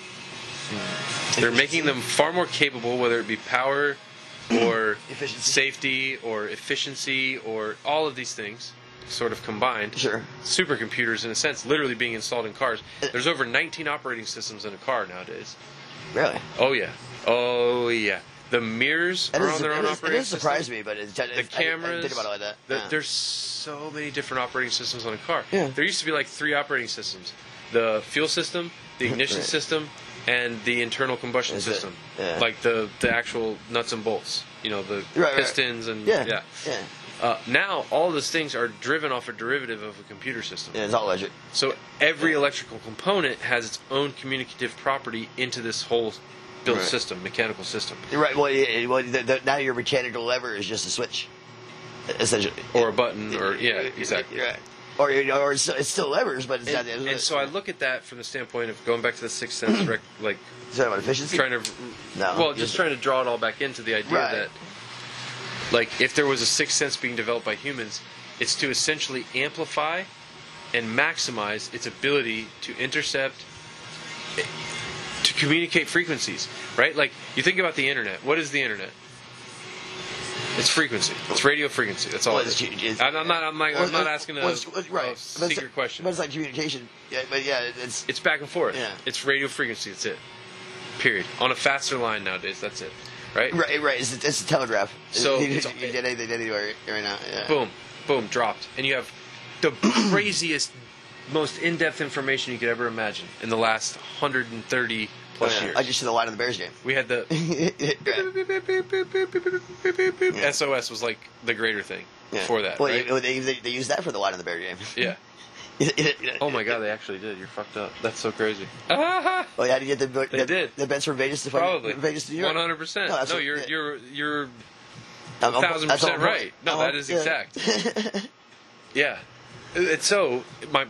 [SPEAKER 4] They're making them far more capable, whether it be power or
[SPEAKER 2] Efficiency.
[SPEAKER 4] safety or efficiency or all of these things sort of combined
[SPEAKER 2] Sure. Uh,
[SPEAKER 4] supercomputers in a sense literally being installed in cars there's over 19 operating systems in a car nowadays
[SPEAKER 2] Really?
[SPEAKER 4] oh yeah oh yeah the mirrors
[SPEAKER 2] That
[SPEAKER 4] are
[SPEAKER 2] is-
[SPEAKER 4] on their
[SPEAKER 2] it
[SPEAKER 4] own
[SPEAKER 2] is-
[SPEAKER 4] operating
[SPEAKER 2] It does surprise
[SPEAKER 4] system.
[SPEAKER 2] me, but it's,
[SPEAKER 4] the cameras
[SPEAKER 2] I, I think about it like that.
[SPEAKER 4] the-
[SPEAKER 2] Yeah.
[SPEAKER 4] there's so many different operating systems on a car
[SPEAKER 2] Yeah.
[SPEAKER 4] there used to be like three operating systems the fuel system the ignition
[SPEAKER 2] Right.
[SPEAKER 4] system and the internal combustion
[SPEAKER 2] Is it?
[SPEAKER 4] system
[SPEAKER 2] Yeah.
[SPEAKER 4] like the the actual nuts and bolts you know the
[SPEAKER 2] Right, right.
[SPEAKER 4] pistons and
[SPEAKER 2] yeah.
[SPEAKER 4] yeah
[SPEAKER 2] Yeah.
[SPEAKER 4] uh, now all those things are driven off a derivative of a computer system.
[SPEAKER 2] Yeah, It's all electric.
[SPEAKER 4] So every electrical component has its own communicative property into this whole built
[SPEAKER 2] Right.
[SPEAKER 4] system, mechanical system,
[SPEAKER 2] You're right. Well, yeah, well the, the, now your mechanical lever is just a switch, essentially.
[SPEAKER 4] or a button, or yeah, exactly.
[SPEAKER 2] You're right. Or, or it's, it's still levers, but it's not
[SPEAKER 4] And,
[SPEAKER 2] the
[SPEAKER 4] and so I look at that from the standpoint of going back to the sixth sense, rec- like
[SPEAKER 2] Sorry about efficiency.
[SPEAKER 4] trying to,
[SPEAKER 2] No.
[SPEAKER 4] well, just trying to draw it all back into the idea
[SPEAKER 2] Right.
[SPEAKER 4] that, like, if there was a sixth sense being developed by humans, it's to essentially amplify and maximize its ability to intercept to communicate frequencies, right? Like you think about the internet. What is the internet? It's frequency. It's radio frequency. That's all.
[SPEAKER 2] Well,
[SPEAKER 4] it
[SPEAKER 2] it's
[SPEAKER 4] is.
[SPEAKER 2] huge. It's-
[SPEAKER 4] I'm, I'm not. I'm, like,
[SPEAKER 2] Well,
[SPEAKER 4] I'm not
[SPEAKER 2] well,
[SPEAKER 4] asking a,
[SPEAKER 2] well, it's- well,
[SPEAKER 4] a
[SPEAKER 2] right. But it's-
[SPEAKER 4] secret question.
[SPEAKER 2] But it's like communication. Yeah, but yeah, it's
[SPEAKER 4] It's back and forth.
[SPEAKER 2] Yeah.
[SPEAKER 4] It's radio frequency. That's it. Period. On a faster line nowadays. That's it. Right.
[SPEAKER 2] right, right. It's, it's a telegraph.
[SPEAKER 4] So-
[SPEAKER 2] you,
[SPEAKER 4] so-
[SPEAKER 2] you get anything anywhere right now. Yeah.
[SPEAKER 4] Boom. Boom. Dropped. And you have the craziest, most in-depth information you could ever imagine in the last 130 plus
[SPEAKER 2] Oh, Yeah.
[SPEAKER 4] years.
[SPEAKER 2] I just see the line of the Bears game.
[SPEAKER 4] we had the
[SPEAKER 2] Right.
[SPEAKER 4] SOS was like the greater thing. before that.
[SPEAKER 2] Well,
[SPEAKER 4] right?
[SPEAKER 2] you- they, they, they used that for the Wine in the Bear game.
[SPEAKER 4] Yeah. oh my god, they actually did. You're fucked up. That's so crazy.
[SPEAKER 2] Oh, yeah, to get the,
[SPEAKER 4] They
[SPEAKER 2] the,
[SPEAKER 4] did.
[SPEAKER 2] the bets from Vegas to fucking-
[SPEAKER 4] Probably.
[SPEAKER 2] Vegas to New York.
[SPEAKER 4] One hundred percent.
[SPEAKER 2] No, that's
[SPEAKER 4] No,
[SPEAKER 2] what-
[SPEAKER 4] you're
[SPEAKER 2] yeah.
[SPEAKER 4] you're you're
[SPEAKER 2] I'm- I'm-
[SPEAKER 4] thousand
[SPEAKER 2] that's all I'm-
[SPEAKER 4] percent right. No,
[SPEAKER 2] I'm-
[SPEAKER 4] that is
[SPEAKER 2] yeah.
[SPEAKER 4] exact. yeah. It's so my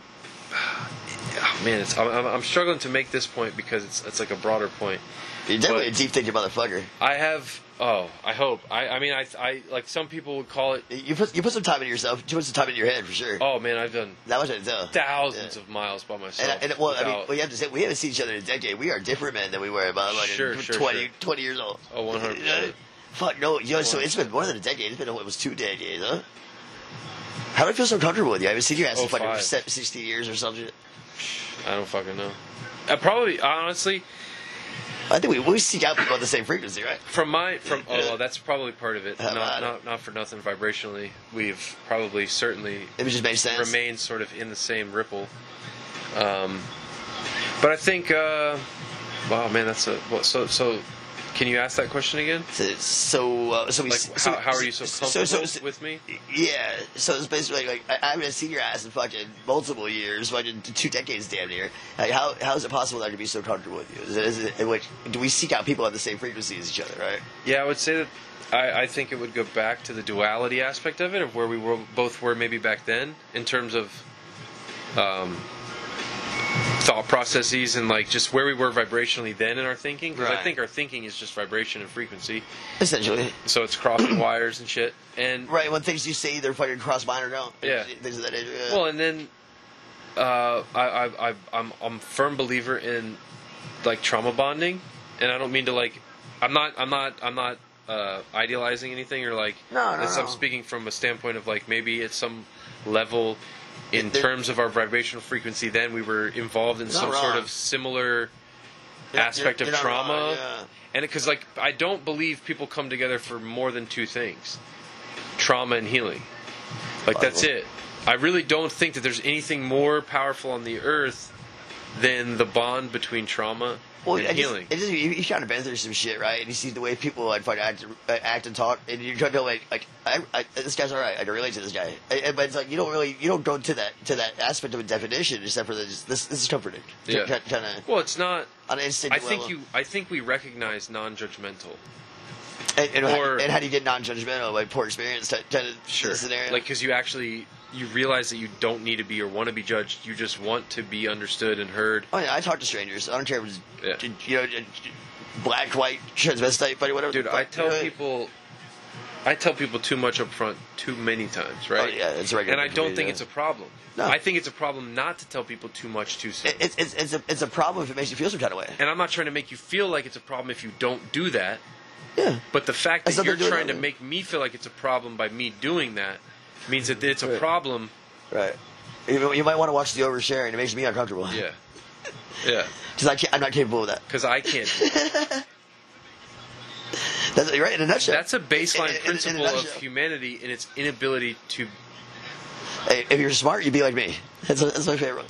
[SPEAKER 4] oh, man. It's I'm, I'm- I'm struggling to make this point because it's it's like a broader point.
[SPEAKER 2] You're definitely
[SPEAKER 4] But-
[SPEAKER 2] a deep thinking motherfucker.
[SPEAKER 4] I have. Oh, I hope. I I mean I I like some people would call it.
[SPEAKER 2] You put you put some time into yourself. You put some time into your head for sure.
[SPEAKER 4] Oh man, I've done
[SPEAKER 2] That was it though.
[SPEAKER 4] thousands of miles by myself.
[SPEAKER 2] And, I- and well, I mean,
[SPEAKER 4] without-
[SPEAKER 2] we have to say we haven't seen each other in a decade. We are different men than we were about like
[SPEAKER 4] Sure, sure,
[SPEAKER 2] 20,
[SPEAKER 4] sure.
[SPEAKER 2] 20 years old.
[SPEAKER 4] Oh, 100%.
[SPEAKER 2] You know? Fuck no, you know, so it's been more than a decade. It's been it was two decades, huh? How do I feel so comfortable with you? I haven't seen your
[SPEAKER 4] Oh,
[SPEAKER 2] ass in fucking
[SPEAKER 4] 05.
[SPEAKER 2] se- sixty years or something.
[SPEAKER 4] I don't fucking know. I probably honestly
[SPEAKER 2] I think we we seek out people on the same frequency, right?
[SPEAKER 4] from my from oh
[SPEAKER 2] Yeah.
[SPEAKER 4] well, that's probably part of it.
[SPEAKER 2] How
[SPEAKER 4] Not
[SPEAKER 2] about
[SPEAKER 4] not not for nothing. Vibrationally, we've probably certainly
[SPEAKER 2] It just makes sense.
[SPEAKER 4] remained sort of in the same ripple. Um, but I think uh, wow man, that's a well, so so. Can you ask that question again?
[SPEAKER 2] So, so, uh, so we.
[SPEAKER 4] Like
[SPEAKER 2] so,
[SPEAKER 4] how, how are you so comfortable with me?
[SPEAKER 2] Yeah, so it's basically like I, I haven't seen your ass in fucking multiple years, fucking two decades, damn near. Like, how how is it possible that I could be so comfortable with you? Is it, is it, in which, do we seek out people on the same frequency as each other, right?
[SPEAKER 4] Yeah, I would say that I, I think it would go back to the duality aspect of it, of where we were both were maybe back then in terms of um, thought processes and like just where we were vibrationally then in our thinking. Because I
[SPEAKER 2] Right.
[SPEAKER 4] think our thinking is just vibration and frequency,
[SPEAKER 2] Essentially,
[SPEAKER 4] so it's crossing wires and shit. And
[SPEAKER 2] right? When things you say either fucking cross mine or don't.
[SPEAKER 4] Yeah.
[SPEAKER 2] Things of that nature, yeah.
[SPEAKER 4] Well, and then uh, I, I, I, I'm I'm a firm believer in like trauma bonding, and I don't mean to like I'm not I'm not I'm not uh, idealizing anything or like
[SPEAKER 2] No, no,
[SPEAKER 4] this- I'm
[SPEAKER 2] no.
[SPEAKER 4] speaking from a standpoint of like maybe at some level in
[SPEAKER 2] There-
[SPEAKER 4] terms of our vibrational frequency then we were involved in
[SPEAKER 2] You're not
[SPEAKER 4] some sort
[SPEAKER 2] wrong.
[SPEAKER 4] of similar
[SPEAKER 2] You're-
[SPEAKER 4] aspect
[SPEAKER 2] you're-
[SPEAKER 4] of
[SPEAKER 2] you're not
[SPEAKER 4] trauma
[SPEAKER 2] wrong, yeah.
[SPEAKER 4] and because like i don't believe people come together for more than two things trauma and healing like that's
[SPEAKER 2] Bible.
[SPEAKER 4] it i really don't think that there's anything more powerful on the earth than the bond between trauma
[SPEAKER 2] Well,
[SPEAKER 4] and
[SPEAKER 2] I just,
[SPEAKER 4] healing
[SPEAKER 2] It just, you, you kind of been through some shit, right? And you see the way people like fucking act, uh, act and talk, and you're trying to like, like I, I, this guy's all right. I can relate to this guy, And- and- but it's like you don't really, you don't go to that to that aspect of a definition except for the, just, this. This is comforting.
[SPEAKER 4] Yeah.
[SPEAKER 2] Kind of
[SPEAKER 4] well it's not
[SPEAKER 2] on an instant.
[SPEAKER 4] i think you i think we recognize non-judgmental
[SPEAKER 2] and, and,
[SPEAKER 4] or-
[SPEAKER 2] how, and how do you get non-judgmental, like poor experience type, type of scenario?
[SPEAKER 4] Like, because you actually you realize that you don't need to be or want to be judged. You just want to be understood and heard.
[SPEAKER 2] oh yeah, I talk to strangers. I don't care if it's
[SPEAKER 4] Yeah.
[SPEAKER 2] you know black, white, transvestite, but whatever. the
[SPEAKER 4] Dude, I
[SPEAKER 2] fuck,
[SPEAKER 4] tell
[SPEAKER 2] you know?
[SPEAKER 4] people, I tell people too much up front too many times, right?
[SPEAKER 2] Oh, yeah, it's a regular
[SPEAKER 4] And I
[SPEAKER 2] thing to
[SPEAKER 4] don't
[SPEAKER 2] do,
[SPEAKER 4] think
[SPEAKER 2] yeah.
[SPEAKER 4] it's a problem.
[SPEAKER 2] No.
[SPEAKER 4] I think it's a problem not to tell people too much too soon.
[SPEAKER 2] It- it's it's it's a, it's a problem if it makes you feel some kind of way.
[SPEAKER 4] and I'm not trying to make you feel like it's a problem if you don't do that.
[SPEAKER 2] Yeah.
[SPEAKER 4] But the fact
[SPEAKER 2] That's
[SPEAKER 4] that
[SPEAKER 2] nothing
[SPEAKER 4] you're
[SPEAKER 2] to do with
[SPEAKER 4] trying to
[SPEAKER 2] it.
[SPEAKER 4] make me feel like it's a problem by me doing that means that it's a
[SPEAKER 2] Right.
[SPEAKER 4] problem.
[SPEAKER 2] Right. You, you might want to watch the oversharing. It makes me uncomfortable.
[SPEAKER 4] Yeah. Yeah.
[SPEAKER 2] Because I can't, I'm not capable of that.
[SPEAKER 4] Because I can't.
[SPEAKER 2] That's you're right in a nutshell.
[SPEAKER 4] That's a baseline
[SPEAKER 2] In- in- in a
[SPEAKER 4] principle of
[SPEAKER 2] nutshell. humanity
[SPEAKER 4] humanity and its inability to.
[SPEAKER 2] Hey, if you're smart, you'd be like me. That's, that's my favorite.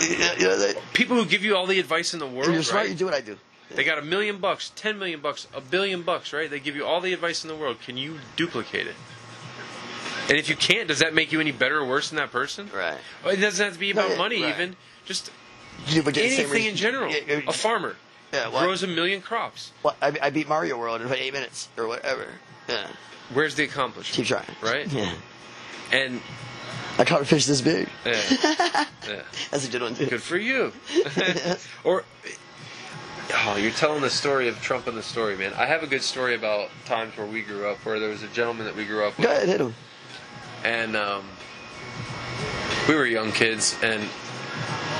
[SPEAKER 2] You know, you know, that-
[SPEAKER 4] People who give you all the advice in the world,
[SPEAKER 2] if you're smart,
[SPEAKER 4] right?
[SPEAKER 2] you do what I do.
[SPEAKER 4] They got a million bucks, ten million bucks, a billion bucks, right? They give you all the advice in the world. Can you duplicate it? And if you can't, does that make you any better or worse than that person?
[SPEAKER 2] Right.
[SPEAKER 4] Or It doesn't have to be
[SPEAKER 2] No,
[SPEAKER 4] about
[SPEAKER 2] yeah,
[SPEAKER 4] money,
[SPEAKER 2] right.
[SPEAKER 4] even. Just
[SPEAKER 2] You do, but get the same
[SPEAKER 4] anything
[SPEAKER 2] reason-
[SPEAKER 4] in general.
[SPEAKER 2] Yeah, yeah,
[SPEAKER 4] A farmer
[SPEAKER 2] Yeah, well,
[SPEAKER 4] grows a million crops.
[SPEAKER 2] well, I, I beat Mario World in about eight minutes or whatever. Yeah.
[SPEAKER 4] Where's the accomplishment?
[SPEAKER 2] Keep trying.
[SPEAKER 4] Right?
[SPEAKER 2] Yeah.
[SPEAKER 4] And
[SPEAKER 2] I caught a fish this big.
[SPEAKER 4] yeah, yeah.
[SPEAKER 2] That's a good one, too.
[SPEAKER 4] Good for you. or, oh, you're telling the story of Trump and the story, man. I have a good story about times where we grew up, where there was a gentleman that we grew up
[SPEAKER 2] Go
[SPEAKER 4] with,
[SPEAKER 2] ahead, hit him.
[SPEAKER 4] and um, we were young kids, and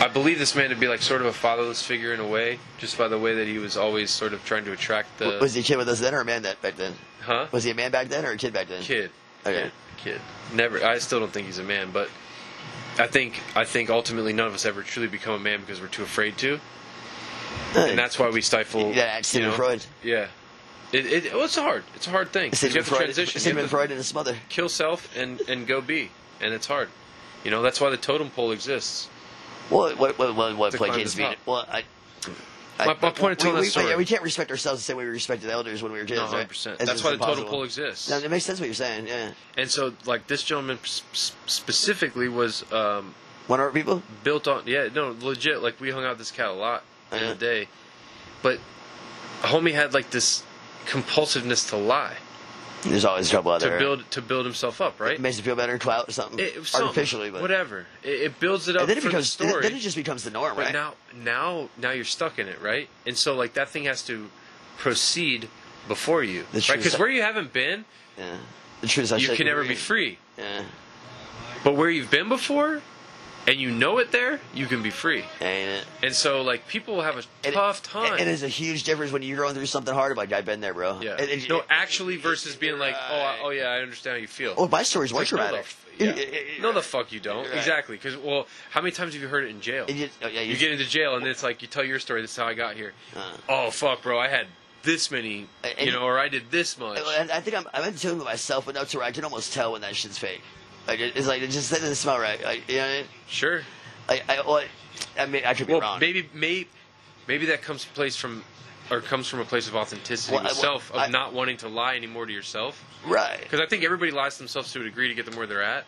[SPEAKER 4] I believe this man to be like sort of a fatherless figure in a way, just by the way that he was always sort of trying to attract the
[SPEAKER 2] was he a kid with us then or a man that back then?
[SPEAKER 4] Uh, huh
[SPEAKER 2] Was he a man back then or a kid back then?
[SPEAKER 4] kid.
[SPEAKER 2] Okay.
[SPEAKER 4] Kid. kid. Never. I still don't think he's a man, but I think I think ultimately none of us ever truly become a man because we're too afraid to.
[SPEAKER 2] Hey.
[SPEAKER 4] and that's why we stifle.
[SPEAKER 2] Uh, Yeah, that's Sigmund Freud.
[SPEAKER 4] Yeah, it, it well, it's a hard. It's a hard thing. 'cause You
[SPEAKER 2] Sigmund
[SPEAKER 4] have to
[SPEAKER 2] Freud,
[SPEAKER 4] transition. You have
[SPEAKER 2] Sigmund
[SPEAKER 4] to
[SPEAKER 2] Freud and his mother.
[SPEAKER 4] Kill self and and go be, and it's hard. You know that's why the totem pole exists.
[SPEAKER 2] Well, what what what, what
[SPEAKER 4] To
[SPEAKER 2] play
[SPEAKER 4] climb
[SPEAKER 2] kids
[SPEAKER 4] the
[SPEAKER 2] beat?
[SPEAKER 4] top.
[SPEAKER 2] Well, I,
[SPEAKER 4] My- my point of telling
[SPEAKER 2] we,
[SPEAKER 4] that
[SPEAKER 2] we-
[SPEAKER 4] story.
[SPEAKER 2] yeah, we can't respect ourselves the same way we respected the elders when we were kids.
[SPEAKER 4] No,
[SPEAKER 2] right?
[SPEAKER 4] 100%.
[SPEAKER 2] It's
[SPEAKER 4] That's
[SPEAKER 2] just
[SPEAKER 4] why the totem
[SPEAKER 2] impossible.
[SPEAKER 4] pole exists.
[SPEAKER 2] No, it makes sense what you're saying. Yeah.
[SPEAKER 4] And so, like this gentleman s- s- specifically was um,
[SPEAKER 2] one of our people
[SPEAKER 4] built on. Yeah, no, legit. Like we hung out with this cat a lot in
[SPEAKER 2] Yeah.
[SPEAKER 4] the day, but homie had like this compulsiveness to lie
[SPEAKER 2] There's always trouble out
[SPEAKER 4] to
[SPEAKER 2] there.
[SPEAKER 4] build to build himself up, right?
[SPEAKER 2] It makes you feel better, clout or something.
[SPEAKER 4] It- something,
[SPEAKER 2] artificially, but
[SPEAKER 4] whatever. It, it builds it up
[SPEAKER 2] And then it
[SPEAKER 4] for
[SPEAKER 2] becomes
[SPEAKER 4] the story.
[SPEAKER 2] then it just becomes the norm,
[SPEAKER 4] But
[SPEAKER 2] right?
[SPEAKER 4] now, now, now you're stuck in it, right? And so, like that thing has to proceed before you,
[SPEAKER 2] The
[SPEAKER 4] right?
[SPEAKER 2] truth-
[SPEAKER 4] Because where you haven't been,
[SPEAKER 2] yeah. The truth is, I
[SPEAKER 4] you
[SPEAKER 2] shouldn't
[SPEAKER 4] can never
[SPEAKER 2] read.
[SPEAKER 4] be free.
[SPEAKER 2] Yeah.
[SPEAKER 4] But where you've been before, and you know it there, you can be free.
[SPEAKER 2] Ain't it?
[SPEAKER 4] And so, like people will have a tough time.
[SPEAKER 2] It is a huge difference when you're going through something hard. Like I've been there, bro.
[SPEAKER 4] yeah.
[SPEAKER 2] And- and-
[SPEAKER 4] no, actually, versus being like, oh, I- oh yeah, I understand how you feel.
[SPEAKER 2] Oh, my story's way
[SPEAKER 4] Like, no, the
[SPEAKER 2] dramatic.
[SPEAKER 4] f- yeah. No, the fuck you don't.
[SPEAKER 2] Right.
[SPEAKER 4] Exactly. Because well, how many times have you heard it in jail?
[SPEAKER 2] It just- oh, yeah,
[SPEAKER 4] you
[SPEAKER 2] you-
[SPEAKER 4] get into jail and it's like you tell your story. This is how I got here.
[SPEAKER 2] Uh.
[SPEAKER 4] oh fuck, bro, I had this many,
[SPEAKER 2] And-
[SPEAKER 4] you know, or I did this much.
[SPEAKER 2] I, I think I'm, I'm in tune with myself enough to where I can almost tell when that shit's fake. Like it, it's like it just that doesn't smell right. Like you know what I mean?
[SPEAKER 4] Sure.
[SPEAKER 2] Like, I, well, I mean, I could be
[SPEAKER 4] Well,
[SPEAKER 2] wrong.
[SPEAKER 4] maybe maybe maybe that comes place from. Or comes from a place of authenticity
[SPEAKER 2] Well, I- well,
[SPEAKER 4] yourself,
[SPEAKER 2] I-
[SPEAKER 4] of not wanting to lie anymore to yourself.
[SPEAKER 2] right.
[SPEAKER 4] Because I think everybody lies to themselves to a degree to get them where they're at,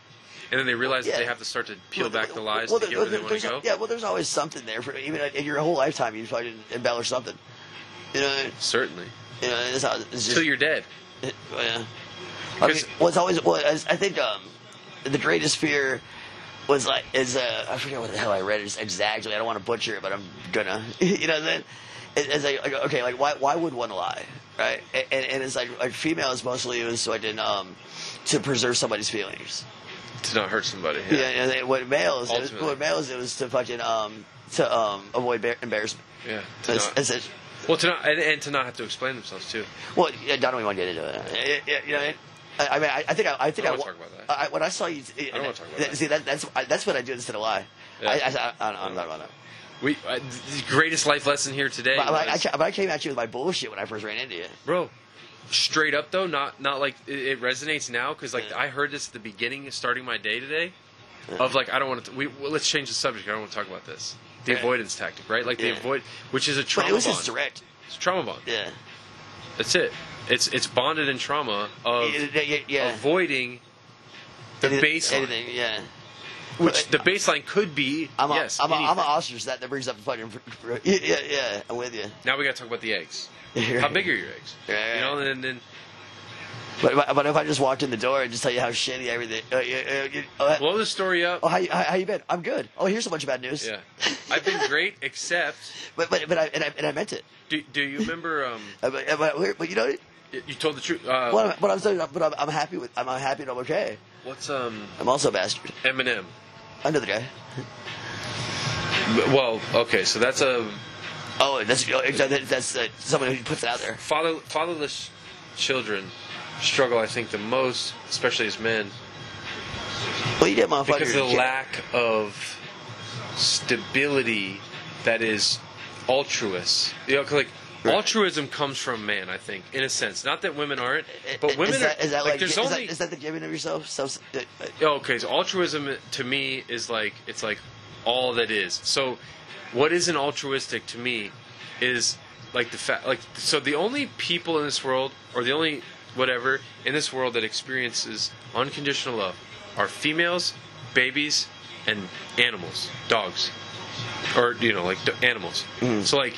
[SPEAKER 4] and then they realize
[SPEAKER 2] Yeah.
[SPEAKER 4] that they have to start to
[SPEAKER 2] Well,
[SPEAKER 4] peel back the lies
[SPEAKER 2] well,
[SPEAKER 4] to
[SPEAKER 2] there-
[SPEAKER 4] get where they
[SPEAKER 2] there-
[SPEAKER 4] want to go.
[SPEAKER 2] there's- Yeah, well, there's always something there. For, even in your whole lifetime, you fucking embellish something. You know,
[SPEAKER 4] Certainly,
[SPEAKER 2] you know, it's, how- it's just,
[SPEAKER 4] till you're dead.
[SPEAKER 2] It- well, yeah. I mean,
[SPEAKER 4] 'Cause-
[SPEAKER 2] well, it's always well. I, I think um, the greatest fear was like is uh, I forget what the hell I read it's exactly. I don't want to butcher it, but I'm gonna. you know then it, it's like like, okay, like why why would one lie, right? And, and, and it's like like females mostly use so I didn't um to preserve somebody's feelings.
[SPEAKER 4] to not hurt somebody.
[SPEAKER 2] Yeah, and they- what males it was,
[SPEAKER 4] Ultimately.
[SPEAKER 2] what males it was to fucking um to um avoid bar- embarrassment.
[SPEAKER 4] Yeah, to
[SPEAKER 2] It's,
[SPEAKER 4] not-
[SPEAKER 2] it's, it's,
[SPEAKER 4] well, to not and, and to not have to explain themselves too.
[SPEAKER 2] Well, yeah, I don't even want to get into it. Yeah, yeah, You know, what I mean? I I mean, I, I think I, I think
[SPEAKER 4] I
[SPEAKER 2] I,
[SPEAKER 4] don't
[SPEAKER 2] wa-
[SPEAKER 4] wanna talk about
[SPEAKER 2] I,
[SPEAKER 4] that.
[SPEAKER 2] when I saw you, I
[SPEAKER 4] don't wanna talk about that.
[SPEAKER 2] See, that, that's I, that's what I do instead of lie.
[SPEAKER 4] Yeah.
[SPEAKER 2] I, I, I, I don't, I'm not about that.
[SPEAKER 4] We uh, the greatest life lesson here today,
[SPEAKER 2] But, I, I,
[SPEAKER 4] was-
[SPEAKER 2] ca- but I came at you with my bullshit when I first ran into you.
[SPEAKER 4] bro. Straight up though, not not like it, it resonates now because like I heard this at the beginning, of starting my day today, of like I don't want to. We well, let's change the subject. I don't want to talk about this. The
[SPEAKER 2] Yeah.
[SPEAKER 4] avoidance tactic, right? Like
[SPEAKER 2] Yeah.
[SPEAKER 4] the avoid, which is a
[SPEAKER 2] But
[SPEAKER 4] trauma
[SPEAKER 2] it was
[SPEAKER 4] bond.
[SPEAKER 2] just direct.
[SPEAKER 4] It's a trauma bond.
[SPEAKER 2] Yeah.
[SPEAKER 4] That's it. It's it's bonded in trauma of
[SPEAKER 2] Yeah, yeah, yeah, yeah.
[SPEAKER 4] avoiding the
[SPEAKER 2] Any-
[SPEAKER 4] baseline,
[SPEAKER 2] Anything, yeah.
[SPEAKER 4] which the baseline could be
[SPEAKER 2] I'm a,
[SPEAKER 4] yes.
[SPEAKER 2] am a, I'm a
[SPEAKER 4] anything.
[SPEAKER 2] ostrich that, that brings up a fucking. Yeah, yeah, yeah. I'm with you.
[SPEAKER 4] now we got to talk about the eggs. How big are your eggs?
[SPEAKER 2] Yeah, yeah.
[SPEAKER 4] You know, and then
[SPEAKER 2] But, but, but if I just walked in the door and just tell you how shitty everything. Uh, yeah, uh, you- uh,
[SPEAKER 4] blow the story up.
[SPEAKER 2] oh, how, you- how, how you been? I'm good. Oh, here's a bunch of bad news.
[SPEAKER 4] Yeah, I've been great, except
[SPEAKER 2] But but but I and I, and I meant it.
[SPEAKER 4] do, do you remember? Um,
[SPEAKER 2] Uh, But, uh, but, we're- but you know,
[SPEAKER 4] y- you told the truth. Uh,
[SPEAKER 2] what I'm, what I'm saying, but I'm, I'm happy with, I'm, I'm happy and I'm okay.
[SPEAKER 4] What's um
[SPEAKER 2] I'm also a bastard.
[SPEAKER 4] Eminem?
[SPEAKER 2] I know the guy.
[SPEAKER 4] B- Well, okay, so that's a
[SPEAKER 2] Oh, that's you know, that- that's uh, someone who puts it out there.
[SPEAKER 4] father fatherless children struggle, I think, the most, especially as men,
[SPEAKER 2] Well, you did, motherfucker.
[SPEAKER 4] because of the
[SPEAKER 2] You can't-
[SPEAKER 4] lack of stability that is altruist. You know, 'cause, like.
[SPEAKER 2] Right.
[SPEAKER 4] Altruism comes from man, I think, in a sense. Not that women aren't,
[SPEAKER 2] I-
[SPEAKER 4] but
[SPEAKER 2] I-
[SPEAKER 4] women
[SPEAKER 2] is that,
[SPEAKER 4] are.
[SPEAKER 2] is that like,
[SPEAKER 4] there's
[SPEAKER 2] is,
[SPEAKER 4] only
[SPEAKER 2] that, is that the giving of yourself? So, uh, uh,
[SPEAKER 4] Yeah, Oh, okay so altruism to me is like it's like all that is so what isn't altruistic to me is like the fact like so the only people in this world or the only whatever in this world that experiences unconditional love are females babies and animals dogs or you know like d- animals so like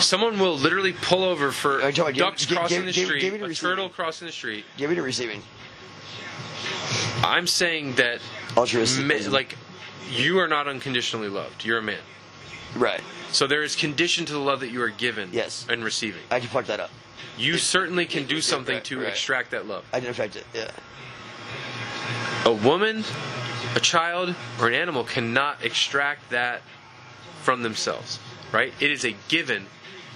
[SPEAKER 4] someone will literally pull over for
[SPEAKER 2] Are you talking about
[SPEAKER 4] ducks
[SPEAKER 2] give- give-
[SPEAKER 4] crossing
[SPEAKER 2] give-
[SPEAKER 4] the
[SPEAKER 2] give-
[SPEAKER 4] street
[SPEAKER 2] giving or
[SPEAKER 4] a
[SPEAKER 2] receiving?
[SPEAKER 4] turtle crossing the street
[SPEAKER 2] giving or receiving?
[SPEAKER 4] I'm saying that
[SPEAKER 2] Altruistic
[SPEAKER 4] me-
[SPEAKER 2] isn't-
[SPEAKER 4] like you are not unconditionally loved. You're a man,
[SPEAKER 2] Right.
[SPEAKER 4] so there is condition to the love that you are given
[SPEAKER 2] Yes.
[SPEAKER 4] and receiving.
[SPEAKER 2] I can fuck that up.
[SPEAKER 4] You certainly can do something
[SPEAKER 2] right,
[SPEAKER 4] to
[SPEAKER 2] right.
[SPEAKER 4] extract that love.
[SPEAKER 2] I can affect it. Yeah.
[SPEAKER 4] A woman, a child, or an animal cannot extract that from themselves. Right? It is a given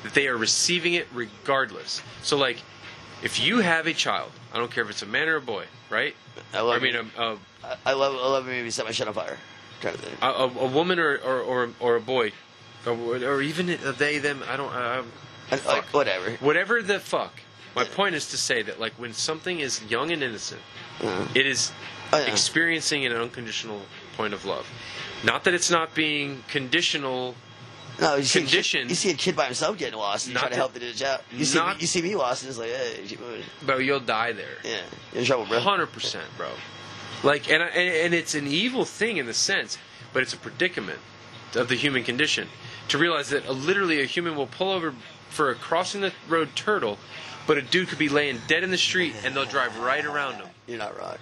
[SPEAKER 4] that they are receiving it regardless. So like, if you have a child, I don't care if it's a man or a boy, right?
[SPEAKER 2] I love
[SPEAKER 4] I mean,
[SPEAKER 2] it.
[SPEAKER 4] a, a
[SPEAKER 2] I, I love I love me set my shit on fire. Kind of thing.
[SPEAKER 4] a, a, a woman or, or, or, or a boy, or, or even a they, them, I don't, I, I-
[SPEAKER 2] And, like, whatever.
[SPEAKER 4] whatever the fuck. My point is to say that, like, when something is young and innocent, it is
[SPEAKER 2] Oh, yeah.
[SPEAKER 4] experiencing an unconditional point of love. Not that it's not being conditional
[SPEAKER 2] No, you see, a kid,
[SPEAKER 4] conditioned.
[SPEAKER 2] you see a kid by himself getting lost and you
[SPEAKER 4] Not
[SPEAKER 2] try to
[SPEAKER 4] to-
[SPEAKER 2] help the dude out. You see,
[SPEAKER 4] not-
[SPEAKER 2] you see me lost and it's like, hey, keep moving.
[SPEAKER 4] bro, you'll die there.
[SPEAKER 2] yeah, you're in trouble, bro.
[SPEAKER 4] Hundred percent, bro. Like, and, I- and and it's an evil thing in the sense, but it's a predicament of the human condition to realize that a, literally a human will pull over for a crossing the road turtle, but a dude could be laying dead in the street and they'll drive right around him.
[SPEAKER 2] You're not wrong.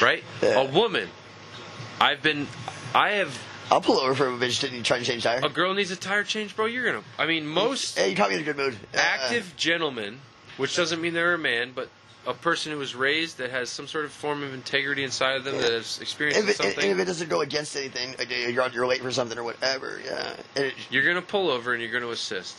[SPEAKER 4] Right?
[SPEAKER 2] Yeah.
[SPEAKER 4] A woman. I've been. I have.
[SPEAKER 2] I'll pull over for a bitch didn't try to change tire.
[SPEAKER 4] A girl needs a tire change, bro. You're gonna. I mean, most
[SPEAKER 2] Hey, you caught me in a good mood. Uh,
[SPEAKER 4] active gentlemen, which doesn't mean they're a man, but a person who was raised that has some sort of form of integrity inside of them that has experienced
[SPEAKER 2] if it, and-
[SPEAKER 4] something.
[SPEAKER 2] and if it doesn't go against anything, like, you're on- you're late for something or whatever. Yeah, And it,
[SPEAKER 4] You're gonna pull over and you're gonna assist,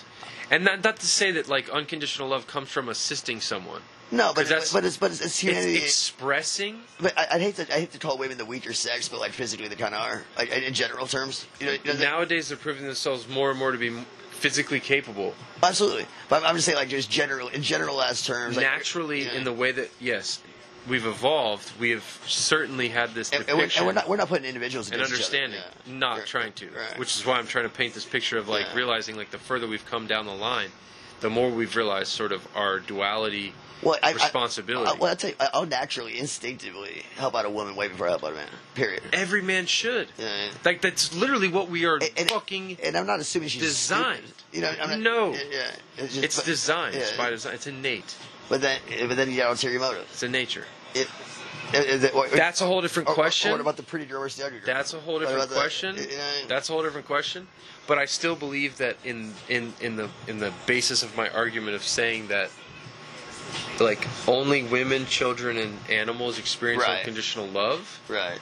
[SPEAKER 4] and not, not to say that like unconditional love comes from assisting someone.
[SPEAKER 2] no, but
[SPEAKER 4] 'Cause that's-
[SPEAKER 2] but it's but it's, it's
[SPEAKER 4] It's
[SPEAKER 2] humanity.
[SPEAKER 4] expressing.
[SPEAKER 2] but I, I hate to I hate to call women the weaker sex, but like physically they kind of are. Like in in general terms, you know, you know, they-
[SPEAKER 4] Nowadays, they're proving themselves more and more to be physically capable,
[SPEAKER 2] absolutely. But I'm, I'm just saying, like just general in generalized terms, like,
[SPEAKER 4] naturally
[SPEAKER 2] yeah.
[SPEAKER 4] in the way that yes, we've evolved. We have certainly had this
[SPEAKER 2] And,
[SPEAKER 4] depiction.
[SPEAKER 2] and we're, and we're not we're not putting individuals
[SPEAKER 4] and
[SPEAKER 2] against each other.
[SPEAKER 4] understanding,
[SPEAKER 2] Yeah.
[SPEAKER 4] not
[SPEAKER 2] Right.
[SPEAKER 4] trying to.
[SPEAKER 2] Right.
[SPEAKER 4] Which is why I'm trying to paint this picture of like
[SPEAKER 2] Yeah.
[SPEAKER 4] realizing like the further we've come down the line, the more we've realized sort of our duality
[SPEAKER 2] well, I, I-
[SPEAKER 4] responsibility.
[SPEAKER 2] I, well, I'll tell you, I, I'll naturally instinctively help out a woman way before I help out a man. Period.
[SPEAKER 4] Every man should.
[SPEAKER 2] Yeah.
[SPEAKER 4] Like that's literally what we are
[SPEAKER 2] And- and-
[SPEAKER 4] fucking.
[SPEAKER 2] And I'm not assuming she's
[SPEAKER 4] designed.
[SPEAKER 2] stupid. You know, I'm not,
[SPEAKER 4] No.
[SPEAKER 2] Yeah, yeah. it's, just-
[SPEAKER 4] it's
[SPEAKER 2] but-
[SPEAKER 4] designed
[SPEAKER 2] yeah.
[SPEAKER 4] it's by design. It's innate.
[SPEAKER 2] But then, but then you got ulterior motives.
[SPEAKER 4] It's in nature.
[SPEAKER 2] It, it, it, what-
[SPEAKER 4] That's a whole different
[SPEAKER 2] or- or-
[SPEAKER 4] question.
[SPEAKER 2] Or, what about the pretty girl versus the ugly girl?
[SPEAKER 4] That's a whole
[SPEAKER 2] What
[SPEAKER 4] different
[SPEAKER 2] about the-
[SPEAKER 4] question.
[SPEAKER 2] you know,
[SPEAKER 4] That's a whole different question. But I still believe that in in in the in the basis of my argument of saying that like only women, children, and animals experience
[SPEAKER 2] Right.
[SPEAKER 4] unconditional love.
[SPEAKER 2] right.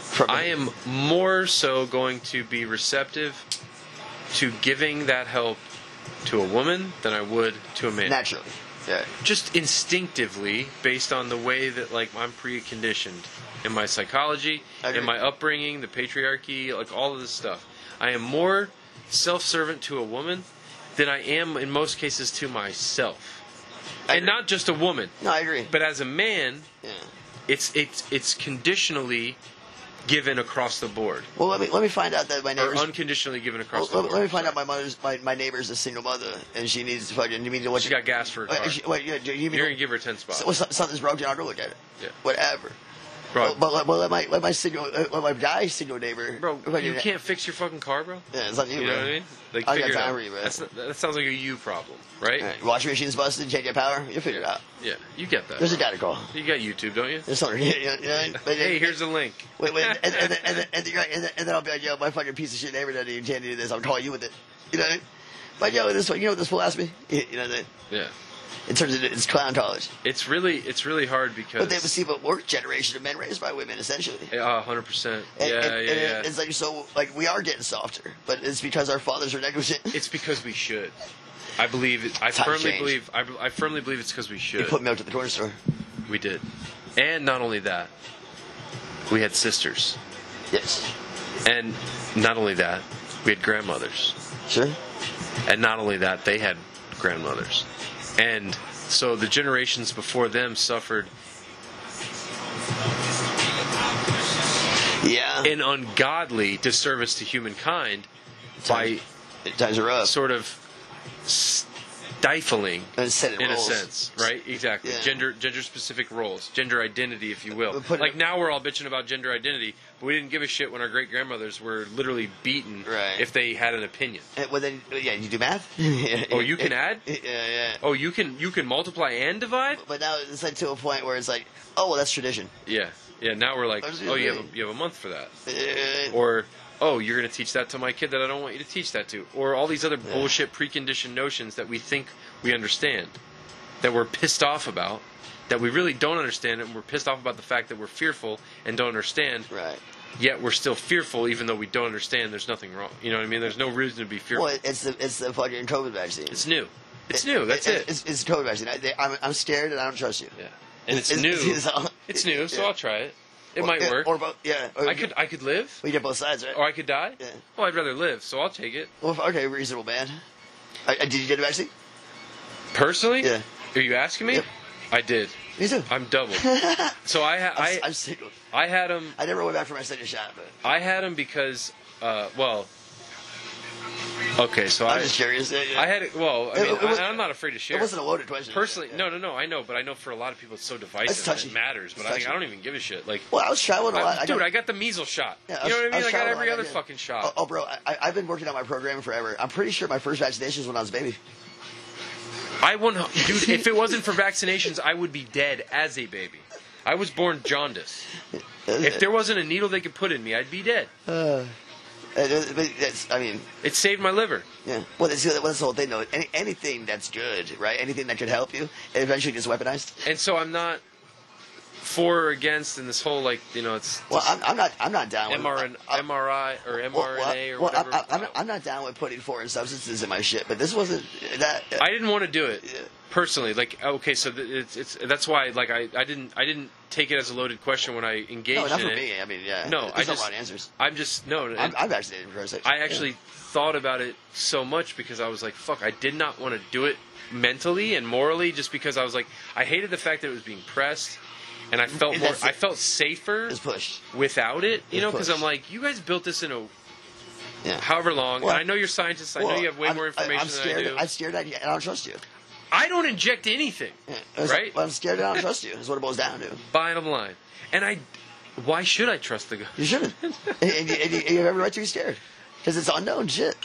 [SPEAKER 2] From-
[SPEAKER 4] I am more so going to be receptive to giving that help to a woman than I would to a man.
[SPEAKER 2] naturally. Yeah.
[SPEAKER 4] Just instinctively, based on the way that like I'm preconditioned in my psychology,
[SPEAKER 2] I agree.
[SPEAKER 4] in my upbringing, the patriarchy, like all of this stuff. I am more self-servant to a woman than I am in most cases to myself,
[SPEAKER 2] I
[SPEAKER 4] and
[SPEAKER 2] agree.
[SPEAKER 4] not just a woman,
[SPEAKER 2] No, I agree.
[SPEAKER 4] but as a man,
[SPEAKER 2] yeah.
[SPEAKER 4] it's it's it's conditionally given across the board.
[SPEAKER 2] Well, let me let me find out that my
[SPEAKER 4] Or
[SPEAKER 2] neighbor's.
[SPEAKER 4] unconditionally given across
[SPEAKER 2] well,
[SPEAKER 4] the
[SPEAKER 2] Oh, let,
[SPEAKER 4] board.
[SPEAKER 2] let me find out my mother's my, my neighbor's a single mother and she needs fucking. You mean what?
[SPEAKER 4] She got gas for a
[SPEAKER 2] Wait,
[SPEAKER 4] car.
[SPEAKER 2] she- wait, yeah, do you mean
[SPEAKER 4] You're gonna give her a ten spot.
[SPEAKER 2] so, well, so- something's broken? I'll go look at it.
[SPEAKER 4] Yeah.
[SPEAKER 2] Whatever.
[SPEAKER 4] bro,
[SPEAKER 2] But, but, but let my let my single let my guy single neighbor.
[SPEAKER 4] bro,
[SPEAKER 2] fucking-
[SPEAKER 4] you can't fix your fucking car, bro.
[SPEAKER 2] Yeah, it's on you,
[SPEAKER 4] You know
[SPEAKER 2] bro.
[SPEAKER 4] what I mean?
[SPEAKER 2] I
[SPEAKER 4] Like,
[SPEAKER 2] got
[SPEAKER 4] figure it
[SPEAKER 2] time
[SPEAKER 4] out.
[SPEAKER 2] for you, bro.
[SPEAKER 4] That's not, that sounds like a you problem, right?
[SPEAKER 2] Alright, washing machine's busted, can't get power. You'll figure it out.
[SPEAKER 4] Yeah, you get that.
[SPEAKER 2] There's a
[SPEAKER 4] bro.
[SPEAKER 2] guy to call.
[SPEAKER 4] You got YouTube, don't you?
[SPEAKER 2] There's something. You know, you know, what I mean? But then-
[SPEAKER 4] Hey, here's a link.
[SPEAKER 2] Wait, wait, and, and, and, and, and, and, you're right, and, then- and then I'll be like, yo, my fucking piece of shit neighbor doesn't even can't do this. I'll call you with it. You know what I mean? But yo, this one, you know what this will ask me? You you know what I mean?
[SPEAKER 4] Yeah,
[SPEAKER 2] In terms of it's clown college.
[SPEAKER 4] it's really it's really hard
[SPEAKER 2] But they would
[SPEAKER 4] because
[SPEAKER 2] see what work generation of men raised by women, essentially.
[SPEAKER 4] hundred percent. Yeah,
[SPEAKER 2] And, and,
[SPEAKER 4] yeah,
[SPEAKER 2] and
[SPEAKER 4] yeah.
[SPEAKER 2] It's like, so, like, we are getting softer, but it's because our fathers are negligent.
[SPEAKER 4] It's because we should. I believe. It, I
[SPEAKER 2] Time
[SPEAKER 4] firmly
[SPEAKER 2] change.
[SPEAKER 4] believe. I, I firmly believe it's because we
[SPEAKER 2] You
[SPEAKER 4] should.
[SPEAKER 2] put milk at the corner store.
[SPEAKER 4] we did, and not only that, we had sisters.
[SPEAKER 2] Yes.
[SPEAKER 4] And not only that, we had grandmothers.
[SPEAKER 2] Sure.
[SPEAKER 4] And not only that, they had grandmothers. And so the generations before them suffered
[SPEAKER 2] Yeah.
[SPEAKER 4] an ungodly disservice to humankind by
[SPEAKER 2] Times are up.
[SPEAKER 4] sort of stifling
[SPEAKER 2] And set it
[SPEAKER 4] in
[SPEAKER 2] rolls.
[SPEAKER 4] a sense, right? Exactly.
[SPEAKER 2] Yeah.
[SPEAKER 4] Gender gender specific roles, gender identity, if you will.
[SPEAKER 2] But put it-
[SPEAKER 4] Like now we're all bitching about gender identity, but we didn't give a shit when our great grandmothers were literally beaten
[SPEAKER 2] Right.
[SPEAKER 4] if they had an opinion.
[SPEAKER 2] Uh, Well, then, yeah, you do math. oh,
[SPEAKER 4] Oh, you can add?
[SPEAKER 2] Yeah, yeah.
[SPEAKER 4] Oh, you can you can multiply and divide?
[SPEAKER 2] But now it's like to a point where it's like, oh, well, that's tradition.
[SPEAKER 4] Yeah, yeah. Now we're like,
[SPEAKER 2] I was gonna
[SPEAKER 4] oh, you
[SPEAKER 2] say-
[SPEAKER 4] have a, you have a month for that,
[SPEAKER 2] Uh,
[SPEAKER 4] or oh, you're gonna teach that to my kid that I don't want you to teach that to, or all these other bullshit preconditioned notions that we think we understand, that we're pissed off about, that we really don't understand, and we're pissed off about the fact that we're fearful and don't understand.
[SPEAKER 2] right.
[SPEAKER 4] Yet we're still fearful, even though we don't understand. There's nothing wrong. You know what I mean? There's no reason to be fearful.
[SPEAKER 2] Well, it's the it's the fucking COVID vaccine. Eh,
[SPEAKER 4] it's new. It's new. That's it.
[SPEAKER 2] It's, it's the COVID vaccine. I, they, I'm, I'm scared and I don't trust you.
[SPEAKER 4] yeah. And it's,
[SPEAKER 2] it's-
[SPEAKER 4] new.
[SPEAKER 2] it's- it's-
[SPEAKER 4] It's, new. So
[SPEAKER 2] yeah.
[SPEAKER 4] I'll try it. It
[SPEAKER 2] Or-
[SPEAKER 4] might
[SPEAKER 2] yeah,
[SPEAKER 4] work.
[SPEAKER 2] Or both. Yeah. Or
[SPEAKER 4] I could. I could live.
[SPEAKER 2] We get both sides, right?
[SPEAKER 4] Or I could die?
[SPEAKER 2] Yeah.
[SPEAKER 4] Well, I'd rather live, so I'll take it.
[SPEAKER 2] Well, okay, reasonable man. I, I, did you get a vaccine?
[SPEAKER 4] Personally?
[SPEAKER 2] Yeah.
[SPEAKER 4] Are you asking me?
[SPEAKER 2] Yep.
[SPEAKER 4] I did.
[SPEAKER 2] Me too.
[SPEAKER 4] I'm double. so I, ha-
[SPEAKER 2] I'm,
[SPEAKER 4] I,
[SPEAKER 2] am single.
[SPEAKER 4] I had him.
[SPEAKER 2] I never went back for my second shot, but
[SPEAKER 4] I had him because, uh, well, Okay, so
[SPEAKER 2] I'm
[SPEAKER 4] I-
[SPEAKER 2] just curious. Yeah, yeah.
[SPEAKER 4] I had it. Well, I
[SPEAKER 2] It-
[SPEAKER 4] mean,
[SPEAKER 2] it was-
[SPEAKER 4] I, am not afraid to share.
[SPEAKER 2] it wasn't a loaded question.
[SPEAKER 4] Personally, no, no, no. I know, but I know for a lot of people it's so divisive.
[SPEAKER 2] It's touchy.
[SPEAKER 4] It matters, but
[SPEAKER 2] It's
[SPEAKER 4] I think I
[SPEAKER 2] touchy.
[SPEAKER 4] don't even give a shit. Like,
[SPEAKER 2] Well, I was traveling a
[SPEAKER 4] I-
[SPEAKER 2] lot. I
[SPEAKER 4] dude,
[SPEAKER 2] got-
[SPEAKER 4] I got the measles shot.
[SPEAKER 2] Yeah,
[SPEAKER 4] you know what I mean? I, got
[SPEAKER 2] traveling a
[SPEAKER 4] every
[SPEAKER 2] lot,
[SPEAKER 4] other
[SPEAKER 2] did.
[SPEAKER 4] fucking shot.
[SPEAKER 2] Oh, oh, bro, I, I've been working on my program forever. I'm pretty sure my first vaccination was when I was a baby.
[SPEAKER 4] I won, dude. if it wasn't for vaccinations, I would be dead as a baby. I was born jaundice. If there wasn't a needle they could put in me, I'd be dead.
[SPEAKER 2] Uh, it- but that's, I mean,
[SPEAKER 4] it saved my liver.
[SPEAKER 2] Yeah. Well, that's, well, that's the whole thing, though. Any, anything that's good, right? Anything that could help you, it eventually gets weaponized.
[SPEAKER 4] And so I'm not for or against in this whole like you know it's
[SPEAKER 2] Well, I'm, I'm not. I'm not down with
[SPEAKER 4] MRN, MRI or mRNA or
[SPEAKER 2] well,
[SPEAKER 4] whatever.
[SPEAKER 2] I, I, am not, I'm not down with putting foreign substances in my shit, but this wasn't that.
[SPEAKER 4] I didn't want to do it personally. Like, okay, so th- it's, it's that's why like I, I didn't I didn't take it as a loaded question when I engaged.
[SPEAKER 2] No, not
[SPEAKER 4] in
[SPEAKER 2] for
[SPEAKER 4] it.
[SPEAKER 2] me. I mean, yeah.
[SPEAKER 4] No,
[SPEAKER 2] There's
[SPEAKER 4] I
[SPEAKER 2] no
[SPEAKER 4] just
[SPEAKER 2] wrong answers.
[SPEAKER 4] I'm just no.
[SPEAKER 2] I'm,
[SPEAKER 4] and
[SPEAKER 2] I'm vaccinated for sex.
[SPEAKER 4] I actually thought about it so much because I was like, fuck, I did not want to do it mentally and morally, just because I was like, I hated the fact that it was being pressed. And I felt
[SPEAKER 2] And
[SPEAKER 4] more.
[SPEAKER 2] that's it.
[SPEAKER 4] I felt safer
[SPEAKER 2] pushed.
[SPEAKER 4] without it, you
[SPEAKER 2] It's
[SPEAKER 4] know, because
[SPEAKER 2] pushed.
[SPEAKER 4] I'm like, you guys built this in a
[SPEAKER 2] Yeah.
[SPEAKER 4] however long.
[SPEAKER 2] Well,
[SPEAKER 4] and I know you're scientists. I know
[SPEAKER 2] Well,
[SPEAKER 4] you have way
[SPEAKER 2] I'm-
[SPEAKER 4] more information
[SPEAKER 2] I, am
[SPEAKER 4] than
[SPEAKER 2] scared,
[SPEAKER 4] I do.
[SPEAKER 2] am scared at you, and I don't trust you.
[SPEAKER 4] I don't inject anything.
[SPEAKER 2] That's-
[SPEAKER 4] Right?
[SPEAKER 2] Well, I'm scared and I don't trust you. Is what it boils down to.
[SPEAKER 4] Bottom line. And I, why should I trust the guy?
[SPEAKER 2] You shouldn't. and, and you, and you- and you have every right to be scared because it's unknown shit.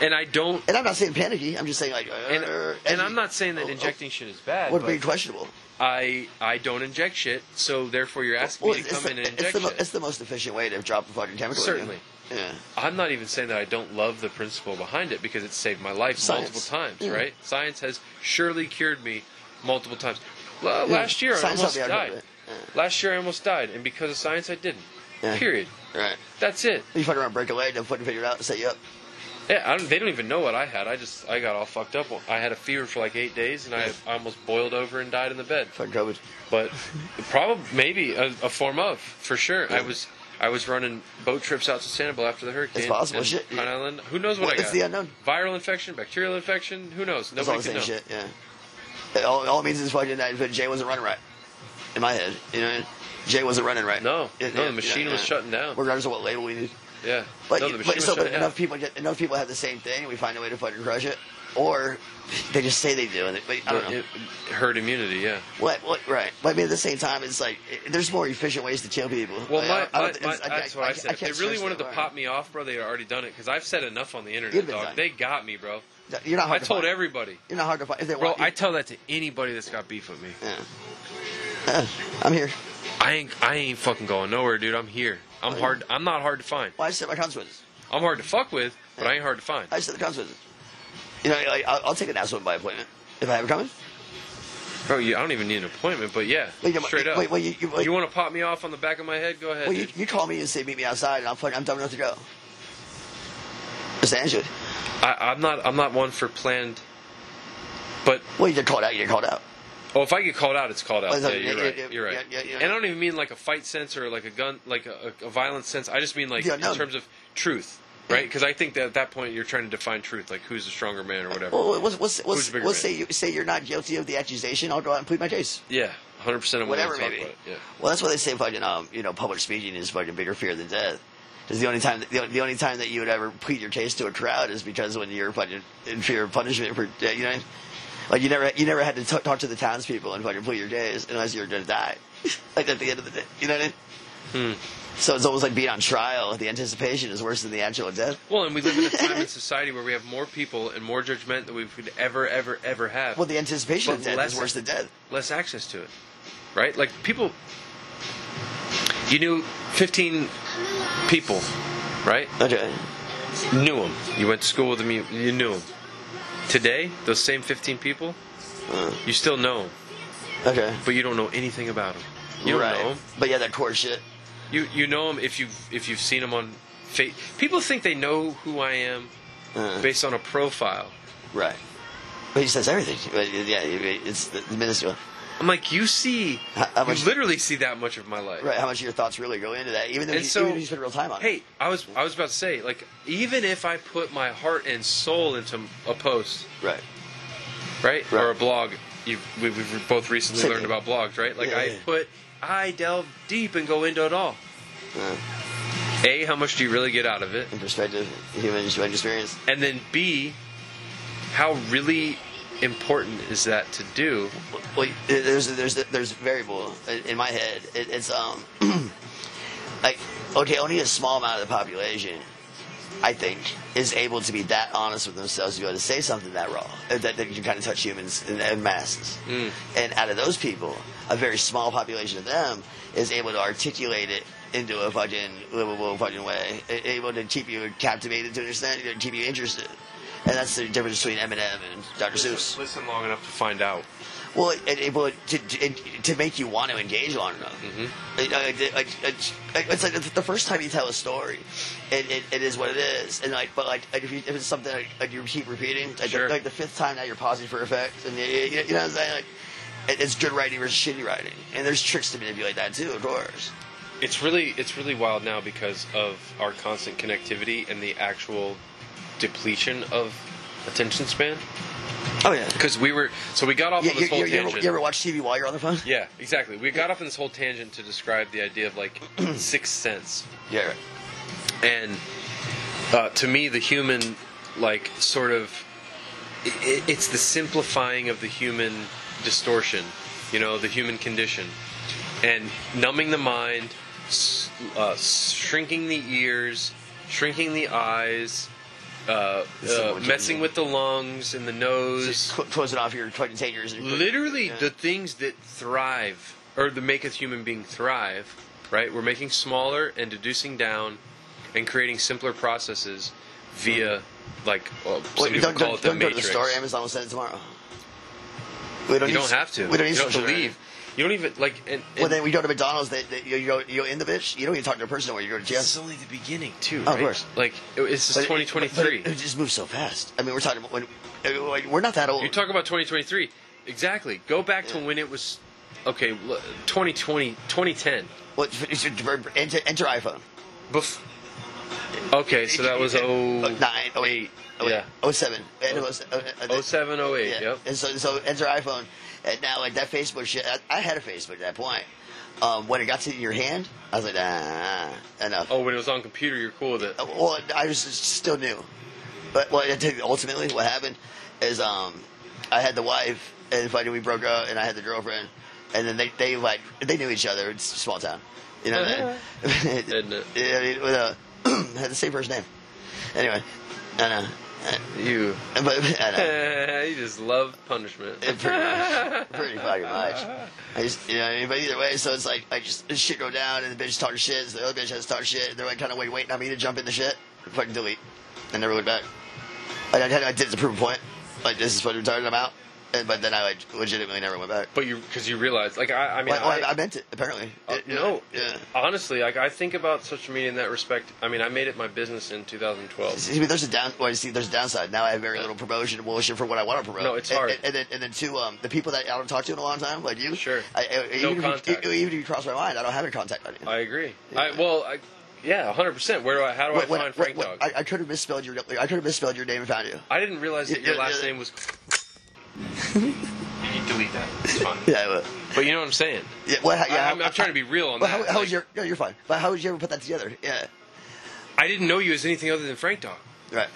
[SPEAKER 4] And I don't.
[SPEAKER 2] And I'm not saying panicky. I'm just saying like. uh, oh,
[SPEAKER 4] And, and I'm not saying that injecting shit is bad.
[SPEAKER 2] Would be
[SPEAKER 4] but
[SPEAKER 2] questionable.
[SPEAKER 4] I I don't inject shit, so therefore you're asking
[SPEAKER 2] Well,
[SPEAKER 4] me to
[SPEAKER 2] it's,
[SPEAKER 4] come
[SPEAKER 2] the,
[SPEAKER 4] in and
[SPEAKER 2] it's,
[SPEAKER 4] inject
[SPEAKER 2] the, mo-
[SPEAKER 4] shit.
[SPEAKER 2] it's the most efficient way to drop a fucking chemical. in you.
[SPEAKER 4] Certainly.
[SPEAKER 2] Yeah.
[SPEAKER 4] I'm not even saying that I don't love the principle behind it because it saved my life
[SPEAKER 2] Science.
[SPEAKER 4] multiple times,
[SPEAKER 2] Yeah.
[SPEAKER 4] right? Science has surely cured me multiple times. L-
[SPEAKER 2] Yeah.
[SPEAKER 4] Last year
[SPEAKER 2] Science
[SPEAKER 4] I
[SPEAKER 2] helped
[SPEAKER 4] almost
[SPEAKER 2] me out a
[SPEAKER 4] died.
[SPEAKER 2] little
[SPEAKER 4] Last year I almost died, and because of science I didn't.
[SPEAKER 2] Yeah.
[SPEAKER 4] Period.
[SPEAKER 2] Right.
[SPEAKER 4] That's it.
[SPEAKER 2] You fucking around, break away, they'll fucking figure it out and set you up.
[SPEAKER 4] Yeah, I don't, they don't even know what I had. I just I got all fucked up. I had a fever for like eight days, and I, I almost boiled over and died in the bed.
[SPEAKER 2] Fucking COVID.
[SPEAKER 4] But probably maybe a, a form of for sure. I was I was running boat trips out to Sanibel after the hurricane.
[SPEAKER 2] It's possible,
[SPEAKER 4] and
[SPEAKER 2] shit.
[SPEAKER 4] Pine Island. Who knows what
[SPEAKER 2] Well,
[SPEAKER 4] I got?
[SPEAKER 2] it's the unknown.
[SPEAKER 4] Viral infection, bacterial infection. Who knows?
[SPEAKER 2] It's all
[SPEAKER 4] Nobody
[SPEAKER 2] the
[SPEAKER 4] can
[SPEAKER 2] same
[SPEAKER 4] know.
[SPEAKER 2] shit. Yeah. It all, all it means is fucking that that Jay wasn't running right. In my head, you know, what I mean? Jay wasn't running right.
[SPEAKER 4] No,
[SPEAKER 2] Yeah,
[SPEAKER 4] no,
[SPEAKER 2] yeah,
[SPEAKER 4] the machine
[SPEAKER 2] yeah,
[SPEAKER 4] was
[SPEAKER 2] yeah.
[SPEAKER 4] shutting down.
[SPEAKER 2] Regardless of what label we need.
[SPEAKER 4] Yeah,
[SPEAKER 2] But,
[SPEAKER 4] no,
[SPEAKER 2] you-
[SPEAKER 4] the machine
[SPEAKER 2] but,
[SPEAKER 4] was
[SPEAKER 2] so, but
[SPEAKER 4] shutting down.
[SPEAKER 2] enough people get, enough people have the same thing, and we find a way to fucking crush it, or they just say they do, and they, but I don't
[SPEAKER 4] But
[SPEAKER 2] know.
[SPEAKER 4] it- herd immunity. Yeah.
[SPEAKER 2] What, what, right. But I mean, at the same time, it's like, it, there's more efficient ways to kill people.
[SPEAKER 4] Well,
[SPEAKER 2] Like,
[SPEAKER 4] my,
[SPEAKER 2] I
[SPEAKER 4] my,
[SPEAKER 2] don't-
[SPEAKER 4] my,
[SPEAKER 2] it's- I-
[SPEAKER 4] that's what
[SPEAKER 2] I-
[SPEAKER 4] I,
[SPEAKER 2] I
[SPEAKER 4] said. If
[SPEAKER 2] can't
[SPEAKER 4] they really
[SPEAKER 2] stress
[SPEAKER 4] wanted to
[SPEAKER 2] that
[SPEAKER 4] pop me off, bro, they had already done it because I've said enough on the
[SPEAKER 2] You've
[SPEAKER 4] internet,
[SPEAKER 2] been
[SPEAKER 4] dog.
[SPEAKER 2] done.
[SPEAKER 4] They got me, bro.
[SPEAKER 2] You're not hard
[SPEAKER 4] I
[SPEAKER 2] to
[SPEAKER 4] told
[SPEAKER 2] find.
[SPEAKER 4] everybody.
[SPEAKER 2] You're not hard to find. If they
[SPEAKER 4] Bro,
[SPEAKER 2] want you.
[SPEAKER 4] I tell that to anybody that's got beef with me.
[SPEAKER 2] Yeah. Uh, I'm here.
[SPEAKER 4] I ain't I ain't fucking going nowhere, dude. I'm here. I'm
[SPEAKER 2] Oh, yeah.
[SPEAKER 4] hard. I'm not hard to find.
[SPEAKER 2] Well, I said my consequences.
[SPEAKER 4] I'm hard to fuck with, but I ain't hard to find.
[SPEAKER 2] I said the consequences. You know, like, I'll, I'll take an asshole by appointment if I have it coming.
[SPEAKER 4] Bro, you, I don't even need an appointment, but yeah,
[SPEAKER 2] Wait, you-
[SPEAKER 4] straight up.
[SPEAKER 2] wait, wait, you- you- wait.
[SPEAKER 4] you want to pop me off on the back of my head? Go ahead.
[SPEAKER 2] Well, you,
[SPEAKER 4] dude.
[SPEAKER 2] you call me and say meet me outside, and I'm fucking, I'm dumb enough to go. Essentially.
[SPEAKER 4] I, I'm not. I'm not one for planned. But
[SPEAKER 2] well, you get called out. You get called out.
[SPEAKER 4] Oh, if I get called out, it's called out.
[SPEAKER 2] Well, it's
[SPEAKER 4] yeah,
[SPEAKER 2] like,
[SPEAKER 4] you're
[SPEAKER 2] Oh, yeah,
[SPEAKER 4] right.
[SPEAKER 2] yeah,
[SPEAKER 4] you're right.
[SPEAKER 2] yeah, yeah, yeah.
[SPEAKER 4] And I don't even mean like a fight sense or like a gun, like a, a violent sense. I just mean like
[SPEAKER 2] The
[SPEAKER 4] in
[SPEAKER 2] unknown.
[SPEAKER 4] terms of truth, right? Because I think that at that point you're trying to define truth, like who's the stronger man or whatever.
[SPEAKER 2] Well, what's, what's,
[SPEAKER 4] Who's
[SPEAKER 2] what's,
[SPEAKER 4] the bigger
[SPEAKER 2] what's
[SPEAKER 4] man?
[SPEAKER 2] say, you, say you're not guilty of the accusation, I'll go out and plead my case.
[SPEAKER 4] yeah, 100. percent I'm
[SPEAKER 2] Whatever,
[SPEAKER 4] willing to talk
[SPEAKER 2] maybe.
[SPEAKER 4] about it. Yeah.
[SPEAKER 2] Well, that's why they say fucking um, you know public speaking is fucking bigger fear than death. Because the only time that, the, the only time that you would ever plead your case to a crowd is because when you're fucking in fear of punishment for you know, like you never you never had to t- talk to the townspeople and fucking plead your case unless you were gonna die, like at the end of the day, you know what I mean?
[SPEAKER 4] Hmm.
[SPEAKER 2] So it's almost like being on trial. The anticipation is worse than the actual death.
[SPEAKER 4] Well, and we live in a time in society where we have more people and more judgment than we could ever, ever, ever have.
[SPEAKER 2] Well, the anticipation
[SPEAKER 4] But
[SPEAKER 2] of death
[SPEAKER 4] less-
[SPEAKER 2] is worse than death.
[SPEAKER 4] less access to it, right? Like people, you knew 15 people, right?
[SPEAKER 2] Okay.
[SPEAKER 4] Knew them. You went to school with them. You, you knew them. Today, those same 15 people, you still know 'em,
[SPEAKER 2] Okay.
[SPEAKER 4] but you don't know anything about them. You don't
[SPEAKER 2] right.
[SPEAKER 4] know 'em.
[SPEAKER 2] But yeah, that core shit.
[SPEAKER 4] You you know them if you if you've seen them on. Fa- people think they know who I am
[SPEAKER 2] Uh.
[SPEAKER 4] based on a profile.
[SPEAKER 2] Right. But he says everything. But yeah, it's it's minuscule.
[SPEAKER 4] I'm like, you see,
[SPEAKER 2] How- how much-
[SPEAKER 4] you literally see that much of my life.
[SPEAKER 2] Right, how much of your thoughts really go into that, even though
[SPEAKER 4] And
[SPEAKER 2] you,
[SPEAKER 4] so-
[SPEAKER 2] even if you spend real time on it.
[SPEAKER 4] Hey, I was I was about to say, like, even if I put my heart and soul into a post,
[SPEAKER 2] Right.
[SPEAKER 4] right, or a blog, you we, we've both recently
[SPEAKER 2] Same
[SPEAKER 4] learned
[SPEAKER 2] thing.
[SPEAKER 4] about blogs, right? Like,
[SPEAKER 2] Yeah,
[SPEAKER 4] I
[SPEAKER 2] yeah.
[SPEAKER 4] put, I delve deep and go into it all.
[SPEAKER 2] Yeah.
[SPEAKER 4] A, how much do you really get out of it?
[SPEAKER 2] In perspective, human human experience.
[SPEAKER 4] And then B, how really important is that to do?
[SPEAKER 2] Well, there's there's there's a variable in my head. It, it's um like okay, only a small amount of the population, I think, is able to be that honest with themselves to be able to say something that raw uh, that, that can kind of touch humans and, and masses. And out of those people, a very small population of them is able to articulate it into a fucking livable fucking way, a- able to keep you captivated to understand, you know, keep you interested. And that's the difference between Eminem and Dr. Seuss.
[SPEAKER 4] Listen long enough to find out.
[SPEAKER 2] Well, it, it, well to, to, to make you want to engage long enough. Mm-hmm. it's like the first time you tell a story, it, it, it is what it is. And like, but like, like if, you, if it's something like, like you keep repeating, like, the-
[SPEAKER 4] Sure.
[SPEAKER 2] like the fifth time now you're pausing for effect, and you, you, you know what I'm saying? Like, it- it's good writing versus shitty writing, and there's tricks to manipulate that too, of course.
[SPEAKER 4] It's really it's really wild now because of our constant connectivity and the actual depletion of attention span.
[SPEAKER 2] Oh yeah.
[SPEAKER 4] Because we were so we got off
[SPEAKER 2] You,
[SPEAKER 4] on this
[SPEAKER 2] you-
[SPEAKER 4] whole
[SPEAKER 2] you- you ever,
[SPEAKER 4] tangent.
[SPEAKER 2] you ever watch TV while you're on the phone?
[SPEAKER 4] yeah, exactly. We got off on this whole tangent to describe the idea of like sixth sense.
[SPEAKER 2] Yeah. Right.
[SPEAKER 4] and uh, to me the human like sort of i i- it's the simplifying of the human distortion you know the human condition and numbing the mind s- uh, shrinking the ears shrinking the eyes uh,
[SPEAKER 2] This is
[SPEAKER 4] uh,
[SPEAKER 2] what you
[SPEAKER 4] messing
[SPEAKER 2] mean.
[SPEAKER 4] with the lungs and the nose
[SPEAKER 2] Just cl- closing off your fucking takers. and-
[SPEAKER 4] literally
[SPEAKER 2] Yeah.
[SPEAKER 4] the things that thrive or that make a human being thrive right we're making smaller and deducing down and creating simpler processes via like well, some
[SPEAKER 2] Wait,
[SPEAKER 4] people
[SPEAKER 2] Mm-hmm. don't,
[SPEAKER 4] call
[SPEAKER 2] don't,
[SPEAKER 4] it the
[SPEAKER 2] don't go to the
[SPEAKER 4] matrix
[SPEAKER 2] store. Amazon will send it tomorrow. We don't need
[SPEAKER 4] you don't
[SPEAKER 2] s-
[SPEAKER 4] have to
[SPEAKER 2] We don't need
[SPEAKER 4] you don't
[SPEAKER 2] social
[SPEAKER 4] have to
[SPEAKER 2] media.
[SPEAKER 4] leave you don't even like and, and
[SPEAKER 2] Well, then we go to McDonald's. They, they, you, you, go, you go in the bitch. You don't even talk to a person where you go to jail.
[SPEAKER 4] this is only the beginning too
[SPEAKER 2] Oh, of
[SPEAKER 4] right?
[SPEAKER 2] course.
[SPEAKER 4] like it- it's just
[SPEAKER 2] But it- but uh,
[SPEAKER 4] 2023
[SPEAKER 2] It, it just moves so fast. I mean, we're talking about when uh, like, we're not that old.
[SPEAKER 4] you talk about 2023 exactly go back to when it was okay l- 2020 2010
[SPEAKER 2] What- it's- it's- enter, enter iPhone.
[SPEAKER 4] Bef- okay so that was
[SPEAKER 2] oh
[SPEAKER 4] 09
[SPEAKER 2] nine, oh eight, oh eight,
[SPEAKER 4] yeah.
[SPEAKER 2] oh seven, and it was, uh, uh, uh,
[SPEAKER 4] 07 08
[SPEAKER 2] yeah.
[SPEAKER 4] yep
[SPEAKER 2] And so, so enter iPhone, and now like that Facebook shit. I, I had a Facebook at that point. Um, when it got to your hand, I was like, ah, enough.
[SPEAKER 4] Oh, when it was on computer, you're cool with it.
[SPEAKER 2] Uh, Well, I was still new, but well, I think ultimately what happened is um, I had the wife, and fucking we broke up, and I had the girlfriend, and then they they like they knew each other. It's a small town, you know. what I mean?
[SPEAKER 4] Isn't it?
[SPEAKER 2] Yeah, I mean, with a had the same first name. Anyway, I know, Uh,
[SPEAKER 4] You,
[SPEAKER 2] but I know.
[SPEAKER 4] you just love punishment.
[SPEAKER 2] Yeah, pretty much. Pretty fucking much. I just, you know, what I mean? but either way, so it's like I just this shit go down, and the bitch talking shit, so the other bitch has to talk shit, and they're like kind of wait, waiting on me to jump in the shit. Fucking delete, and never look back. Like, I, I did it to prove a point. Like this is what we're talking about, and, but then I like legitimately never went back.
[SPEAKER 4] But you, because you realize, like, I, I mean,
[SPEAKER 2] Well, well, I,
[SPEAKER 4] I,
[SPEAKER 2] I meant it apparently.
[SPEAKER 4] uh,
[SPEAKER 2] It-
[SPEAKER 4] no,
[SPEAKER 2] yeah.
[SPEAKER 4] honestly, like, I think about social media in that respect. I mean, I made it my business in 2012.
[SPEAKER 2] See, but there's a down. Well, you see, there's a downside. Now I have very little promotion bullshit for what I want to promote.
[SPEAKER 4] Uh, No, it's
[SPEAKER 2] And-
[SPEAKER 4] hard.
[SPEAKER 2] And, and then, and then two, um, the people that I don't talk to in a long time, like you,
[SPEAKER 4] Sure.
[SPEAKER 2] I, I,
[SPEAKER 4] No
[SPEAKER 2] even, If
[SPEAKER 4] contact.
[SPEAKER 2] you, even if you cross my mind, I don't have any contact on you.
[SPEAKER 4] I agree. I, well, I, yeah, 100. percent Where do I? How do I
[SPEAKER 2] Wait, wait, wait,
[SPEAKER 4] find Frank
[SPEAKER 2] wait,
[SPEAKER 4] Dog?
[SPEAKER 2] I, I could have misspelled your. I could have misspelled your name and found you.
[SPEAKER 4] I, didn't realize that
[SPEAKER 2] Yeah,
[SPEAKER 4] your
[SPEAKER 2] yeah,
[SPEAKER 4] last
[SPEAKER 2] yeah.
[SPEAKER 4] name was. you can delete that. It's fine.
[SPEAKER 2] Yeah. Well,
[SPEAKER 4] But you know what I'm saying.
[SPEAKER 2] yeah. Well, how- yeah.
[SPEAKER 4] I, am I'm trying to be real on
[SPEAKER 2] Well,
[SPEAKER 4] that.
[SPEAKER 2] how, how
[SPEAKER 4] Like,
[SPEAKER 2] was your? No, you're fine. But how would you ever put that together? Yeah.
[SPEAKER 4] I didn't know you as anything other than Frank Dog.
[SPEAKER 2] Right.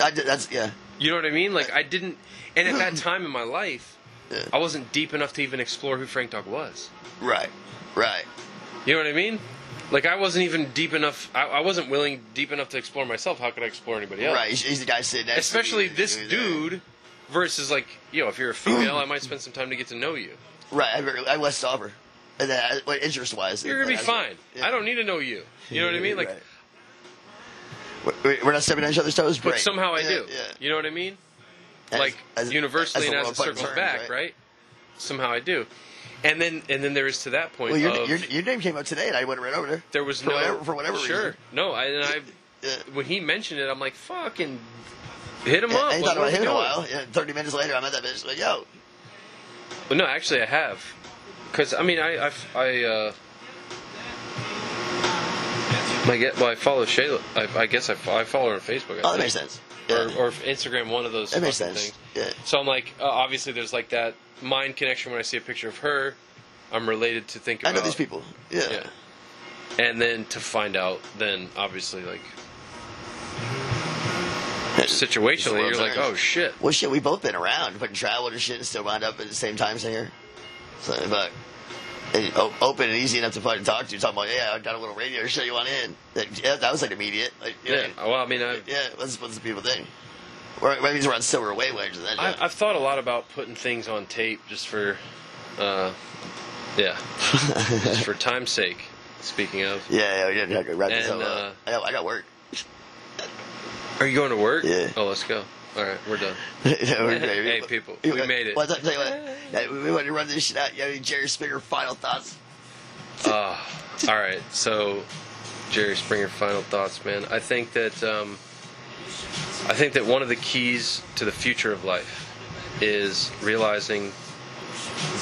[SPEAKER 2] I did- that's yeah.
[SPEAKER 4] You know what I mean? Like I didn't, and at that time in my life,
[SPEAKER 2] Yeah.
[SPEAKER 4] I wasn't deep enough to even explore who Frank Dog was.
[SPEAKER 2] Right. Right.
[SPEAKER 4] You know what I mean? Like I wasn't even deep enough. I, I wasn't willing deep enough to explore myself. How could I explore anybody else?
[SPEAKER 2] Right. He's, he's the guy sitting next. to
[SPEAKER 4] Especially
[SPEAKER 2] you.
[SPEAKER 4] this dude versus like you know, if you're a female, I might spend some time to get to know you.
[SPEAKER 2] Right. I, very- I was sober. And then, I- well, interest wise,
[SPEAKER 4] You're gonna be fine. I don't need to know you. You know what I mean? Like,
[SPEAKER 2] We're not stepping on each other's toes,
[SPEAKER 4] but
[SPEAKER 2] Great.
[SPEAKER 4] somehow I
[SPEAKER 2] Yeah,
[SPEAKER 4] do.
[SPEAKER 2] Yeah.
[SPEAKER 4] You know what I mean?
[SPEAKER 2] As-
[SPEAKER 4] like
[SPEAKER 2] as-
[SPEAKER 4] universally
[SPEAKER 2] the
[SPEAKER 4] and as
[SPEAKER 2] world
[SPEAKER 4] it
[SPEAKER 2] fucking
[SPEAKER 4] circles
[SPEAKER 2] turns,
[SPEAKER 4] back, right? Somehow I do. And then and then there is to that point
[SPEAKER 2] Well, your,
[SPEAKER 4] of
[SPEAKER 2] your, your name came up today, and I went right over there.
[SPEAKER 4] there was
[SPEAKER 2] for
[SPEAKER 4] no
[SPEAKER 2] whatever, for whatever
[SPEAKER 4] sure.
[SPEAKER 2] reason.
[SPEAKER 4] No, I, and I
[SPEAKER 2] Yeah.
[SPEAKER 4] when he mentioned it, I'm like, fucking hit him
[SPEAKER 2] Yeah,
[SPEAKER 4] up.
[SPEAKER 2] I ain't thought
[SPEAKER 4] Like, what
[SPEAKER 2] about
[SPEAKER 4] are we
[SPEAKER 2] him in a
[SPEAKER 4] doing?
[SPEAKER 2] while. Yeah, Thirty minutes later, I'm at that bitch. Like, yo,
[SPEAKER 4] Well, no, actually, I have. Because I mean, I I've, I uh. I get well. I follow Shayla. I, I guess I, fo- I follow her on Facebook. I
[SPEAKER 2] oh, that
[SPEAKER 4] think.
[SPEAKER 2] makes sense. Yeah,
[SPEAKER 4] Or, or Instagram, one of those.
[SPEAKER 2] that makes
[SPEAKER 4] fucking
[SPEAKER 2] sense.
[SPEAKER 4] Things.
[SPEAKER 2] Yeah.
[SPEAKER 4] So I'm like, uh, obviously, there's like that mind connection when I see a picture of her. I'm related to think
[SPEAKER 2] I
[SPEAKER 4] about.
[SPEAKER 2] know these people. Yeah.
[SPEAKER 4] uh, Yeah. and then to find out, then obviously like
[SPEAKER 2] It's the
[SPEAKER 4] situationally,
[SPEAKER 2] world's
[SPEAKER 4] you're like,
[SPEAKER 2] end.
[SPEAKER 4] oh shit.
[SPEAKER 2] Well, shit, we've both been around, fucking traveled and shit, and still wound up at the same times here. So, fuck. And o- open and easy enough to fucking talk to. Talking about, yeah, I got a little radio show you want in. That, yeah, that was like immediate. Like, you know,
[SPEAKER 4] Yeah. Well, I mean, I,
[SPEAKER 2] yeah, that's what the people think. Or maybe it's around silver away wages. That
[SPEAKER 4] I, I've thought a lot about putting things on tape just for, uh, yeah, just for time's sake. Speaking of,
[SPEAKER 2] yeah, yeah, yeah, yeah, I could wrap this
[SPEAKER 4] And,
[SPEAKER 2] up. uh, I, got- I got work.
[SPEAKER 4] are you going to work? Yeah. Oh, let's go. All right, we're done.
[SPEAKER 2] Yeah, we're-
[SPEAKER 4] hey, people, we made it.
[SPEAKER 2] Well, I tell you what, yeah, we, we want to run this shit out. You have any Jerry Springer final thoughts?
[SPEAKER 4] Uh, all right. So, Jerry Springer, final thoughts, man. I think that um, I think that one of the keys to the future of life is realizing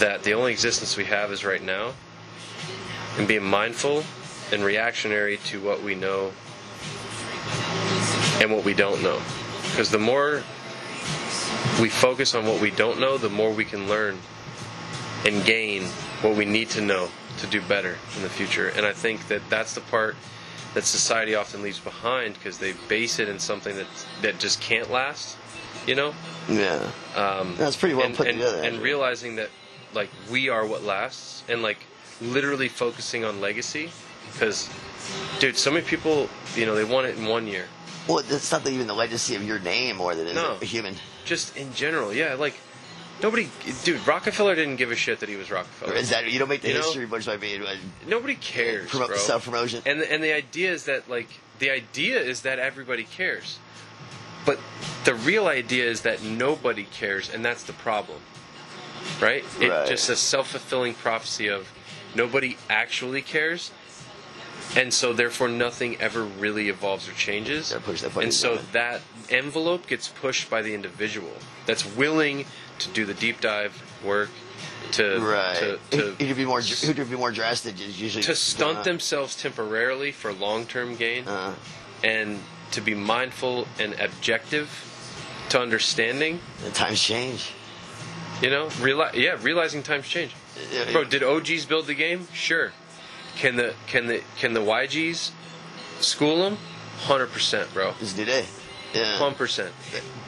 [SPEAKER 4] that the only existence we have is right now, and being mindful and reactionary to what we know and what we don't know. Because the more we focus on what we don't know, the more we can learn and gain what we need to know to do better in the future. And I think that that's the part that society often leaves behind because they base it in something that that just can't last, you know.
[SPEAKER 2] Yeah.
[SPEAKER 4] Um,
[SPEAKER 2] That's pretty well
[SPEAKER 4] and,
[SPEAKER 2] put
[SPEAKER 4] and,
[SPEAKER 2] together,
[SPEAKER 4] And
[SPEAKER 2] actually.
[SPEAKER 4] realizing that like we are what lasts, and like literally focusing on legacy because, dude, so many people, you know, they want it in one year.
[SPEAKER 2] Well, it's not even the legacy of your name more than it is
[SPEAKER 4] No.
[SPEAKER 2] a human.
[SPEAKER 4] Just in general, yeah, like. Nobody, dude. Rockefeller didn't give a shit that he was Rockefeller.
[SPEAKER 2] Is that you don't make the
[SPEAKER 4] You know?
[SPEAKER 2] history much by being uh,
[SPEAKER 4] Nobody cares,
[SPEAKER 2] promote
[SPEAKER 4] bro.
[SPEAKER 2] self promotion.
[SPEAKER 4] And the, and the idea is that like the idea is that everybody cares, but the real idea is that nobody cares, and that's the problem, right? It's
[SPEAKER 2] Right.
[SPEAKER 4] just a self fulfilling prophecy of nobody actually cares, and so therefore nothing ever really evolves or changes. and so that envelope gets pushed by the individual that's willing to do the deep dive work to
[SPEAKER 2] Right.
[SPEAKER 4] to,
[SPEAKER 2] who
[SPEAKER 4] to
[SPEAKER 2] who could be more who could be more drastic is usually
[SPEAKER 4] to stunt
[SPEAKER 2] uh,
[SPEAKER 4] themselves temporarily for long-term gain
[SPEAKER 2] Uh-huh.
[SPEAKER 4] and to be mindful and objective to understanding
[SPEAKER 2] times change
[SPEAKER 4] you know reali- yeah realizing times change bro did og's build the game sure can the can the can the ygs school them 100% bro
[SPEAKER 2] It's new day. Yeah.
[SPEAKER 4] 100%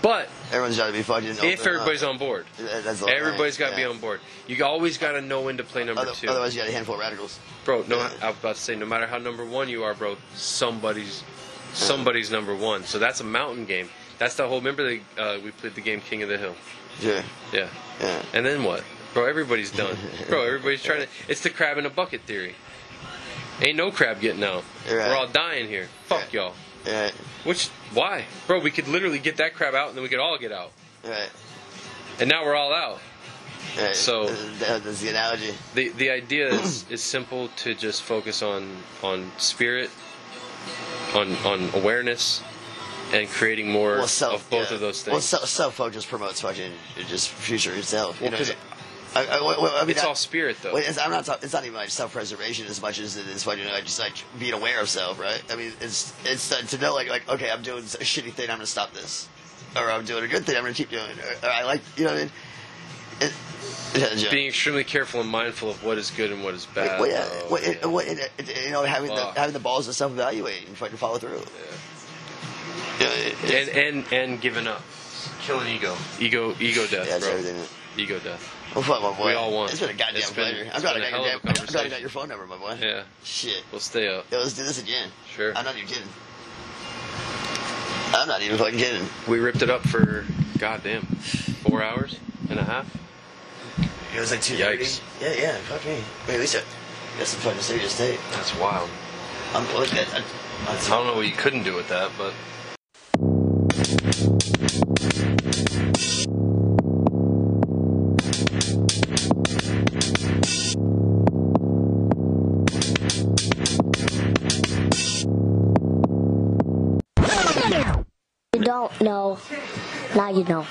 [SPEAKER 4] but
[SPEAKER 2] Everyone's got to be fucking.
[SPEAKER 4] if everybody's on board
[SPEAKER 2] that's the whole
[SPEAKER 4] everybody's
[SPEAKER 2] thing,
[SPEAKER 4] got to
[SPEAKER 2] yeah.
[SPEAKER 4] be on board you always got to know when to play number
[SPEAKER 2] Other-
[SPEAKER 4] two
[SPEAKER 2] otherwise you got a handful of radicals.
[SPEAKER 4] bro. No, I, I was about to say, no matter how number one you are, bro, somebody's somebody's number one. So that's a mountain game. That's the whole. Remember, the, uh, we played the game King of the Hill.
[SPEAKER 2] Yeah.
[SPEAKER 4] Yeah. And then what, bro? Everybody's done, bro. Everybody's trying to. It's the crab in a bucket theory. Ain't no crab getting out. We're all dying here. Fuck y'all.
[SPEAKER 2] Right.
[SPEAKER 4] Which why, bro? We could literally get that crab out, and then we could all get out.
[SPEAKER 2] Right.
[SPEAKER 4] And now we're all out.
[SPEAKER 2] Right.
[SPEAKER 4] So
[SPEAKER 2] That- that's the analogy.
[SPEAKER 4] the the idea is, is simple to just focus on on spirit, on on awareness, and creating more
[SPEAKER 2] Well, self,
[SPEAKER 4] of both
[SPEAKER 2] yeah.
[SPEAKER 4] of those
[SPEAKER 2] Well,
[SPEAKER 4] things.
[SPEAKER 2] self, self focus promotes fucking it just future itself. You
[SPEAKER 4] Well,
[SPEAKER 2] know,
[SPEAKER 4] 'cause
[SPEAKER 2] I, I, well, well, I mean,
[SPEAKER 4] it's
[SPEAKER 2] I-
[SPEAKER 4] all spirit though.
[SPEAKER 2] Well, it's, I'm not. Talk, it's not even like self-preservation as much as it is fucking like just like being aware of self, right? I mean, it's it's uh, to know like like okay, I'm doing a shitty thing, I'm gonna stop this, or I'm doing a good thing, I'm gonna keep doing. it. Or, or I like, you know what I mean? It, yeah, yeah.
[SPEAKER 4] Being extremely careful and mindful of what is good and what is bad.
[SPEAKER 2] well, yeah,
[SPEAKER 4] bro.
[SPEAKER 2] well, it- well, it- it- you know, having the,
[SPEAKER 4] Uh, Fuck.
[SPEAKER 2] having the balls to self-evaluate and fucking follow through.
[SPEAKER 4] and and and giving up, killing ego, ego, ego death,
[SPEAKER 2] Yeah, it's
[SPEAKER 4] bro.
[SPEAKER 2] everything.
[SPEAKER 4] Ego death.
[SPEAKER 2] Well, fuck my boy.
[SPEAKER 4] We all want.
[SPEAKER 2] It's been a goddamn
[SPEAKER 4] It's been-
[SPEAKER 2] pleasure.
[SPEAKER 4] it's
[SPEAKER 2] I'm glad I
[SPEAKER 4] been
[SPEAKER 2] got
[SPEAKER 4] a
[SPEAKER 2] your
[SPEAKER 4] hell of a
[SPEAKER 2] damn- I'm glad I got
[SPEAKER 4] conversation.
[SPEAKER 2] your phone number, my boy.
[SPEAKER 4] Yeah.
[SPEAKER 2] Shit.
[SPEAKER 4] We'll stay up.
[SPEAKER 2] Yeah, let's do this again.
[SPEAKER 4] Sure.
[SPEAKER 2] I'm not even kidding. I'm not even fucking kidding.
[SPEAKER 4] We ripped it up for goddamn four hours and a half.
[SPEAKER 2] It was like two
[SPEAKER 4] Yikes.
[SPEAKER 2] Yeah, yeah, fuck me. Wait, Lisa. That's some fucking serious tape.
[SPEAKER 4] That's wild.
[SPEAKER 2] I'm look at I, I
[SPEAKER 4] I don't know what you couldn't do with that, but.
[SPEAKER 11] You don't know. Now you know.